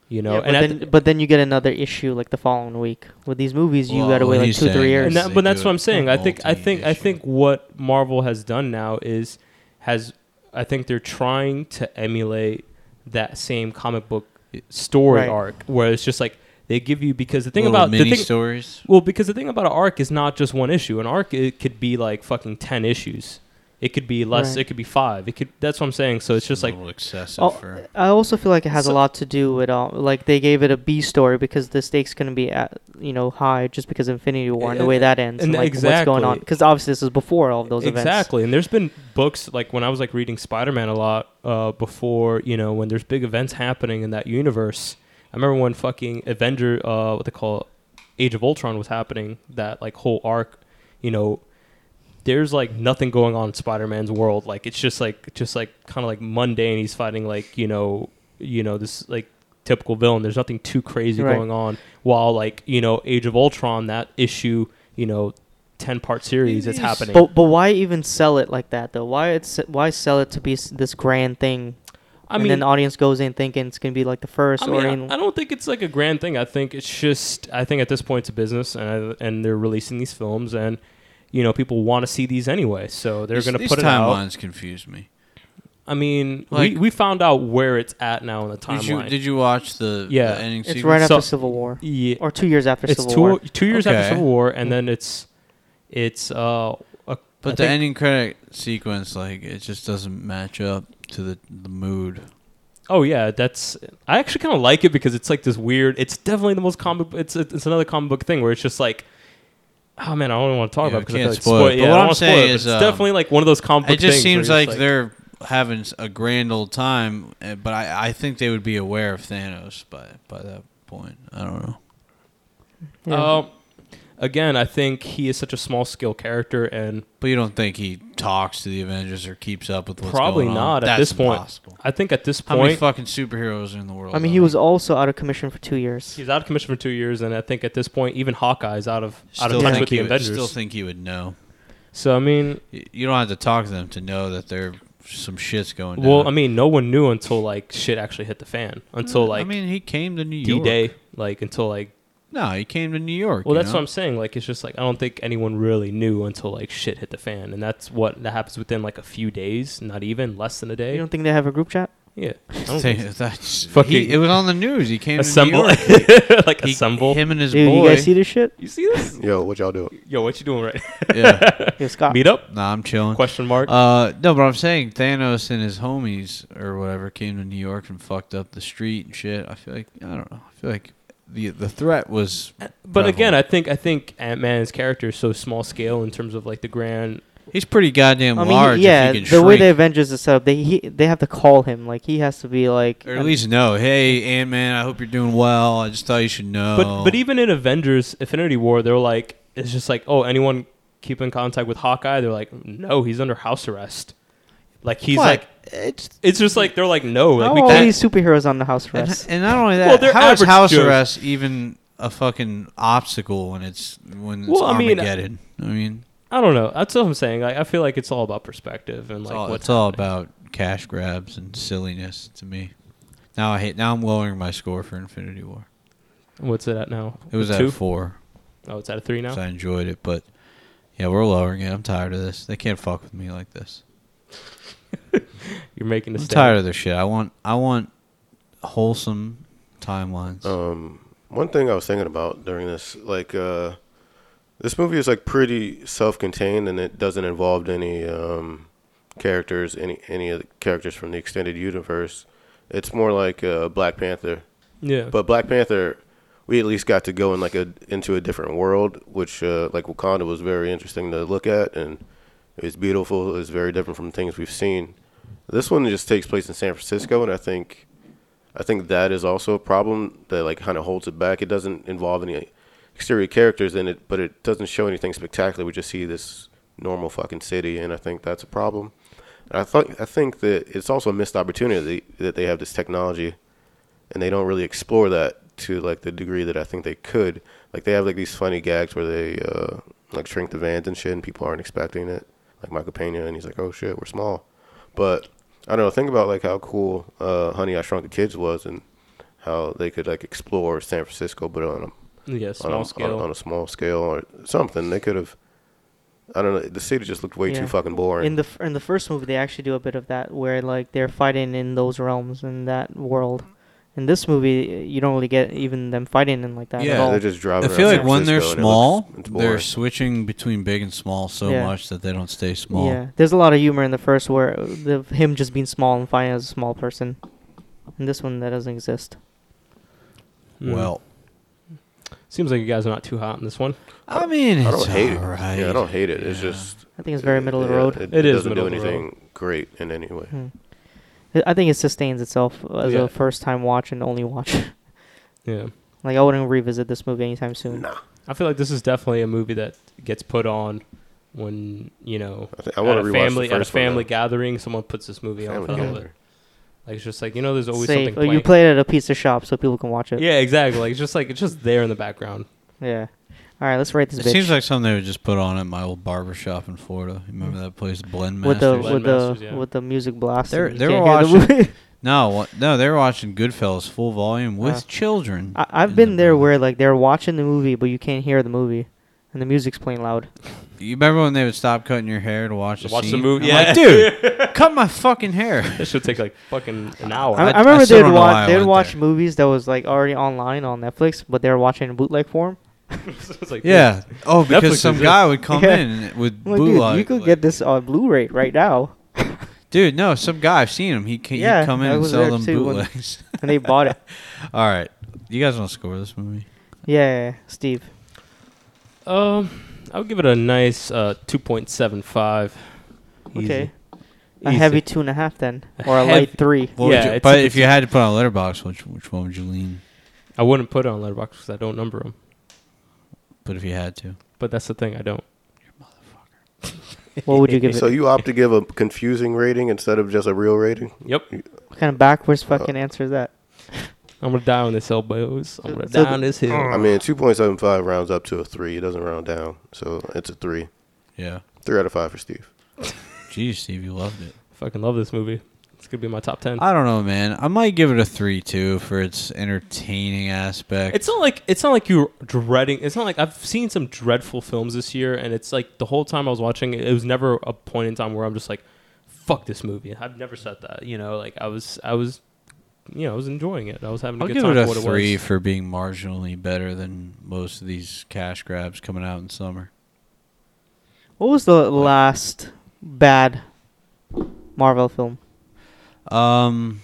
Speaker 3: you know.
Speaker 2: Yeah,
Speaker 3: and
Speaker 2: but,
Speaker 3: at
Speaker 2: then,
Speaker 3: the-
Speaker 2: but then you get another issue like the following week with these movies. You
Speaker 4: Well,
Speaker 2: gotta wait
Speaker 4: what
Speaker 2: like
Speaker 4: he's
Speaker 2: two,
Speaker 4: saying
Speaker 2: three years.
Speaker 4: is-
Speaker 3: and that, but
Speaker 4: they
Speaker 3: that's
Speaker 4: do
Speaker 3: what
Speaker 4: it
Speaker 3: I'm saying. I think I
Speaker 4: multi
Speaker 3: think I
Speaker 4: issue.
Speaker 3: think what Marvel has done now is has I think they're trying to emulate that same comic book story
Speaker 2: Right.
Speaker 3: arc where it's just like they give you because the thing
Speaker 4: Little
Speaker 3: about the
Speaker 4: mini
Speaker 3: thing,
Speaker 4: stories.
Speaker 3: well because the thing about an arc is not just one issue. An arc it could be like fucking ten issues. It could be less.
Speaker 2: Right.
Speaker 3: It could be five. It could. That's what I'm saying. So it's just
Speaker 4: a
Speaker 3: like
Speaker 4: little excessive.
Speaker 2: Oh,
Speaker 4: for,
Speaker 2: I also feel like it has
Speaker 3: So-
Speaker 2: a lot to do with uh, like they gave it a B story because the stakes gonna be at, you know high just because Infinity War and, the
Speaker 3: And-
Speaker 2: way that ends and,
Speaker 3: and
Speaker 2: like what's going on
Speaker 3: exactly.
Speaker 2: because obviously this is before all of those events.
Speaker 3: exactly. and there's been books like when I was like reading Spider Man a lot uh, before, you know, when there's big events happening in that universe. I remember when fucking Avenger, uh, what they call it, Age of Ultron was happening, that like whole arc, you know, there's like nothing going on in Spider-Man's world. Like it's just like just like kind of like mundane. He's fighting like you know you know this like typical villain. There's nothing too crazy
Speaker 2: Right.
Speaker 3: going on. While like you know Age of Ultron, that issue you know ten part series that's happening.
Speaker 2: But but why even sell it like that though? Why it's why sell it to be s- this grand thing?
Speaker 3: I
Speaker 2: and
Speaker 3: mean,
Speaker 2: then the audience goes in thinking it's gonna be like the first
Speaker 3: I,
Speaker 2: or
Speaker 3: mean,
Speaker 2: in,
Speaker 3: I, I don't think it's like a grand thing. I think it's just I think at this point it's a business, and I, and they're releasing these films, and you know people want to see these anyway, so they're
Speaker 4: These-
Speaker 3: going to
Speaker 4: these
Speaker 3: put it out.
Speaker 4: timelines confuse me.
Speaker 3: I mean, we,
Speaker 4: Like-
Speaker 3: we found out where it's at now in the timeline.
Speaker 4: Did you, did you watch the,
Speaker 3: Yeah.
Speaker 4: the ending
Speaker 2: it's
Speaker 4: sequence?
Speaker 2: right
Speaker 3: So-
Speaker 2: after Civil War
Speaker 3: yeah,
Speaker 2: or two years after
Speaker 3: it's
Speaker 2: Civil
Speaker 3: two
Speaker 2: War.
Speaker 3: two years
Speaker 4: Okay.
Speaker 3: after Civil War, and then it's it's uh. A, I
Speaker 4: But the
Speaker 3: think-
Speaker 4: ending credit sequence, like, it just doesn't match up to the, the mood.
Speaker 3: oh yeah, that's I actually kind of like it because it's like this weird. It's definitely the most comic. It's it's another comic book thing where it's just like. Oh man, I don't want to talk about
Speaker 4: Yeah,
Speaker 3: it because
Speaker 4: we
Speaker 3: I
Speaker 4: can't
Speaker 3: feel like
Speaker 4: spoil
Speaker 3: spoil.
Speaker 4: it,
Speaker 3: Yeah,
Speaker 4: but
Speaker 3: I
Speaker 4: what
Speaker 3: don't
Speaker 4: I'm
Speaker 3: wanna spoil
Speaker 4: saying
Speaker 3: it, but
Speaker 4: is,
Speaker 3: it's
Speaker 4: um,
Speaker 3: definitely like one of those comic book
Speaker 4: It
Speaker 3: things where
Speaker 4: just seems
Speaker 3: you're
Speaker 4: like,
Speaker 3: just
Speaker 4: they're having s- a grand old time, eh, but I, I think they would be aware of Thanos by, by that point. I don't know.
Speaker 2: Yeah.
Speaker 3: Um, again, I think he is such a small scale character, and
Speaker 4: But you don't think he talks to the Avengers or keeps up with what's
Speaker 3: probably
Speaker 4: going on?
Speaker 3: not at
Speaker 4: That's
Speaker 3: this point.
Speaker 4: impossible.
Speaker 3: I think at this
Speaker 4: How
Speaker 3: point,
Speaker 4: many fucking superheroes are in the world?
Speaker 2: I mean,
Speaker 4: though?
Speaker 2: he was also out of commission for two years.
Speaker 3: he's out of commission for two years, and I think at this point, even Hawkeye's out of out of
Speaker 4: Still
Speaker 3: touch
Speaker 4: think
Speaker 3: with the
Speaker 4: he would-
Speaker 3: Avengers.
Speaker 4: Still think he would know.
Speaker 3: so I mean,
Speaker 4: Y- You don't have to talk to them to know that there some shit's going.
Speaker 3: Well,
Speaker 4: down.
Speaker 3: I mean, no one knew until like shit actually hit the fan. Until like
Speaker 4: Mm, I mean, he came to New
Speaker 3: D
Speaker 4: York.
Speaker 3: Day, like until like.
Speaker 4: No, he came to New York.
Speaker 3: Well,
Speaker 4: you
Speaker 3: that's
Speaker 4: know?
Speaker 3: what I'm saying. Like, it's just like I don't think anyone really knew until like shit hit the fan, and that's what that happens within like a few days, not even less than a day.
Speaker 2: You don't think they have a group chat?
Speaker 3: yeah, I don't
Speaker 4: They-
Speaker 3: think so.
Speaker 4: (laughs)
Speaker 3: (laughs)
Speaker 4: that's-
Speaker 3: Fucking-
Speaker 4: he- it was on the news. He came
Speaker 3: assemble, (laughs)
Speaker 4: to New York.
Speaker 3: like
Speaker 4: He-
Speaker 3: assemble.
Speaker 4: him and his
Speaker 2: Dude,
Speaker 4: boy.
Speaker 2: you
Speaker 4: (laughs)
Speaker 2: guys see this shit?
Speaker 3: You see this?
Speaker 5: Yo, what y'all doing?
Speaker 3: Yo, what you doing right?
Speaker 4: yeah.
Speaker 2: Yo, Scott.
Speaker 3: (laughs) Meet up?
Speaker 4: Nah, I'm chilling.
Speaker 3: Question mark.
Speaker 4: Uh, no, but I'm saying Thanos and his homies or whatever came to New York and fucked up the street and shit. I feel like I don't know. I feel like the the threat was.
Speaker 3: but again,
Speaker 4: prevalent.
Speaker 3: I think I think Ant Man's character is so small scale in terms of like the grand
Speaker 4: he's pretty goddamn
Speaker 2: I mean,
Speaker 4: large.
Speaker 2: yeah,
Speaker 4: if
Speaker 2: the
Speaker 4: he can
Speaker 2: way the
Speaker 4: shrink.
Speaker 2: Avengers is set up, they he, they have to call him. Like he has to be like.
Speaker 4: Or at least know, hey, Ant Man, I hope you're doing well. I just thought you should know.
Speaker 3: But but even in Avengers Infinity War, they're like it's just like, oh, anyone keep in contact with Hawkeye? They're like, no, he's under house arrest. Like he's
Speaker 4: What?
Speaker 3: like
Speaker 4: it's
Speaker 3: it's just like they're like no, like
Speaker 2: How
Speaker 3: we
Speaker 2: are all
Speaker 3: can't.
Speaker 2: these superheroes on the house
Speaker 4: and,
Speaker 2: arrest?
Speaker 4: and not only
Speaker 3: Well,
Speaker 4: that,
Speaker 3: they're
Speaker 4: how is
Speaker 3: average
Speaker 4: house
Speaker 3: Joes.
Speaker 4: arrest even a fucking obstacle when it's when it's
Speaker 3: Well, I mean,
Speaker 4: Armageddon? I mean,
Speaker 3: I don't know. That's what I'm saying. Like I feel like it's all about perspective and
Speaker 4: it's,
Speaker 3: like
Speaker 4: all,
Speaker 3: what's
Speaker 4: it's all about cash grabs and silliness to me. Now I hate. Now I'm lowering my score for Infinity War.
Speaker 3: what's it at now?
Speaker 4: It was
Speaker 3: A
Speaker 4: at
Speaker 3: two.
Speaker 4: a four,
Speaker 3: Oh, it's at a three now.
Speaker 4: 'cause I enjoyed it, but yeah, we're lowering it. I'm tired of this. They can't fuck with me like this.
Speaker 3: You're making a
Speaker 4: I'm
Speaker 3: stand.
Speaker 4: tired of this shit. I want I want wholesome timelines.
Speaker 5: Um, one thing I was thinking about during this, like, uh, this movie is like pretty self-contained, and it doesn't involve any um, characters, any any of the characters from the extended universe. It's more like uh, Black Panther,
Speaker 3: Yeah.
Speaker 5: but Black Panther, we at least got to go in like a into a different world, which uh, like Wakanda was very interesting to look at, and it's beautiful. It's very different from things we've seen. This one just takes place in San Francisco, and I think, I think that is also a problem that like kind of holds it back. It doesn't involve any exterior characters in it, but it doesn't show anything spectacular. We just see this normal fucking city, and I think that's a problem. And I thought I think that it's also a missed opportunity that they have this technology and they don't really explore that to like the degree that I think they could. Like they have like these funny gags where they uh, like shrink the vans and shit, and people aren't expecting it. Like Michael Pena, and he's like, "Oh shit, we're small," but I don't know. Think about like how cool uh, Honey I Shrunk the Kids was, and how they could like explore San Francisco, but on a
Speaker 3: Yeah,
Speaker 5: on a,
Speaker 3: small
Speaker 5: on-
Speaker 3: scale.
Speaker 5: on a small scale or something. They could have. I don't know. The city just looked way
Speaker 2: Yeah.
Speaker 5: too fucking boring.
Speaker 2: In the f- in the first movie, they actually do a bit of that, where like they're fighting in those realms in that world. In this movie, you don't really get even them fighting in like that at
Speaker 4: Yeah,
Speaker 2: all.
Speaker 5: they're just
Speaker 4: I
Speaker 5: driving.
Speaker 4: feel
Speaker 5: around
Speaker 4: like
Speaker 5: San
Speaker 4: when they're
Speaker 5: Francisco and it looks-
Speaker 4: small,
Speaker 5: it's
Speaker 4: they're
Speaker 5: boring.
Speaker 4: switching between big and small so
Speaker 2: Yeah.
Speaker 4: much that they don't stay small.
Speaker 2: Yeah, there's a lot of humor in the first where the him just being small and fighting as a small person. In this one, that doesn't exist. Hmm.
Speaker 3: Mm.
Speaker 4: Well,
Speaker 3: seems like you guys are not too hot in this one.
Speaker 4: I mean, it's
Speaker 5: I don't hate
Speaker 4: all right.
Speaker 5: it. Yeah, I don't hate it. It's just
Speaker 2: I think it's very middle of the
Speaker 5: yeah,
Speaker 2: road. Hmm.
Speaker 3: It
Speaker 5: It, it
Speaker 3: is
Speaker 5: doesn't do
Speaker 3: middle of the road.
Speaker 5: anything great in any way.
Speaker 2: I- I think it sustains itself as
Speaker 3: Yeah.
Speaker 2: a first time watch and only watch. (laughs)
Speaker 3: Yeah.
Speaker 2: like I wouldn't revisit this movie anytime soon.
Speaker 5: Nah,
Speaker 3: I feel like this is definitely a movie that gets put on when you know
Speaker 5: I, think, I want
Speaker 3: at
Speaker 5: to
Speaker 3: a
Speaker 5: rewatch
Speaker 3: family
Speaker 5: the
Speaker 3: at a
Speaker 5: first one,
Speaker 3: family
Speaker 5: though.
Speaker 3: gathering. Someone puts this movie on.
Speaker 5: Family
Speaker 3: for all
Speaker 5: gathering.
Speaker 3: it. Like it's just like you know, there's always
Speaker 2: Safe.
Speaker 3: something.
Speaker 2: Or oh, you
Speaker 3: playing.
Speaker 2: play it at a pizza shop so people can watch it.
Speaker 3: Yeah, exactly. Like it's just like it's just there in the background.
Speaker 2: Yeah. All right, let's rate this
Speaker 4: It
Speaker 2: bitch.
Speaker 4: seems like something they would just put on at my old barber shop in Florida. You remember that place, Blend
Speaker 2: with the
Speaker 4: Masters?
Speaker 2: with
Speaker 3: Blend
Speaker 2: the
Speaker 3: Masters, yeah.
Speaker 2: with the music blast.
Speaker 4: They're-
Speaker 2: and you
Speaker 4: they're
Speaker 2: can't hear the
Speaker 4: watching-
Speaker 2: movie. (laughs)
Speaker 4: no, wa- no, they were watching Goodfellas full volume with
Speaker 2: Uh,
Speaker 4: children.
Speaker 2: I, I've
Speaker 4: in
Speaker 2: been there
Speaker 4: bar.
Speaker 2: where like they're watching the movie but you can't hear the movie, and the music's playing loud.
Speaker 4: You remember when they would stop cutting your hair to watch the
Speaker 3: Watch the
Speaker 4: scene?
Speaker 3: movie.
Speaker 4: I'm like,
Speaker 3: yeah,
Speaker 5: (laughs)
Speaker 4: dude, cut my fucking hair. (laughs)
Speaker 3: that should take like fucking an hour.
Speaker 2: I, I
Speaker 4: I
Speaker 2: remember
Speaker 4: still
Speaker 2: they'd
Speaker 4: don't know why
Speaker 2: watch
Speaker 4: I
Speaker 2: they'd
Speaker 4: went
Speaker 2: watch
Speaker 4: there.
Speaker 2: movies that was like already online on Netflix, but they were watching in bootleg form.
Speaker 3: (laughs) It's like,
Speaker 4: Yeah. Oh,
Speaker 3: Netflix
Speaker 4: because
Speaker 3: is
Speaker 4: some
Speaker 3: just-
Speaker 4: guy would come
Speaker 2: Yeah.
Speaker 4: in and it- with
Speaker 2: I'm like,
Speaker 4: blue
Speaker 2: dude,
Speaker 4: light,
Speaker 2: you could
Speaker 4: like-
Speaker 2: get this on Blu-ray right now,
Speaker 4: Dude, no, some guy. I've seen him. He can
Speaker 2: Yeah,
Speaker 4: he'd come in
Speaker 2: I
Speaker 4: and
Speaker 2: was
Speaker 4: sell
Speaker 2: there
Speaker 4: them
Speaker 2: too when-
Speaker 4: bootlegs. (laughs)
Speaker 2: and they bought it.
Speaker 4: All right, you guys want to score this movie?
Speaker 2: Yeah, Steve.
Speaker 3: Um, I would give it a nice uh, 2.75.
Speaker 2: Okay,
Speaker 3: Easy.
Speaker 2: a
Speaker 3: Easy.
Speaker 2: heavy two and a half
Speaker 4: (laughs)
Speaker 2: then, or a
Speaker 3: heavy-
Speaker 2: light three.
Speaker 4: What would
Speaker 3: Yeah,
Speaker 4: you-
Speaker 3: it's-
Speaker 4: but
Speaker 3: it's-
Speaker 4: if you had to put on letterbox, which which one would you lean?
Speaker 3: I wouldn't put it on Letterboxd because I don't number them.
Speaker 4: But if you had to,
Speaker 3: But that's the thing, I don't.
Speaker 2: What would you give
Speaker 5: So
Speaker 2: it?
Speaker 5: you opt to give a confusing rating instead of just a real rating?
Speaker 3: Yep,
Speaker 2: What kind of backwards fucking answer is that?
Speaker 3: I'm gonna die on this elbows. I'm gonna
Speaker 2: So
Speaker 3: die on
Speaker 2: the-
Speaker 3: this hill.
Speaker 5: I mean, two point seven five rounds up to a three. It doesn't round down, so it's a three.
Speaker 4: yeah.
Speaker 5: Three out of five for Steve.
Speaker 4: Geez, Steve, you loved it.
Speaker 3: Fucking love this movie. It's gonna be my top ten.
Speaker 4: I don't know, man. I might give it a three two for its entertaining aspect.
Speaker 3: It's not like it's not like you're dreading. It's not like I've seen some dreadful films this year, and it's like the whole time I was watching, it, it was never a point in time where I'm just like, "Fuck this movie." I've never said that. You know, like I was, I was, you know, I was enjoying it. I was having a
Speaker 4: I'll
Speaker 3: good
Speaker 4: give
Speaker 3: time.
Speaker 4: it a
Speaker 3: for what
Speaker 4: three
Speaker 3: It was.
Speaker 4: for being marginally better than most of these cash grabs coming out in summer.
Speaker 2: What was the last bad Marvel film?
Speaker 4: Um,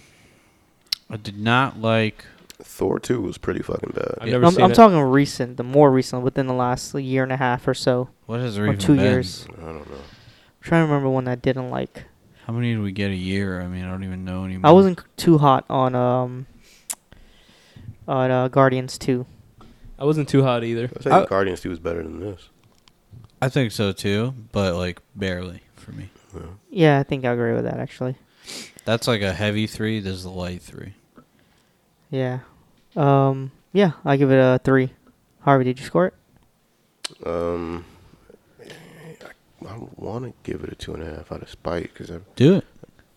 Speaker 4: I did not like.
Speaker 5: Thor two was pretty fucking bad.
Speaker 3: I've never
Speaker 2: I'm,
Speaker 3: seen
Speaker 2: I'm
Speaker 3: it.
Speaker 2: talking recent, the more recent, within the last year and a half or so,
Speaker 4: What has there
Speaker 2: or
Speaker 4: even
Speaker 2: two
Speaker 4: been?
Speaker 2: years.
Speaker 5: I don't know.
Speaker 2: I'm trying to remember one I didn't like.
Speaker 4: How many did we get a year? I mean, I don't even know anymore.
Speaker 3: Mm.
Speaker 2: I wasn't c- too hot on um on uh, Guardians 2.
Speaker 3: I wasn't too hot either.
Speaker 5: I think
Speaker 4: I-
Speaker 5: Guardians two was better than this.
Speaker 4: I think so too, but like barely for me.
Speaker 2: Yeah, I think I agree with that actually.
Speaker 4: That's like a heavy three. This is a light three.
Speaker 2: Yeah. Um yeah, I give it a 3. Harvey, did you score it?
Speaker 5: Um, I, I want to give it a two and a half out of spite because it's,
Speaker 4: Do it.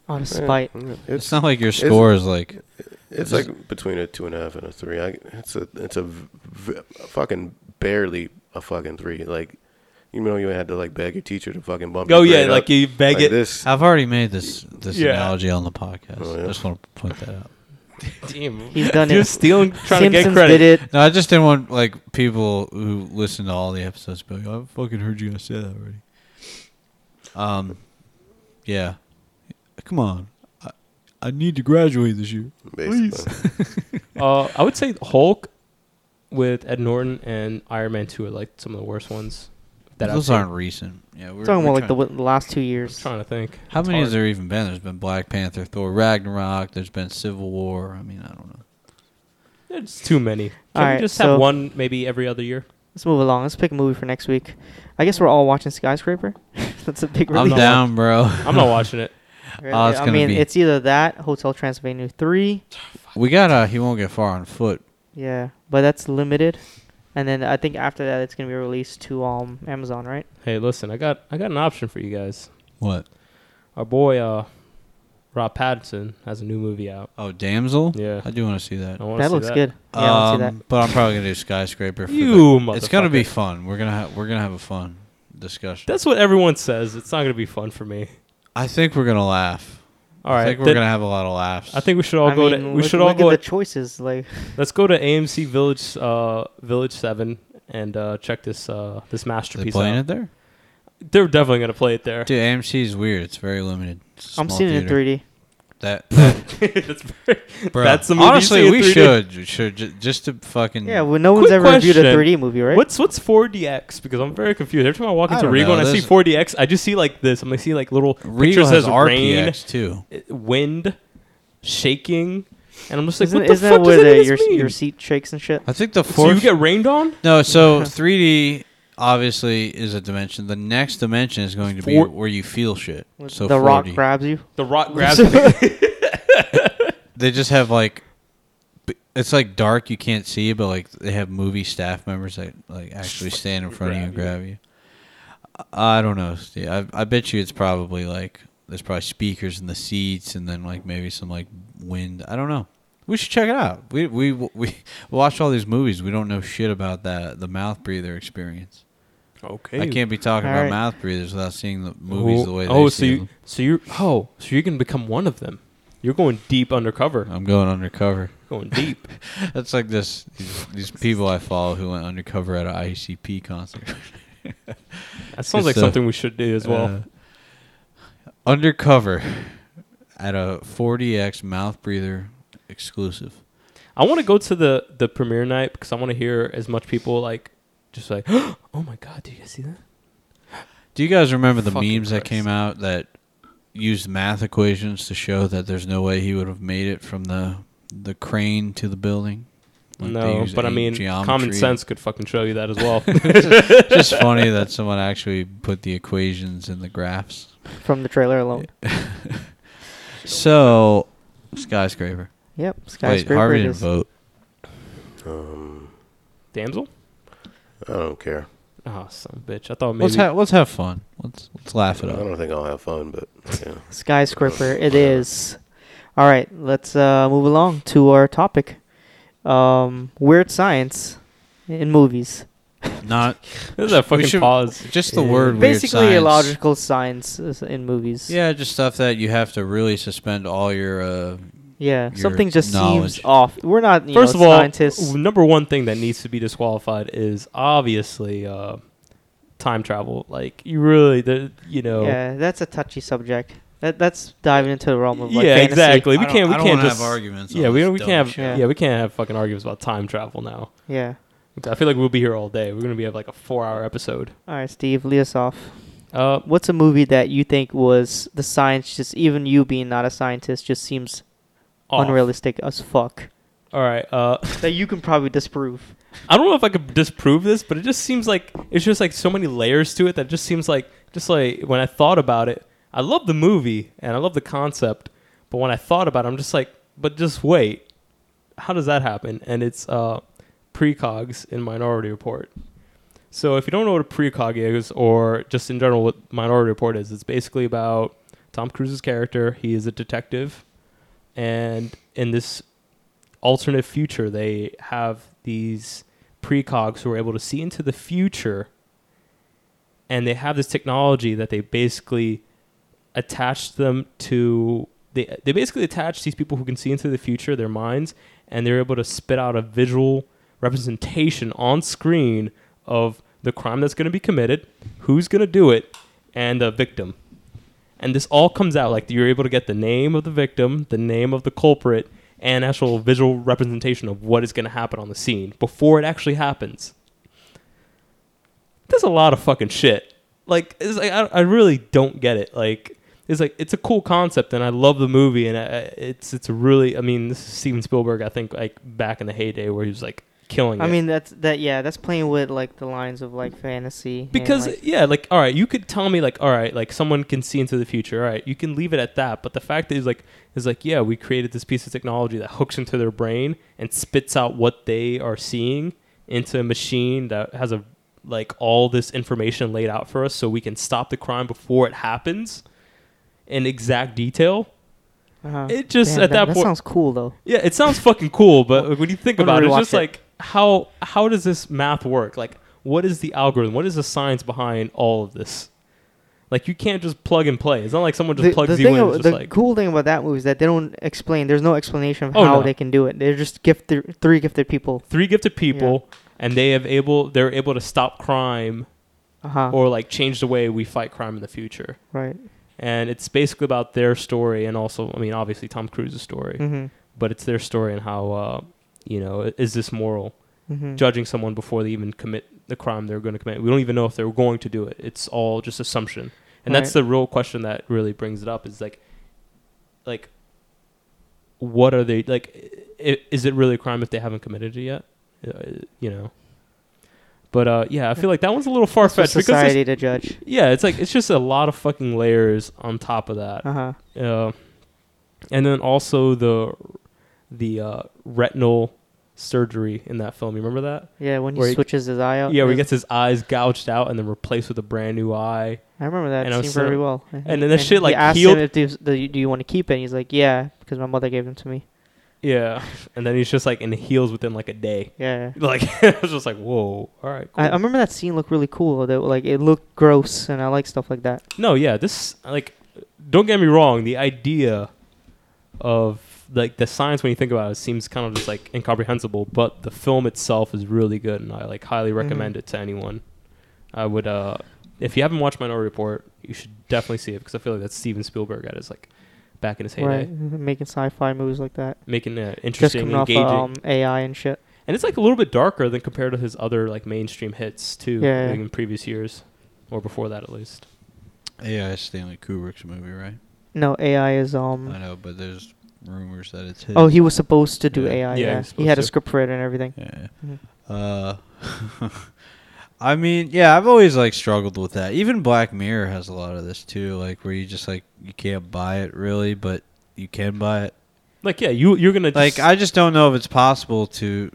Speaker 2: Out of spite.
Speaker 4: It's,
Speaker 5: it's
Speaker 4: not like your score is like.
Speaker 5: it's like between a two and a half and a three. I, it's a it's a v- v- fucking barely a fucking three. Like you know you had to like beg your teacher to fucking bump.
Speaker 3: Oh
Speaker 5: your
Speaker 3: yeah,
Speaker 5: grade
Speaker 3: like
Speaker 5: up.
Speaker 3: you beg
Speaker 5: Like
Speaker 3: it.
Speaker 5: This
Speaker 4: I've already made this this
Speaker 3: Yeah.
Speaker 4: analogy on the podcast.
Speaker 5: Oh, yeah?
Speaker 4: I just want to point that out.
Speaker 3: Damn,
Speaker 2: He's done
Speaker 3: (laughs) You're
Speaker 2: it.
Speaker 3: stealing, trying to get
Speaker 2: Simpsons
Speaker 3: credit.
Speaker 2: did it.
Speaker 4: No, I just didn't want like people who listen to all the episodes be like, "I fucking heard you guys say that already." Um, yeah. Come on, I, I need to graduate this year.
Speaker 5: basically.
Speaker 3: Uh, I would say Hulk with Ed Norton and Iron Man Two are like some of the worst ones. That I've
Speaker 4: Those
Speaker 3: seen.
Speaker 4: aren't recent. Yeah, we're
Speaker 2: I'm talking
Speaker 4: we're
Speaker 2: about like the,
Speaker 4: trying-
Speaker 2: w- the last 2 years.
Speaker 3: trying to think.
Speaker 4: How
Speaker 3: It's
Speaker 4: many has
Speaker 3: hard.
Speaker 4: there even been? There's been Black Panther, Thor, Ragnarok. There's been Civil War. I mean, I don't know.
Speaker 3: There's too many. Can we
Speaker 2: Alright,
Speaker 3: just
Speaker 2: so-
Speaker 3: have one maybe every other year?
Speaker 2: Let's move along. Let's pick a movie for next week. I guess we're all watching Skyscraper. (laughs) That's a big
Speaker 4: I'm
Speaker 2: release.
Speaker 3: not
Speaker 4: down, bro.
Speaker 3: I'm not watching it.
Speaker 2: Right,
Speaker 4: Oh, it's
Speaker 2: I
Speaker 4: gonna
Speaker 2: mean,
Speaker 4: be-
Speaker 2: it's either that Hotel Transylvania three,
Speaker 4: we got uh He won't get far on foot.
Speaker 2: yeah, but that's limited. And then I think after that, it's gonna be released to um Amazon, right?
Speaker 3: Hey, listen, I got I got an option for you guys.
Speaker 4: What?
Speaker 3: Our boy uh Rob Pattinson has a new movie out.
Speaker 4: Oh, Damsel?
Speaker 3: Yeah.
Speaker 4: I do want to see that.
Speaker 3: I wanna
Speaker 2: That
Speaker 3: see
Speaker 2: looks good. Yeah, I want to see
Speaker 4: Um, But I'm probably gonna do skyscraper. For
Speaker 3: You
Speaker 4: the- It's gonna be
Speaker 3: motherfucker.
Speaker 4: fun. We're gonna ha- we're gonna have a fun discussion.
Speaker 3: That's what everyone says. It's not gonna be fun for me.
Speaker 4: I think we're gonna laugh.
Speaker 3: All right.
Speaker 4: I think we're
Speaker 3: then-
Speaker 4: gonna have a lot of laughs.
Speaker 3: I think we should
Speaker 2: that.
Speaker 3: all
Speaker 2: I
Speaker 3: go
Speaker 2: mean,
Speaker 3: to. We
Speaker 2: look-
Speaker 3: should all
Speaker 2: look
Speaker 3: go.
Speaker 2: at
Speaker 3: At,
Speaker 2: the choices. Like
Speaker 3: let's go to AMC Village, uh, Village Seven, and uh, check this uh, this
Speaker 4: they
Speaker 3: masterpiece
Speaker 4: playing
Speaker 3: out.
Speaker 4: it there.
Speaker 3: They're definitely gonna play it there.
Speaker 4: Dude, AMC is weird. It's very limited. It's a
Speaker 2: I'm
Speaker 4: small
Speaker 2: seeing it in
Speaker 4: theater.
Speaker 2: 3D.
Speaker 3: (laughs)
Speaker 4: That,
Speaker 3: (laughs)
Speaker 4: that
Speaker 3: That's very-
Speaker 4: bruh.
Speaker 3: That's the movie you
Speaker 4: Honestly,
Speaker 3: see in
Speaker 4: we
Speaker 3: 3D.
Speaker 4: should we should ju- just to fucking
Speaker 2: Yeah, well, no one's
Speaker 3: Quick
Speaker 2: ever reviewed a
Speaker 3: question.
Speaker 2: 3D movie, (laughs) right?
Speaker 3: What's what's 4DX? Because I'm very confused. Every time I walk
Speaker 4: I
Speaker 3: into
Speaker 4: don't
Speaker 3: Regal
Speaker 4: know.
Speaker 3: and I see
Speaker 4: There's-
Speaker 3: 4DX, I just see like this. I'm gonna see like little
Speaker 4: Regal
Speaker 3: pictures
Speaker 4: has
Speaker 3: says
Speaker 4: RPX too.
Speaker 3: rain, uh, wind, shaking, and I'm just like,
Speaker 2: isn't
Speaker 3: what the
Speaker 2: isn't
Speaker 3: fuck
Speaker 2: that where
Speaker 3: does any
Speaker 2: the,
Speaker 3: of
Speaker 2: your,
Speaker 3: this mean?
Speaker 2: your seat shakes and shit?
Speaker 4: I think the
Speaker 3: so
Speaker 4: fourth.
Speaker 3: you get rained on? (laughs)
Speaker 4: no, so 3D obviously is a dimension. The next dimension is going to be
Speaker 3: Four-
Speaker 4: where you feel shit. So
Speaker 2: the
Speaker 4: 4D.
Speaker 2: rock grabs you. (laughs)
Speaker 3: The rock grabs me.
Speaker 4: they just have like b- it's like dark you can't see but like they have movie staff members that like actually stand in front of you and grab you i don't know Steve. I, I bet you it's probably like there's probably speakers in the seats and then like maybe some like wind i don't know we should check it out we we we (laughs) watch all these movies we don't know shit about that the mouth breather experience
Speaker 3: Okay.
Speaker 4: i can't be talking
Speaker 2: All
Speaker 4: about
Speaker 2: right.
Speaker 4: mouth breathers without seeing the movies the way they
Speaker 3: oh, so
Speaker 4: see
Speaker 3: you,
Speaker 4: them.
Speaker 3: so you, oh, so you're gonna become one of them. You're going deep undercover.
Speaker 4: i'm going undercover
Speaker 3: going deep.
Speaker 4: That's like this these, these people I follow who went undercover at a ICP concert.
Speaker 3: That sounds like
Speaker 4: So,
Speaker 3: something we should do (laughs) as well.
Speaker 4: Uh, undercover at a 40x mouth breather exclusive.
Speaker 3: I want to go to the the premiere night because I want to hear as much people like, just like, (gasps) oh my god, did you guys see that?
Speaker 4: Do you guys remember the
Speaker 3: Fucking
Speaker 4: memes that came
Speaker 3: Christ.
Speaker 4: out that used math equations to show that there's no way he would have made it from the the crane to the building? Like, they
Speaker 3: no,
Speaker 4: used
Speaker 3: but I
Speaker 4: a
Speaker 3: mean, common
Speaker 4: (laughs) geometry.
Speaker 3: sense could fucking show you that as
Speaker 4: (laughs)
Speaker 3: well.
Speaker 4: It's just funny that someone actually put the equations in the graphs.
Speaker 2: From the trailer alone.
Speaker 4: So, skyscraper.
Speaker 2: Yep.
Speaker 4: Wait,
Speaker 2: Skyscraper
Speaker 4: Harvey
Speaker 2: it
Speaker 4: didn't
Speaker 2: is.
Speaker 4: vote.
Speaker 3: Damsel.
Speaker 5: Um, I don't care.
Speaker 3: Oh, son of a bitch. I thought maybe.
Speaker 4: Let's have let's have fun. Let's let's laugh it
Speaker 5: I
Speaker 4: up.
Speaker 5: don't think I'll have fun, but yeah.
Speaker 2: Skyscraper it is. All right, let's uh, move along to our topic. Um, weird science in movies.
Speaker 4: Not
Speaker 3: This is a fucking
Speaker 4: should-
Speaker 3: pause.
Speaker 4: just the word
Speaker 2: Basically,
Speaker 4: weird science.
Speaker 2: illogical science is in movies.
Speaker 4: Yeah, just stuff that you have to really suspend all your. Uh,
Speaker 2: Yeah,
Speaker 4: Your
Speaker 2: something just
Speaker 4: knowledge.
Speaker 2: seems off. We're not, you
Speaker 3: First
Speaker 2: know,
Speaker 3: of all,
Speaker 2: scientists.
Speaker 3: w- number one thing that needs to be disqualified is obviously uh, time travel. Like you really, the, you know,
Speaker 2: Yeah, that's a touchy subject. That that's diving into the realm of like
Speaker 3: yeah,
Speaker 2: fantasy.
Speaker 3: exactly.
Speaker 4: I
Speaker 3: We
Speaker 4: don't-
Speaker 3: can't.
Speaker 4: I
Speaker 3: We
Speaker 4: don't
Speaker 3: can't
Speaker 4: wanna have
Speaker 3: just
Speaker 4: arguments on
Speaker 3: Yeah, we
Speaker 4: this
Speaker 3: don't- we
Speaker 4: dumb
Speaker 3: can't have.
Speaker 4: shit.
Speaker 3: Yeah, we can't have fucking arguments about time travel now.
Speaker 2: Yeah.
Speaker 3: I feel like we'll be here all day. We're gonna be have like a four-hour episode.
Speaker 2: All right, Steve, lead us off.
Speaker 3: Uh,
Speaker 2: What's a movie that you think was the science? Just even you being not a scientist just seems
Speaker 3: off.
Speaker 2: unrealistic as fuck.
Speaker 3: All right. Uh,
Speaker 2: that you can probably disprove.
Speaker 3: I don't know if I could disprove this, but it just seems like it's just like so many layers to it that just seems like just like when I thought about it, I love the movie and I love the concept, but when I thought about it, I'm just like, but just wait, how does that happen? And it's uh, precogs in Minority Report. So if you don't know what a precog is, or just in general what Minority Report is, it's basically about Tom Cruise's character. He is a detective, and in this alternate future, they have these precogs who are able to see into the future, and they have this technology that they basically attach them to. They they basically attach these people who can see into the future, their minds, and they're able to spit out a visual representation on screen of the crime that's going to be committed, who's going to do it, and the victim and this all comes out like you're able to get the name of the victim, the name of the culprit, and actual visual representation of what is going to happen on the scene before it actually happens. That's a lot of fucking shit. Like, it's like I, I really don't get it. Like, it's like it's a cool concept, and I love the movie, and I, I- it's it's really. I mean, this is Steven Spielberg. I think like back in the heyday where he was like killing.
Speaker 2: I
Speaker 3: it.
Speaker 2: mean, that's that. Yeah, that's playing with like the lines of like fantasy. and,
Speaker 3: because
Speaker 2: like,
Speaker 3: yeah like all right you could tell me like all right like someone can see into the future all right you can leave it at that but the fact is like is like yeah we created this piece of technology that hooks into their brain and spits out what they are seeing into a machine that has a like all this information laid out for us so we can stop the crime before it happens in exact detail
Speaker 2: Uh-huh.
Speaker 3: It just
Speaker 2: Damn,
Speaker 3: at that, point.
Speaker 2: sounds cool though.
Speaker 3: yeah, it sounds fucking cool, but like, when you think
Speaker 2: I'm gonna
Speaker 3: about it, it's
Speaker 2: rewatch
Speaker 3: just
Speaker 2: it.
Speaker 3: like how how does this math work? Like, what is the algorithm? What is the science behind all of this? Like, you can't just plug and play. It's not like someone just
Speaker 2: The,
Speaker 3: plugs
Speaker 2: the
Speaker 3: you
Speaker 2: thing
Speaker 3: in. and
Speaker 2: ab-
Speaker 3: it's
Speaker 2: the
Speaker 3: just like,
Speaker 2: cool thing about that movie is that they don't explain. There's no explanation of
Speaker 3: Oh,
Speaker 2: how
Speaker 3: no.
Speaker 2: they can do it. They're just gifted three gifted people.
Speaker 3: three gifted people, and they have able they're able to stop crime
Speaker 2: Uh huh.
Speaker 3: or like change the way we fight crime in the future.
Speaker 2: Right.
Speaker 3: And it's basically about their story, and also, I mean, obviously Tom Cruise's story,
Speaker 2: Mm-hmm.
Speaker 3: but it's their story and how uh, you know i- is this moral?
Speaker 2: Mm-hmm.
Speaker 3: judging someone before they even commit the crime they're going to commit. We don't even know if they're going to do it. It's all just assumption, and that's
Speaker 2: Right.
Speaker 3: the real question that really brings it up. Is like, like, what are they like? i- Is it really a crime if they haven't committed it yet? Uh, You know. But uh, yeah, I feel like that one's a little far
Speaker 2: for
Speaker 3: fetched because there's-
Speaker 2: society to judge.
Speaker 3: yeah, it's like it's just a lot of fucking layers on top of that.
Speaker 2: Uh huh.
Speaker 3: Uh, and then also the the uh, retinal surgery in that film. You remember that?
Speaker 2: Yeah, when he
Speaker 3: Where he-
Speaker 2: switches his eye out.
Speaker 3: Yeah, where he
Speaker 2: there's-
Speaker 3: gets his eyes gouged out and then replaced with a brand new eye.
Speaker 2: I remember that
Speaker 3: and I
Speaker 2: scene
Speaker 3: was
Speaker 2: very
Speaker 3: so-
Speaker 2: well.
Speaker 3: and then that shit, like,
Speaker 2: he asked
Speaker 3: healed-
Speaker 2: him if this- do you, do you want to keep it? And he's like, yeah, because my mother gave them to me.
Speaker 3: Yeah, (laughs) and then he's just like in heels within like a day. (laughs)
Speaker 2: Yeah. yeah.
Speaker 3: Like I was just like, whoa, all right. Cool.
Speaker 2: I, I remember that scene looked really cool. That like it looked gross, and I like stuff like that.
Speaker 3: no, yeah, this like, don't get me wrong. The idea of like the science when you think about it seems kind of just like incomprehensible, but the film itself is really good, and I like
Speaker 2: Mm-hmm.
Speaker 3: highly recommend it to anyone. I would, uh if you haven't watched Minority Report, you should definitely see it because I feel like that's Steven Spielberg at his like back in his heyday,
Speaker 2: Right, (laughs) making sci-fi movies like that.
Speaker 3: making uh,
Speaker 2: Just
Speaker 3: interesting,
Speaker 2: coming off of,
Speaker 3: engaging.
Speaker 2: um, AI and shit.
Speaker 3: And it's like a little bit darker than compared to his other like mainstream hits too,
Speaker 2: Yeah,
Speaker 3: like,
Speaker 2: yeah.
Speaker 3: in previous years or before that at least.
Speaker 4: AI is Stanley Kubrick's movie, right?
Speaker 2: No, AI is
Speaker 3: Mm-hmm.
Speaker 4: I
Speaker 2: um.
Speaker 4: know, but there's rumors that it's his.
Speaker 2: Oh, he was supposed to do
Speaker 4: Yeah.
Speaker 2: AI.
Speaker 3: Yeah,
Speaker 2: Yeah,
Speaker 3: he was
Speaker 2: he had a
Speaker 3: supposed to.
Speaker 2: script for it and everything.
Speaker 4: Yeah.
Speaker 2: Mhm.
Speaker 4: Uh, (laughs) I mean, yeah, I've always like struggled with that. Even Black Mirror has a lot of this too, like where you just like you can't buy it really, but you can buy it.
Speaker 3: Like yeah, you you're gonna
Speaker 4: Like
Speaker 3: just-
Speaker 4: I just don't know if it's possible to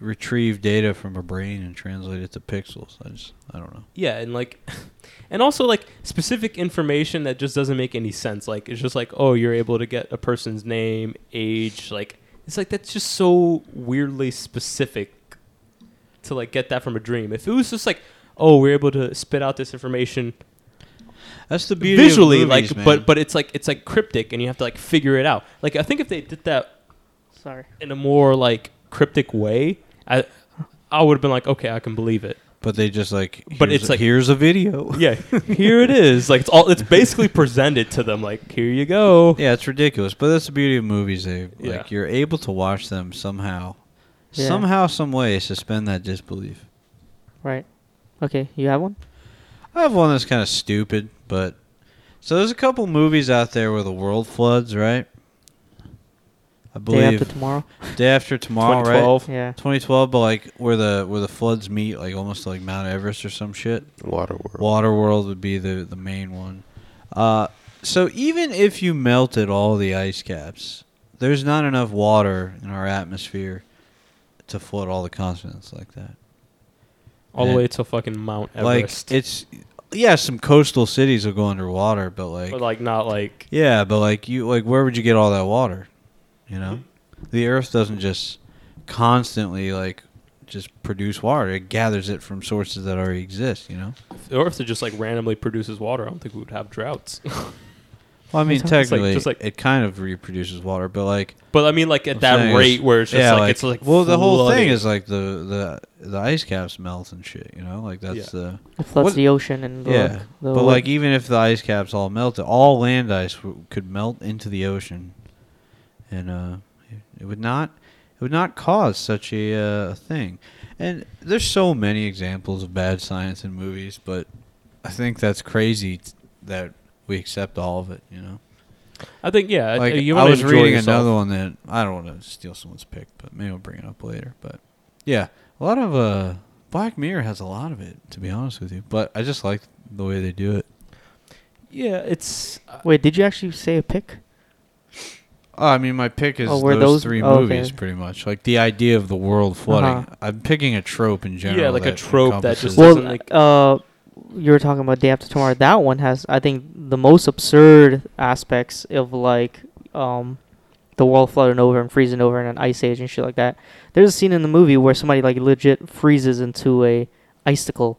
Speaker 4: retrieve data from a brain and translate it to pixels. I just I don't know.
Speaker 3: yeah, and like (laughs) and also like specific information that just doesn't make any sense. Like it's just like oh, you're able to get a person's name, age, like it's like that's just so weirdly specific to like get that from a dream. If it was just like oh, we're able to spit out this information
Speaker 4: That's the beauty of
Speaker 3: visually,
Speaker 4: movies,
Speaker 3: like
Speaker 4: man.
Speaker 3: but but it's like it's like cryptic, and you have to like figure it out. Like I think if they did that
Speaker 2: Sorry.
Speaker 3: in a more like cryptic way, I I would have been like, okay, I can believe it.
Speaker 4: but they just like
Speaker 3: But
Speaker 4: here's
Speaker 3: it's
Speaker 4: a-
Speaker 3: like-
Speaker 4: here's a video.
Speaker 3: Yeah, here it is. Like it's all it's basically presented to them. Like here you go.
Speaker 4: (laughs) Yeah, it's ridiculous, but that's the beauty of movies. They like
Speaker 3: Yeah.
Speaker 4: you're able to watch them somehow,
Speaker 2: Yeah.
Speaker 4: somehow, some way suspend that disbelief.
Speaker 2: Right. Okay, you have one.
Speaker 4: I have one that's kind of stupid, but so there's a couple movies out there where the world floods, right? I
Speaker 2: Day
Speaker 4: believe
Speaker 2: after tomorrow.
Speaker 4: Day After tomorrow, right?
Speaker 3: 2012.
Speaker 2: Yeah.
Speaker 4: 2012, but like where the where the floods meet, like almost like Mount Everest or some shit.
Speaker 5: Waterworld.
Speaker 4: Waterworld would be the the main one. Uh, so even if you melted all the ice caps, there's not enough water in our atmosphere to flood all the continents like that.
Speaker 3: All the
Speaker 4: Yeah.
Speaker 3: way to fucking Mount Everest.
Speaker 4: Like it's yeah, some coastal cities will go underwater, but like,
Speaker 3: but like not like
Speaker 4: yeah, but like you like where would you get all that water? You know,
Speaker 3: Mm-hmm.
Speaker 4: the Earth doesn't just constantly like just produce water. It gathers it from sources that already exist. You know.
Speaker 3: or if it just like randomly produces water, I don't think we would have droughts.
Speaker 4: Well, I mean,
Speaker 3: It's like-
Speaker 4: technically,
Speaker 3: just like-
Speaker 4: it kind kind of reproduces water, but like
Speaker 3: but I mean like at
Speaker 4: I'm
Speaker 3: that
Speaker 4: saying is-
Speaker 3: rate where it's just like, it's like
Speaker 4: well, the whole thing
Speaker 3: flooding.
Speaker 4: is like the the the ice caps melt and shit. You know, like that's the
Speaker 2: It floods
Speaker 4: What-
Speaker 2: the ocean and the,
Speaker 4: yeah.
Speaker 2: the
Speaker 4: but
Speaker 2: wa-
Speaker 4: like even if the ice caps all melted, all land ice w- could melt into the ocean, and uh, it would not it would not cause such a uh, thing. And there's so many examples of bad science in movies, but I think that's crazy t- that we accept all of it. You know.
Speaker 3: I think yeah.
Speaker 4: like
Speaker 3: you
Speaker 4: I
Speaker 3: wanna
Speaker 4: was
Speaker 3: enjoy
Speaker 4: reading
Speaker 3: yourself.
Speaker 4: another one that I don't want to steal someone's pick, but maybe we'll bring it up later. But yeah, a lot of uh, Black Mirror has a lot of it, to be honest with you. But I just like the way they do it.
Speaker 3: Yeah, it's
Speaker 2: Wait, did you actually say a pick?
Speaker 4: Uh, I mean, my pick is
Speaker 2: Oh, were
Speaker 4: those,
Speaker 2: those-
Speaker 4: three
Speaker 2: oh, okay.
Speaker 4: movies, pretty much. Like the idea of the world flooding.
Speaker 2: Uh-huh.
Speaker 4: I'm picking a trope in general.
Speaker 3: yeah like a
Speaker 4: that
Speaker 3: trope that just
Speaker 4: encompasses-
Speaker 2: Well,
Speaker 3: doesn't like
Speaker 2: uh, you were talking about Day After Tomorrow, that one has I think the most absurd aspects of like um, the world flooding over and freezing over in an ice age and shit like that. There's a scene in the movie where somebody like legit freezes into a
Speaker 4: (laughs)
Speaker 2: icicle.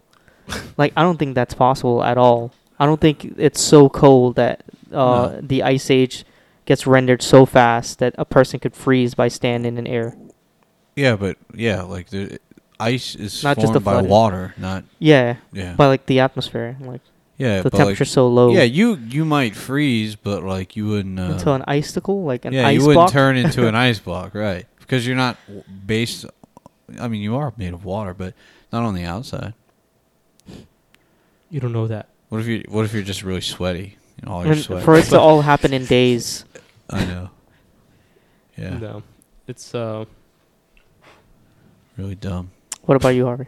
Speaker 2: like I don't think that's possible at all. I don't think it's so cold that uh,
Speaker 4: No.
Speaker 2: the ice age gets rendered so fast that a person could freeze by standing in air.
Speaker 4: Yeah, but yeah, like the ice is
Speaker 2: Not just
Speaker 4: formed
Speaker 2: the
Speaker 4: by
Speaker 2: flooding.
Speaker 4: water, not
Speaker 2: Yeah,
Speaker 4: yeah,
Speaker 2: by like the atmosphere, like
Speaker 4: yeah.
Speaker 2: the
Speaker 4: but, like,
Speaker 2: temperature's so low.
Speaker 4: yeah, you you might freeze, but like you wouldn't. Uh,
Speaker 2: until an icicle, like an
Speaker 4: yeah,
Speaker 2: ice
Speaker 4: you wouldn't
Speaker 2: block.
Speaker 4: turn
Speaker 2: (laughs)
Speaker 4: into an ice block, right? Because you're not w- based. I mean, you are made of water, but not on the outside.
Speaker 3: You don't know that.
Speaker 4: What if you What if you're just really sweaty? You know, all your
Speaker 2: And
Speaker 4: sweat. (laughs)
Speaker 2: for it to all happen in days.
Speaker 4: I know. Yeah,
Speaker 3: No, it's uh,
Speaker 4: really dumb.
Speaker 2: What about you, Harvey?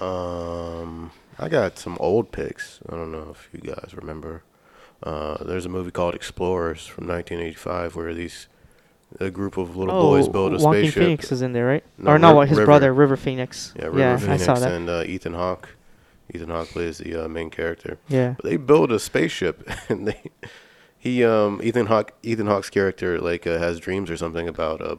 Speaker 5: Um, I got some old picks. I don't know if you guys remember. Uh, there's a movie called Explorers from 1985 where these a group of little boys
Speaker 3: Oh,
Speaker 5: build a
Speaker 2: Oh, Joaquin
Speaker 5: spaceship.
Speaker 2: Phoenix is in there, right?
Speaker 5: No,
Speaker 2: or no,
Speaker 5: Ri-
Speaker 2: his
Speaker 5: River.
Speaker 2: brother River Phoenix.
Speaker 5: Yeah, River Phoenix
Speaker 2: I saw that.
Speaker 5: and uh, Ethan Hawke. Ethan Hawke plays the uh, main character.
Speaker 2: yeah,
Speaker 5: But they build a spaceship, (laughs) and they he um Ethan Hawke Ethan Hawke's character like uh, has dreams or something about uh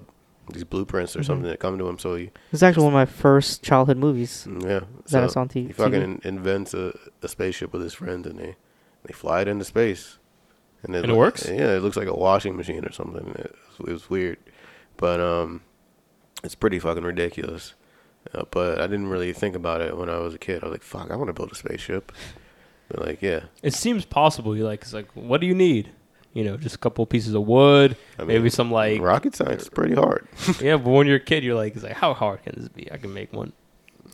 Speaker 5: these blueprints or
Speaker 2: Mm-hmm.
Speaker 5: something that come to him. So he
Speaker 2: it's actually one of my first childhood
Speaker 5: (laughs)
Speaker 2: movies.
Speaker 5: Mm, yeah
Speaker 2: That I saw on T-
Speaker 5: He fucking
Speaker 2: TV.
Speaker 5: in- invents a, a spaceship with his friend, and they they fly it into space, and
Speaker 3: And it
Speaker 5: loo-
Speaker 3: works?
Speaker 5: Yeah, it looks like a washing machine or something. It, was- it was weird, but um, it's pretty fucking ridiculous. Uh, but I didn't really think about it when I was a kid. I was like, "Fuck, I want to build a spaceship." But like, yeah,
Speaker 3: it seems possible. You like, it's like, what do you need? You know, just a couple pieces of wood,
Speaker 5: I
Speaker 3: maybe
Speaker 5: mean,
Speaker 3: some like,
Speaker 5: rocket science is pretty hard.
Speaker 3: (laughs) yeah. But when you're a kid, you're like, it's like, how hard can this be? I can make one.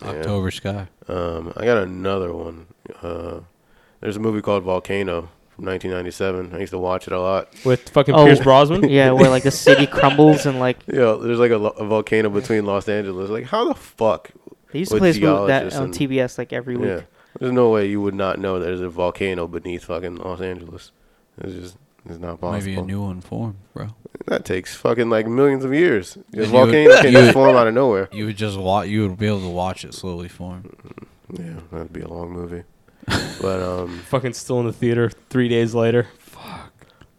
Speaker 5: Yeah.
Speaker 4: October sky.
Speaker 5: Um, I got another one. Uh, there's a movie called Volcano from 1997. I used to watch it a lot.
Speaker 3: with fucking
Speaker 2: Oh.
Speaker 3: Pierce Brosnan.
Speaker 2: (laughs) Yeah, where like the city crumbles and like
Speaker 5: Yeah, there's like a, lo- a
Speaker 4: (laughs)
Speaker 5: volcano between Los Angeles. Like, how the fuck?
Speaker 2: they used to
Speaker 5: With
Speaker 2: play this movie that
Speaker 5: geologists
Speaker 2: on
Speaker 5: and-
Speaker 2: TBS like every week.
Speaker 5: Yeah, there's no way you would not know there's a volcano beneath fucking Los Angeles. It's just, it's not possible.
Speaker 4: Maybe a new one formed, bro.
Speaker 5: that takes fucking like millions
Speaker 4: (laughs)
Speaker 5: of years. A
Speaker 4: you
Speaker 5: volcano
Speaker 4: would-
Speaker 5: can
Speaker 4: you
Speaker 5: just
Speaker 4: would-
Speaker 5: form out of nowhere.
Speaker 4: You would just watch. You would be able to watch it slowly form.
Speaker 5: Yeah, that'd be a
Speaker 4: (laughs)
Speaker 5: long movie. but um,
Speaker 3: Fucking still in the theater three days later.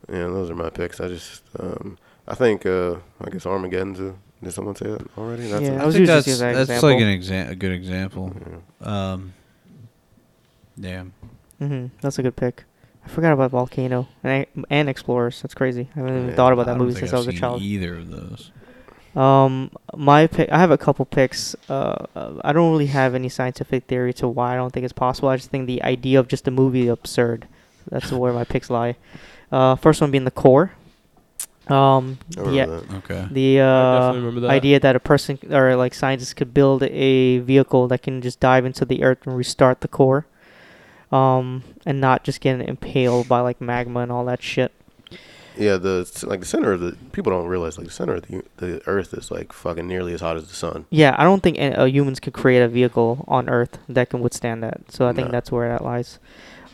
Speaker 5: yeah, those are my picks. I just, um, I think, uh, I guess Armageddon's. A, did someone say that already? That's
Speaker 2: Yeah.
Speaker 5: a-
Speaker 2: I was
Speaker 4: think
Speaker 2: gonna
Speaker 4: that's
Speaker 2: just use that
Speaker 4: that's
Speaker 2: example.
Speaker 4: like an exa- a good example. Um, damn.
Speaker 2: hmm That's a good pick. I forgot about Volcano and, and Explorers. That's crazy. I haven't even
Speaker 5: Yeah,
Speaker 2: thought about
Speaker 4: I
Speaker 2: that
Speaker 4: don't
Speaker 2: movie
Speaker 4: think
Speaker 2: since
Speaker 4: I've
Speaker 2: I was a
Speaker 4: seen
Speaker 2: child.
Speaker 4: Either of those.
Speaker 2: Um, my pick. I have a couple picks. Uh, uh, I don't really have any scientific theory to why I don't think it's possible. I just think the idea of just the movie absurd. That's where my picks lie. Uh, first one being the core. Um,
Speaker 5: I remember
Speaker 2: yeah,
Speaker 5: that.
Speaker 4: Okay.
Speaker 2: the
Speaker 3: I
Speaker 2: uh,
Speaker 3: definitely remember that.
Speaker 2: idea that a person c- or like scientists could build a vehicle that can just dive into the earth and restart the core, um, and not just get impaled by like magma and all that shit.
Speaker 5: Yeah, the c- like the center of the people don't realize like the center of the, u- the Earth is like fucking nearly as hot as the sun.
Speaker 2: Yeah, I don't think an- uh, humans could create a vehicle on Earth that can withstand that. So I think
Speaker 5: No.
Speaker 2: that's where that lies.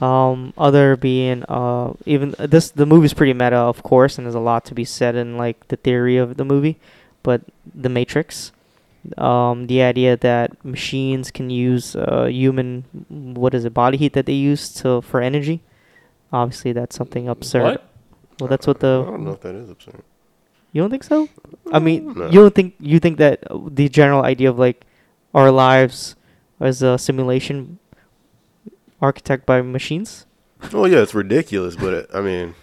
Speaker 2: Um, other being, uh, even this, the movie's pretty meta, of course, and there's a lot to be said in like the theory of the movie, but the Matrix, um, the idea that machines can use uh, human, what is it, body heat that they use to for energy. Obviously, that's something absurd.
Speaker 3: What?
Speaker 2: Well, that's what
Speaker 5: I don't know
Speaker 2: the
Speaker 5: if that is absurd.
Speaker 2: you don't think so? I mean,
Speaker 5: Mm. No.
Speaker 2: you don't think you think that uh, the general idea of like our lives as a simulation architect by machines?
Speaker 5: Well, yeah, it's ridiculous, but it, I mean,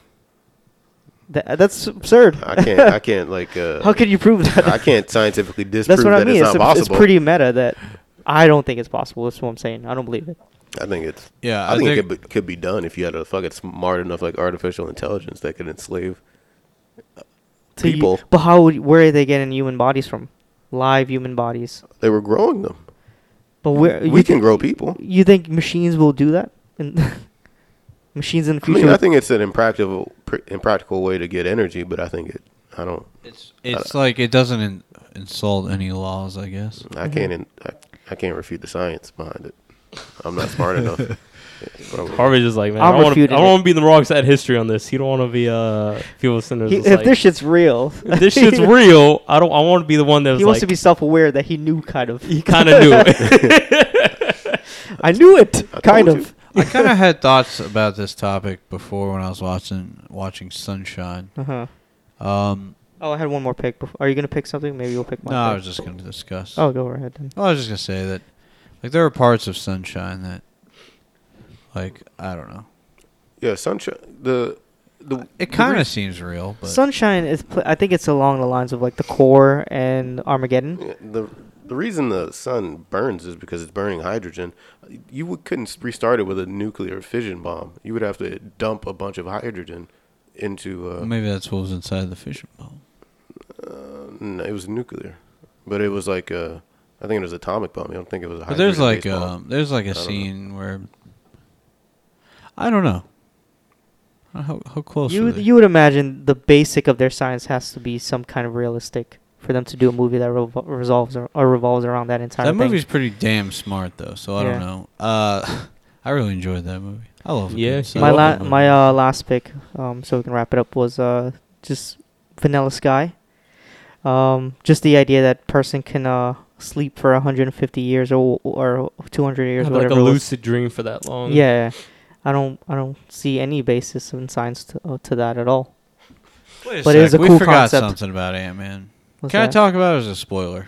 Speaker 2: That, that's absurd.
Speaker 5: I
Speaker 2: (laughs)
Speaker 5: can't, I can't like, uh,
Speaker 2: How can you prove that?
Speaker 5: I can't scientifically disprove
Speaker 2: that's what
Speaker 5: that
Speaker 2: I mean.
Speaker 5: it's
Speaker 2: It's,
Speaker 5: not
Speaker 2: ab- it's
Speaker 5: possible.
Speaker 2: pretty meta that I don't think it's possible. That's what I'm saying. I don't believe it.
Speaker 5: I think it's.
Speaker 4: Yeah,
Speaker 5: I,
Speaker 4: I
Speaker 5: think, it
Speaker 4: think-
Speaker 5: could be, could be done if you had a fucking smart enough like artificial intelligence that could enslave.
Speaker 2: To you-
Speaker 5: People.
Speaker 2: but how? Would, where are they getting human bodies from? Live human bodies.
Speaker 5: They were growing them.
Speaker 2: But where
Speaker 5: We
Speaker 2: you
Speaker 5: can
Speaker 2: thi-
Speaker 5: grow people.
Speaker 2: You think machines will do that? And (laughs) machines in the
Speaker 5: I
Speaker 2: future?
Speaker 5: mean, I
Speaker 2: will-
Speaker 5: think it's an impractical, pr- impractical way to get energy, but I think it. I don't.
Speaker 4: It's
Speaker 2: Uh,
Speaker 4: it's like it doesn't in, insult any laws, I guess.
Speaker 5: I
Speaker 2: Mm-hmm.
Speaker 5: can't. In, I, I can't refute the science behind it. I'm not
Speaker 4: (laughs)
Speaker 5: smart enough. Probably.
Speaker 3: Harvey's just like, man,
Speaker 2: I'm
Speaker 3: I don't wanna- I
Speaker 2: refuting
Speaker 3: don't
Speaker 2: it.
Speaker 3: want to be in the wrong side of history on this. You don't want to be uh, people listening
Speaker 2: He-
Speaker 3: to
Speaker 2: if
Speaker 3: this. Like,
Speaker 2: this shit's real,
Speaker 3: (laughs) if
Speaker 2: (laughs)
Speaker 3: this shit's real, I don't. I want to be the one that was
Speaker 2: He wants
Speaker 3: like,
Speaker 2: to be self-aware that he knew, kind of.
Speaker 3: he kind of knew it.
Speaker 2: (laughs) I knew
Speaker 4: (laughs)
Speaker 2: it. kind
Speaker 5: told
Speaker 2: of.
Speaker 4: I kind
Speaker 2: (laughs)
Speaker 4: of had thoughts about this topic before when I was watching watching Sunshine.
Speaker 2: Uh huh.
Speaker 4: Um,
Speaker 2: Oh, I had one more pick. Before. Are you gonna pick something? Maybe you'll pick
Speaker 4: no,
Speaker 2: one.
Speaker 4: I was just going to discuss.
Speaker 2: Oh, go right ahead then.
Speaker 4: Well, I was just gonna say that, like, there are parts of Sunshine that, like, I don't know.
Speaker 5: Yeah, sunshine. The the
Speaker 4: It kind of seems real, but
Speaker 2: Sunshine is. Pl- I think it's along the lines of like the core and Armageddon.
Speaker 5: the the reason the sun burns is because it's burning hydrogen. You would, couldn't restart it with a nuclear fission bomb. You would have to dump a bunch of hydrogen into. Uh,
Speaker 4: maybe that's what was inside the fishing boat.
Speaker 5: no, it was nuclear, but it was like uh, I think it was atomic bomb. I don't think it was. A
Speaker 4: But there's like
Speaker 5: hydrogen-based bomb.
Speaker 4: um, there's like a
Speaker 5: don't know.
Speaker 4: scene where I don't know. How how close
Speaker 2: You
Speaker 4: were
Speaker 2: would,
Speaker 4: they?
Speaker 2: you would imagine the basic of their science has to be some kind of realistic for them to do a movie that revol resolves or, or revolves around that entire
Speaker 4: that
Speaker 2: thing.
Speaker 4: movie's pretty damn smart though, so I
Speaker 2: Yeah.
Speaker 4: don't know. Uh, (laughs) I really enjoyed that movie. I love it.
Speaker 3: Yeah, he
Speaker 2: my
Speaker 3: Love
Speaker 2: la-
Speaker 3: that movie.
Speaker 2: my uh, last pick, um, so we can wrap it up, was uh, just Vanilla Sky. Um, just the idea that person can uh, sleep for 150 years or or 200 years,
Speaker 3: Had, (laughs) like
Speaker 2: whatever.
Speaker 3: a
Speaker 2: it was.
Speaker 3: lucid dream for that long.
Speaker 2: Yeah, I don't I don't see any basis in science to, uh, to that at all. but
Speaker 4: but
Speaker 2: it is a
Speaker 4: we
Speaker 2: cool
Speaker 4: forgot
Speaker 2: concept.
Speaker 4: something about Ant Man.
Speaker 2: What's
Speaker 4: Can I
Speaker 2: that?
Speaker 4: talk about it as a spoiler?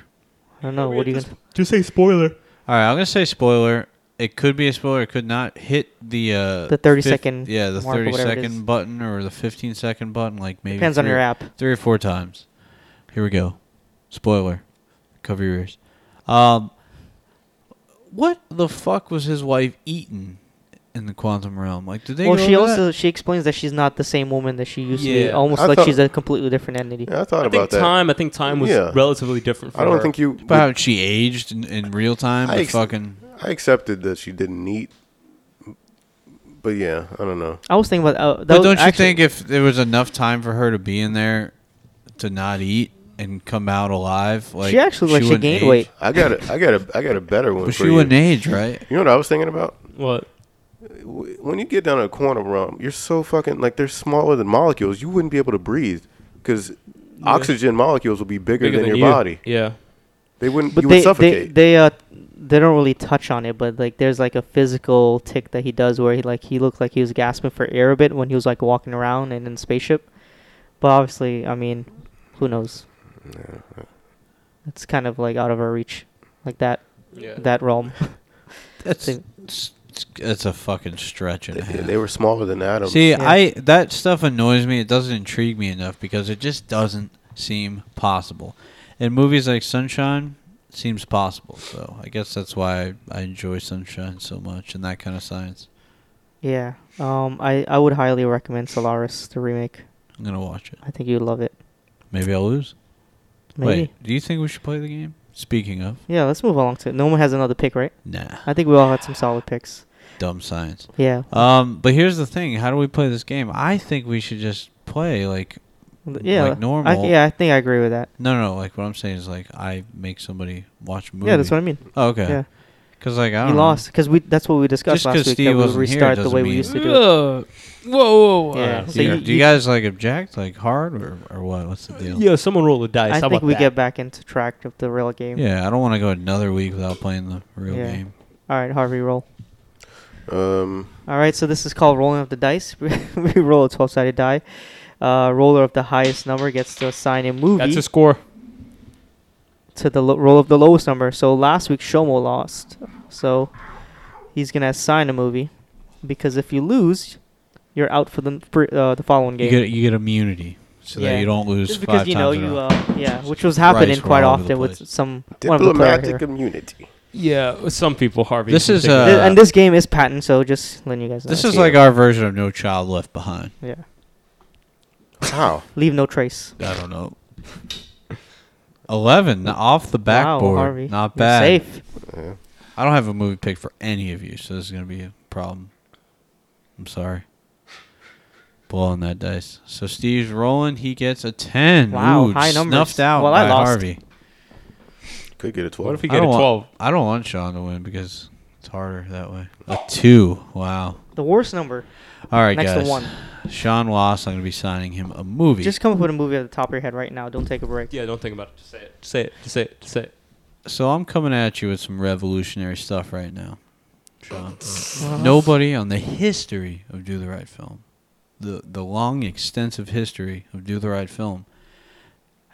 Speaker 2: I don't know. What do you? Gonna,
Speaker 3: Just say spoiler.
Speaker 4: All right, I'm gonna say spoiler. It could be a spoiler. It could not hit the uh,
Speaker 2: The 30 second
Speaker 4: Yeah, the
Speaker 2: mark or
Speaker 4: thirty
Speaker 2: whatever it is.
Speaker 4: second button or the fifteen second button. Like maybe
Speaker 2: Depends on
Speaker 4: three-
Speaker 2: your app.
Speaker 4: Three or four times. Here we go. Spoiler. Cover your ears. Um, what the fuck was his wife eating in the quantum realm? Like, did they?
Speaker 2: Well,
Speaker 4: go
Speaker 2: she
Speaker 4: over
Speaker 2: also
Speaker 4: that?
Speaker 2: she explains that she's not the same woman that she used to be.
Speaker 3: Yeah.
Speaker 2: Almost
Speaker 5: I
Speaker 2: like
Speaker 5: thought-
Speaker 2: she's a completely different entity.
Speaker 5: Yeah, I thought
Speaker 3: I
Speaker 5: about
Speaker 3: think
Speaker 5: that.
Speaker 3: time. I think time was
Speaker 5: Yeah.
Speaker 3: relatively different. For
Speaker 5: I don't
Speaker 3: her.
Speaker 5: think you.
Speaker 4: But how she aged in, in real time.
Speaker 5: I
Speaker 4: but
Speaker 5: ex-
Speaker 4: fucking.
Speaker 5: I accepted that she didn't eat. But yeah, I don't know.
Speaker 2: I was thinking about. Uh, that
Speaker 4: But
Speaker 2: was
Speaker 4: don't you
Speaker 2: actually-
Speaker 4: think if there was enough time for her to be in there to not eat and come out alive, like
Speaker 2: she actually like she
Speaker 4: wouldn't
Speaker 2: gained
Speaker 4: age?
Speaker 2: weight?
Speaker 5: I got a, I got a, I got a better
Speaker 4: (laughs)
Speaker 5: one
Speaker 4: But
Speaker 5: for
Speaker 4: she
Speaker 5: you.
Speaker 4: wouldn't age, right?
Speaker 5: You know what I was thinking about?
Speaker 3: What?
Speaker 5: W- When you get down to a quantum realm, you're so fucking like they're smaller than molecules. You wouldn't be able to breathe because oxygen molecules will be bigger,
Speaker 3: Bigger
Speaker 5: than, your
Speaker 3: you.
Speaker 5: body.
Speaker 3: Yeah.
Speaker 5: They wouldn't.
Speaker 2: But
Speaker 5: you
Speaker 2: they
Speaker 5: would
Speaker 2: they
Speaker 5: suffocate.
Speaker 2: they uh they don't really touch on it. But like there's like a physical tick that he does where he like he looked like he was gasping for air a bit when he was like walking around and in the spaceship. But obviously, I mean, who knows? It's kind of like out of our reach, like that
Speaker 3: Yeah.
Speaker 2: that realm.
Speaker 4: That's
Speaker 2: Think-
Speaker 4: it's, it's a fucking stretch and a
Speaker 5: they,
Speaker 4: half.
Speaker 5: they were smaller than atoms.
Speaker 4: See,
Speaker 2: Yeah.
Speaker 4: I that stuff annoys me. It doesn't intrigue me enough because it just doesn't seem possible. In movies like Sunshine, it seems possible. So I guess that's why I, I enjoy Sunshine so much and that kind of science.
Speaker 2: yeah. Um. I I would highly recommend Solaris the remake.
Speaker 4: I'm gonna watch it.
Speaker 2: I think you'd love it.
Speaker 4: Maybe I'll lose.
Speaker 2: Maybe.
Speaker 4: Wait, do you think we should play the game? Speaking of,
Speaker 2: Yeah. Let's move along to. No one has another pick, right?
Speaker 4: nah,
Speaker 2: I think we all had some solid picks.
Speaker 4: dumb science.
Speaker 2: Yeah.
Speaker 4: Um, but here's the thing: how do we play this game? I think we should just play like
Speaker 2: Yeah.
Speaker 4: like normal.
Speaker 2: I, yeah. I think I agree with that.
Speaker 4: no, no. Like what I'm saying is like I make somebody watch a movie.
Speaker 2: Yeah. That's what I mean.
Speaker 4: Oh, okay.
Speaker 2: Yeah.
Speaker 4: Because like I don't
Speaker 2: You
Speaker 4: know.
Speaker 2: lost because we. That's what we discussed
Speaker 4: Oh. Just
Speaker 2: last
Speaker 4: 'cause
Speaker 2: week.
Speaker 4: Steve
Speaker 2: that we
Speaker 4: wasn't here
Speaker 2: restart the
Speaker 4: doesn't
Speaker 2: way we
Speaker 4: mean-
Speaker 2: used to do it.
Speaker 3: Ugh. Whoa, whoa, whoa.
Speaker 2: Yeah.
Speaker 3: Uh,
Speaker 2: So
Speaker 4: Do,
Speaker 2: you-
Speaker 4: you, do you guys like object like hard or, or what? What's the deal?
Speaker 3: yeah, someone roll the dice.
Speaker 2: I
Speaker 3: How
Speaker 2: think
Speaker 3: about
Speaker 2: we
Speaker 3: that?
Speaker 2: get back into track of the real game.
Speaker 4: Yeah, I don't want to go another week without playing the real
Speaker 2: Yeah.
Speaker 4: game.
Speaker 2: All right, Harvey, roll.
Speaker 5: Um,
Speaker 2: All right, so this is called rolling of the dice. (laughs) we roll a twelve-sided die. Uh, roller of the highest number gets to assign a movie
Speaker 3: That's a score.
Speaker 2: to the lo- roll of the lowest number. So last week Shomo lost, so he's gonna assign a movie because if you lose, you're out for the n- pre- uh, the following game.
Speaker 4: You get you get immunity so
Speaker 2: Yeah.
Speaker 4: that you don't lose
Speaker 2: Just
Speaker 4: five
Speaker 2: because you know
Speaker 4: times. in a
Speaker 2: you,
Speaker 4: row.
Speaker 2: uh, yeah, which was
Speaker 4: Christ,
Speaker 2: happening
Speaker 4: we're
Speaker 2: quite
Speaker 4: all over the
Speaker 2: often with
Speaker 4: place.
Speaker 2: some one of the player
Speaker 5: diplomatic
Speaker 2: here.
Speaker 5: immunity.
Speaker 3: Yeah, with some people, Harvey.
Speaker 4: This
Speaker 3: in
Speaker 4: is,
Speaker 3: particular.
Speaker 2: Th-
Speaker 4: uh,
Speaker 2: and this game is patent, so just letting you guys know.
Speaker 4: This is like our version of No Child Left Behind.
Speaker 2: yeah,
Speaker 5: How?
Speaker 2: leave no trace.
Speaker 4: I
Speaker 2: (laughs)
Speaker 4: don't know. Eleven off the
Speaker 2: wow,
Speaker 4: backboard,
Speaker 2: Harvey.
Speaker 4: not
Speaker 2: You're
Speaker 4: bad.
Speaker 2: safe.
Speaker 4: I don't have a movie pick for any of you, so this is gonna be a problem. I'm sorry. Blowing that dice. So Steve's rolling. He gets a ten.
Speaker 2: Wow,
Speaker 4: Ooh,
Speaker 2: high numbers.
Speaker 4: Snuffed out
Speaker 2: Well, I
Speaker 4: by
Speaker 2: lost.
Speaker 4: Harvey.
Speaker 5: Could get a twelve.
Speaker 3: what if we
Speaker 4: I
Speaker 3: get a
Speaker 4: don't want-
Speaker 3: twelve?
Speaker 4: I don't want Sean to win because it's harder that way. A two. Wow.
Speaker 2: The worst number
Speaker 4: All right,
Speaker 2: next
Speaker 4: guys.
Speaker 2: to one.
Speaker 4: Sean lost. I'm gonna be signing him a movie.
Speaker 2: Just come up with a movie at the top of your head right now. Don't take a break.
Speaker 3: Yeah, don't think about it. Just say it. Just say it. Just say it. Just say it.
Speaker 4: so I'm coming at you with some revolutionary stuff right now. Sean. Nobody on the history of Do the Right Film, the the long extensive history of Do the Right Film,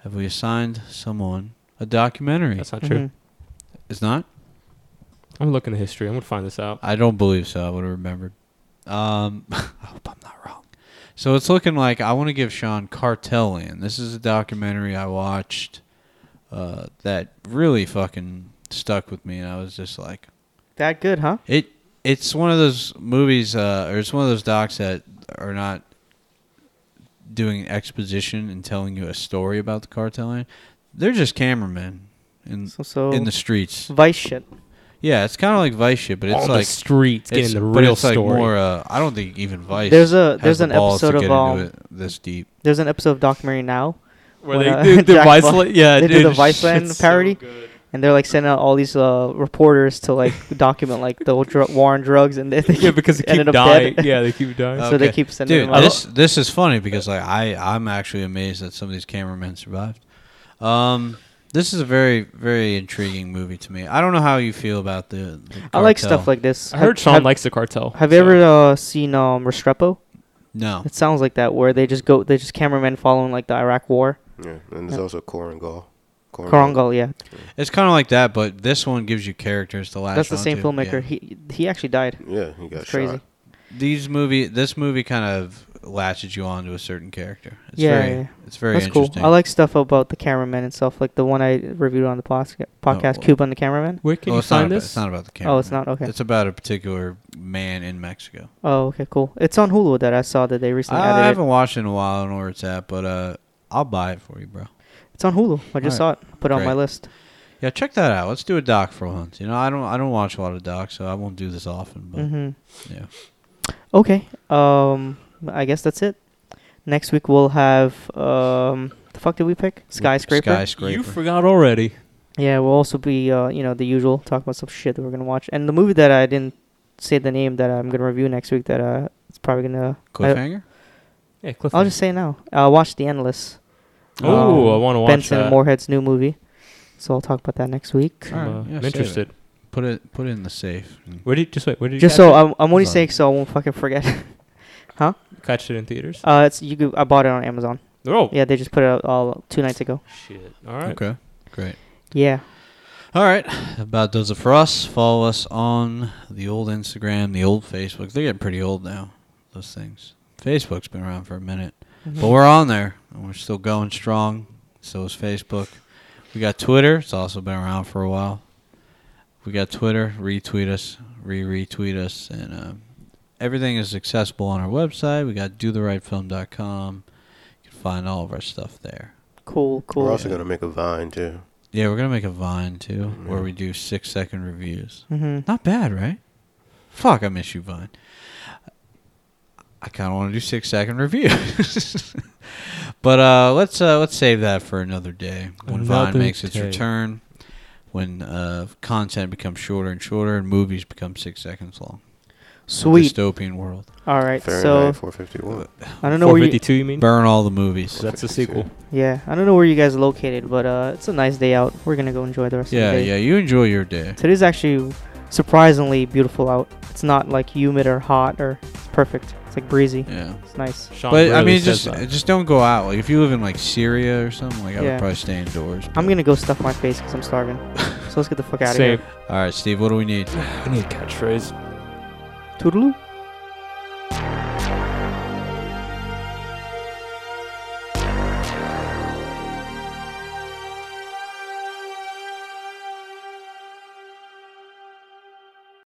Speaker 4: have we assigned someone a documentary?
Speaker 3: That's not true.
Speaker 2: Mhm.
Speaker 4: it's not.
Speaker 3: I'm looking at history. I'm gonna find this out.
Speaker 4: I don't believe so. I would have remembered. Um, (laughs) I hope I'm not wrong. So it's looking like I want to give Sean Cartel in. This is a documentary I watched uh, that really fucking stuck with me, and I was just like,
Speaker 2: That good, huh?
Speaker 4: it it's one of those movies, uh, or it's one of those docs that are not doing exposition and telling you a story about the carteling. They're just cameramen in
Speaker 2: So- so-
Speaker 4: in the streets.
Speaker 2: Vice shit.
Speaker 4: Yeah, it's kind of like Vice shit, but it's
Speaker 3: On the
Speaker 4: like
Speaker 3: streets,
Speaker 4: it's,
Speaker 3: getting the
Speaker 4: but
Speaker 3: real
Speaker 4: it's like
Speaker 3: story.
Speaker 4: more. Uh, I don't think even Vice.
Speaker 2: There's a-
Speaker 4: has
Speaker 2: there's
Speaker 4: the
Speaker 2: an
Speaker 4: balls to
Speaker 2: episode of,
Speaker 4: get into
Speaker 2: um,
Speaker 4: it this deep.
Speaker 2: There's an episode of documentary now
Speaker 3: Where
Speaker 2: when,
Speaker 3: they
Speaker 2: uh,
Speaker 3: do the
Speaker 2: Jack
Speaker 3: Vice
Speaker 2: Black-
Speaker 3: Land- yeah,
Speaker 2: they do
Speaker 3: dude,
Speaker 2: the Vice Land
Speaker 3: shit's so
Speaker 2: parody.
Speaker 3: good. (laughs)
Speaker 2: and they're like sending out all these uh, reporters to like document like the whole dr- war on drugs and they, they
Speaker 3: yeah,
Speaker 2: (laughs)
Speaker 3: because they keep
Speaker 2: ended up
Speaker 3: dying.
Speaker 2: dead. Uh,
Speaker 3: Yeah, they keep dying.
Speaker 2: So they keep sending
Speaker 4: Dude,
Speaker 2: them out.
Speaker 4: this this is funny because like I I'm actually amazed that some of these cameramen survived. Um, this is a very very intriguing movie to me. I don't know how you feel about the. the
Speaker 2: I like
Speaker 4: cartel.
Speaker 2: stuff like this.
Speaker 3: I heard
Speaker 2: Have-
Speaker 3: Sean
Speaker 2: have-
Speaker 3: likes the cartel.
Speaker 2: Have you
Speaker 3: so-
Speaker 2: ever uh, seen um, Restrepo?
Speaker 4: no.
Speaker 2: It sounds like that, where they just go, they just cameramen following like the Iraq War.
Speaker 3: Oh,
Speaker 5: Yeah, and there's also Korangal.
Speaker 2: Korangal, yeah,
Speaker 4: It's kind of like that, but this one gives you characters to latch
Speaker 2: that's the
Speaker 4: onto.
Speaker 2: same filmmaker.
Speaker 4: Yeah.
Speaker 2: He he actually died.
Speaker 5: Yeah, he got
Speaker 2: It's crazy.
Speaker 5: shot.
Speaker 4: These movie this movie kind of latches you onto a certain character. It's
Speaker 2: Yeah,
Speaker 4: very,
Speaker 2: yeah.
Speaker 4: it's very
Speaker 2: that's cool.
Speaker 4: interesting.
Speaker 2: I like stuff about the cameramen and stuff, like the one I reviewed on the posca- podcast,
Speaker 4: well.
Speaker 2: Cube on the cameraman.
Speaker 3: Where can
Speaker 4: Well,
Speaker 3: you
Speaker 4: Oh, it's, not
Speaker 3: find
Speaker 4: about,
Speaker 3: this?
Speaker 4: it's not about the camera.
Speaker 2: Oh, it's not? Okay.
Speaker 4: It's about a particular man in Mexico.
Speaker 2: Oh, okay, cool. It's on Hulu that I saw that they recently
Speaker 4: Ah, I
Speaker 2: added.
Speaker 4: haven't
Speaker 2: It.
Speaker 4: watched it in a while. I don't know where it's at, but uh, I'll buy it for you, bro.
Speaker 2: It's on Hulu. I just saw
Speaker 4: Alright.
Speaker 2: it. Put it on my
Speaker 4: Great.
Speaker 2: list.
Speaker 4: Yeah, check that out. Let's do a doc for once. You know, I don't I don't watch a lot of docs, so I won't do this often. But
Speaker 2: hmm
Speaker 4: yeah,
Speaker 2: Okay. Um, I guess that's it. Next week we'll have um, the fuck did we pick? Skyscraper.
Speaker 4: skyscraper.
Speaker 3: You forgot already.
Speaker 2: Yeah, we'll also be uh, you know the usual talk about some shit that we're gonna watch and the movie that I didn't say the name that I'm gonna review next week that uh it's probably gonna I,
Speaker 4: cliffhanger.
Speaker 3: Yeah, Cliff.
Speaker 2: I'll just say it now. Uh, watch The Endless.
Speaker 3: Oh,
Speaker 2: Um,
Speaker 3: I want to watch
Speaker 2: Benson
Speaker 3: that.
Speaker 2: and Moorhead's new movie. So I'll talk about that next week.
Speaker 3: I'm, uh,
Speaker 4: Alright, yeah,
Speaker 3: I'm
Speaker 4: save it.
Speaker 3: interested.
Speaker 4: put it put it in the safe. Mm.
Speaker 3: Where did just wait? Where did you
Speaker 2: Just
Speaker 3: catch
Speaker 2: so
Speaker 3: it?
Speaker 2: I'm, I'm only
Speaker 4: Sorry.
Speaker 2: saying so I won't fucking forget.
Speaker 3: catch it in theaters?
Speaker 2: uh, it's you. Could, I bought it on Amazon.
Speaker 3: oh,
Speaker 2: Yeah, they just put it out all two nights ago.
Speaker 3: shit. All right.
Speaker 4: Okay, great.
Speaker 2: Yeah.
Speaker 4: All right, about does it for us. Follow us on the old Instagram, the old Facebook. They're getting pretty old now. Those things. Facebook's been around for a minute, but we're on there and we're still going strong. So is Facebook. We got Twitter. It's also been around for a while. We got Twitter. Retweet us, re retweet us, and uh, everything is accessible on our website. We got dotherightfilm.com. You can find all of our stuff there.
Speaker 2: Cool. Cool.
Speaker 5: We're also gonna make a vine too.
Speaker 4: Yeah, we're gonna make a Vine too, where we do six second reviews.
Speaker 2: hmm
Speaker 4: Not bad, right? Fuck, I miss you, Vine. I kind of want to do six second reviews, (laughs) but uh, let's uh, let's save that for another day when
Speaker 3: Another
Speaker 4: Vine makes its
Speaker 3: day.
Speaker 4: return, when uh, content becomes shorter and shorter and movies become six seconds long. A
Speaker 2: Sweet.
Speaker 4: dystopian world.
Speaker 2: All right.
Speaker 5: Fahrenheit
Speaker 2: so
Speaker 5: 451.
Speaker 2: I don't know where you.
Speaker 3: 452. You mean?
Speaker 4: Burn all the movies.
Speaker 3: That's the sequel.
Speaker 2: Yeah, I don't know where you guys are located, but uh, it's a nice day out. We're gonna go enjoy the rest
Speaker 4: Yeah,
Speaker 2: of the day.
Speaker 4: yeah. You enjoy your day.
Speaker 2: Today's actually surprisingly beautiful out. It's not like humid or hot or it's perfect. It's like breezy.
Speaker 4: Yeah.
Speaker 2: It's nice.
Speaker 3: Sean
Speaker 4: but I
Speaker 3: really
Speaker 4: mean,
Speaker 3: says
Speaker 4: just
Speaker 3: that.
Speaker 4: just don't go out. Like if you live in like Syria or something, like I
Speaker 2: Yeah.
Speaker 4: would probably stay indoors.
Speaker 2: I'm
Speaker 4: but-
Speaker 2: gonna go stuff my face because I'm starving. so let's get the fuck out of
Speaker 3: Same.
Speaker 2: here.
Speaker 4: All right, Steve. What do we need?
Speaker 3: I need a catchphrase.
Speaker 2: Toodaloo.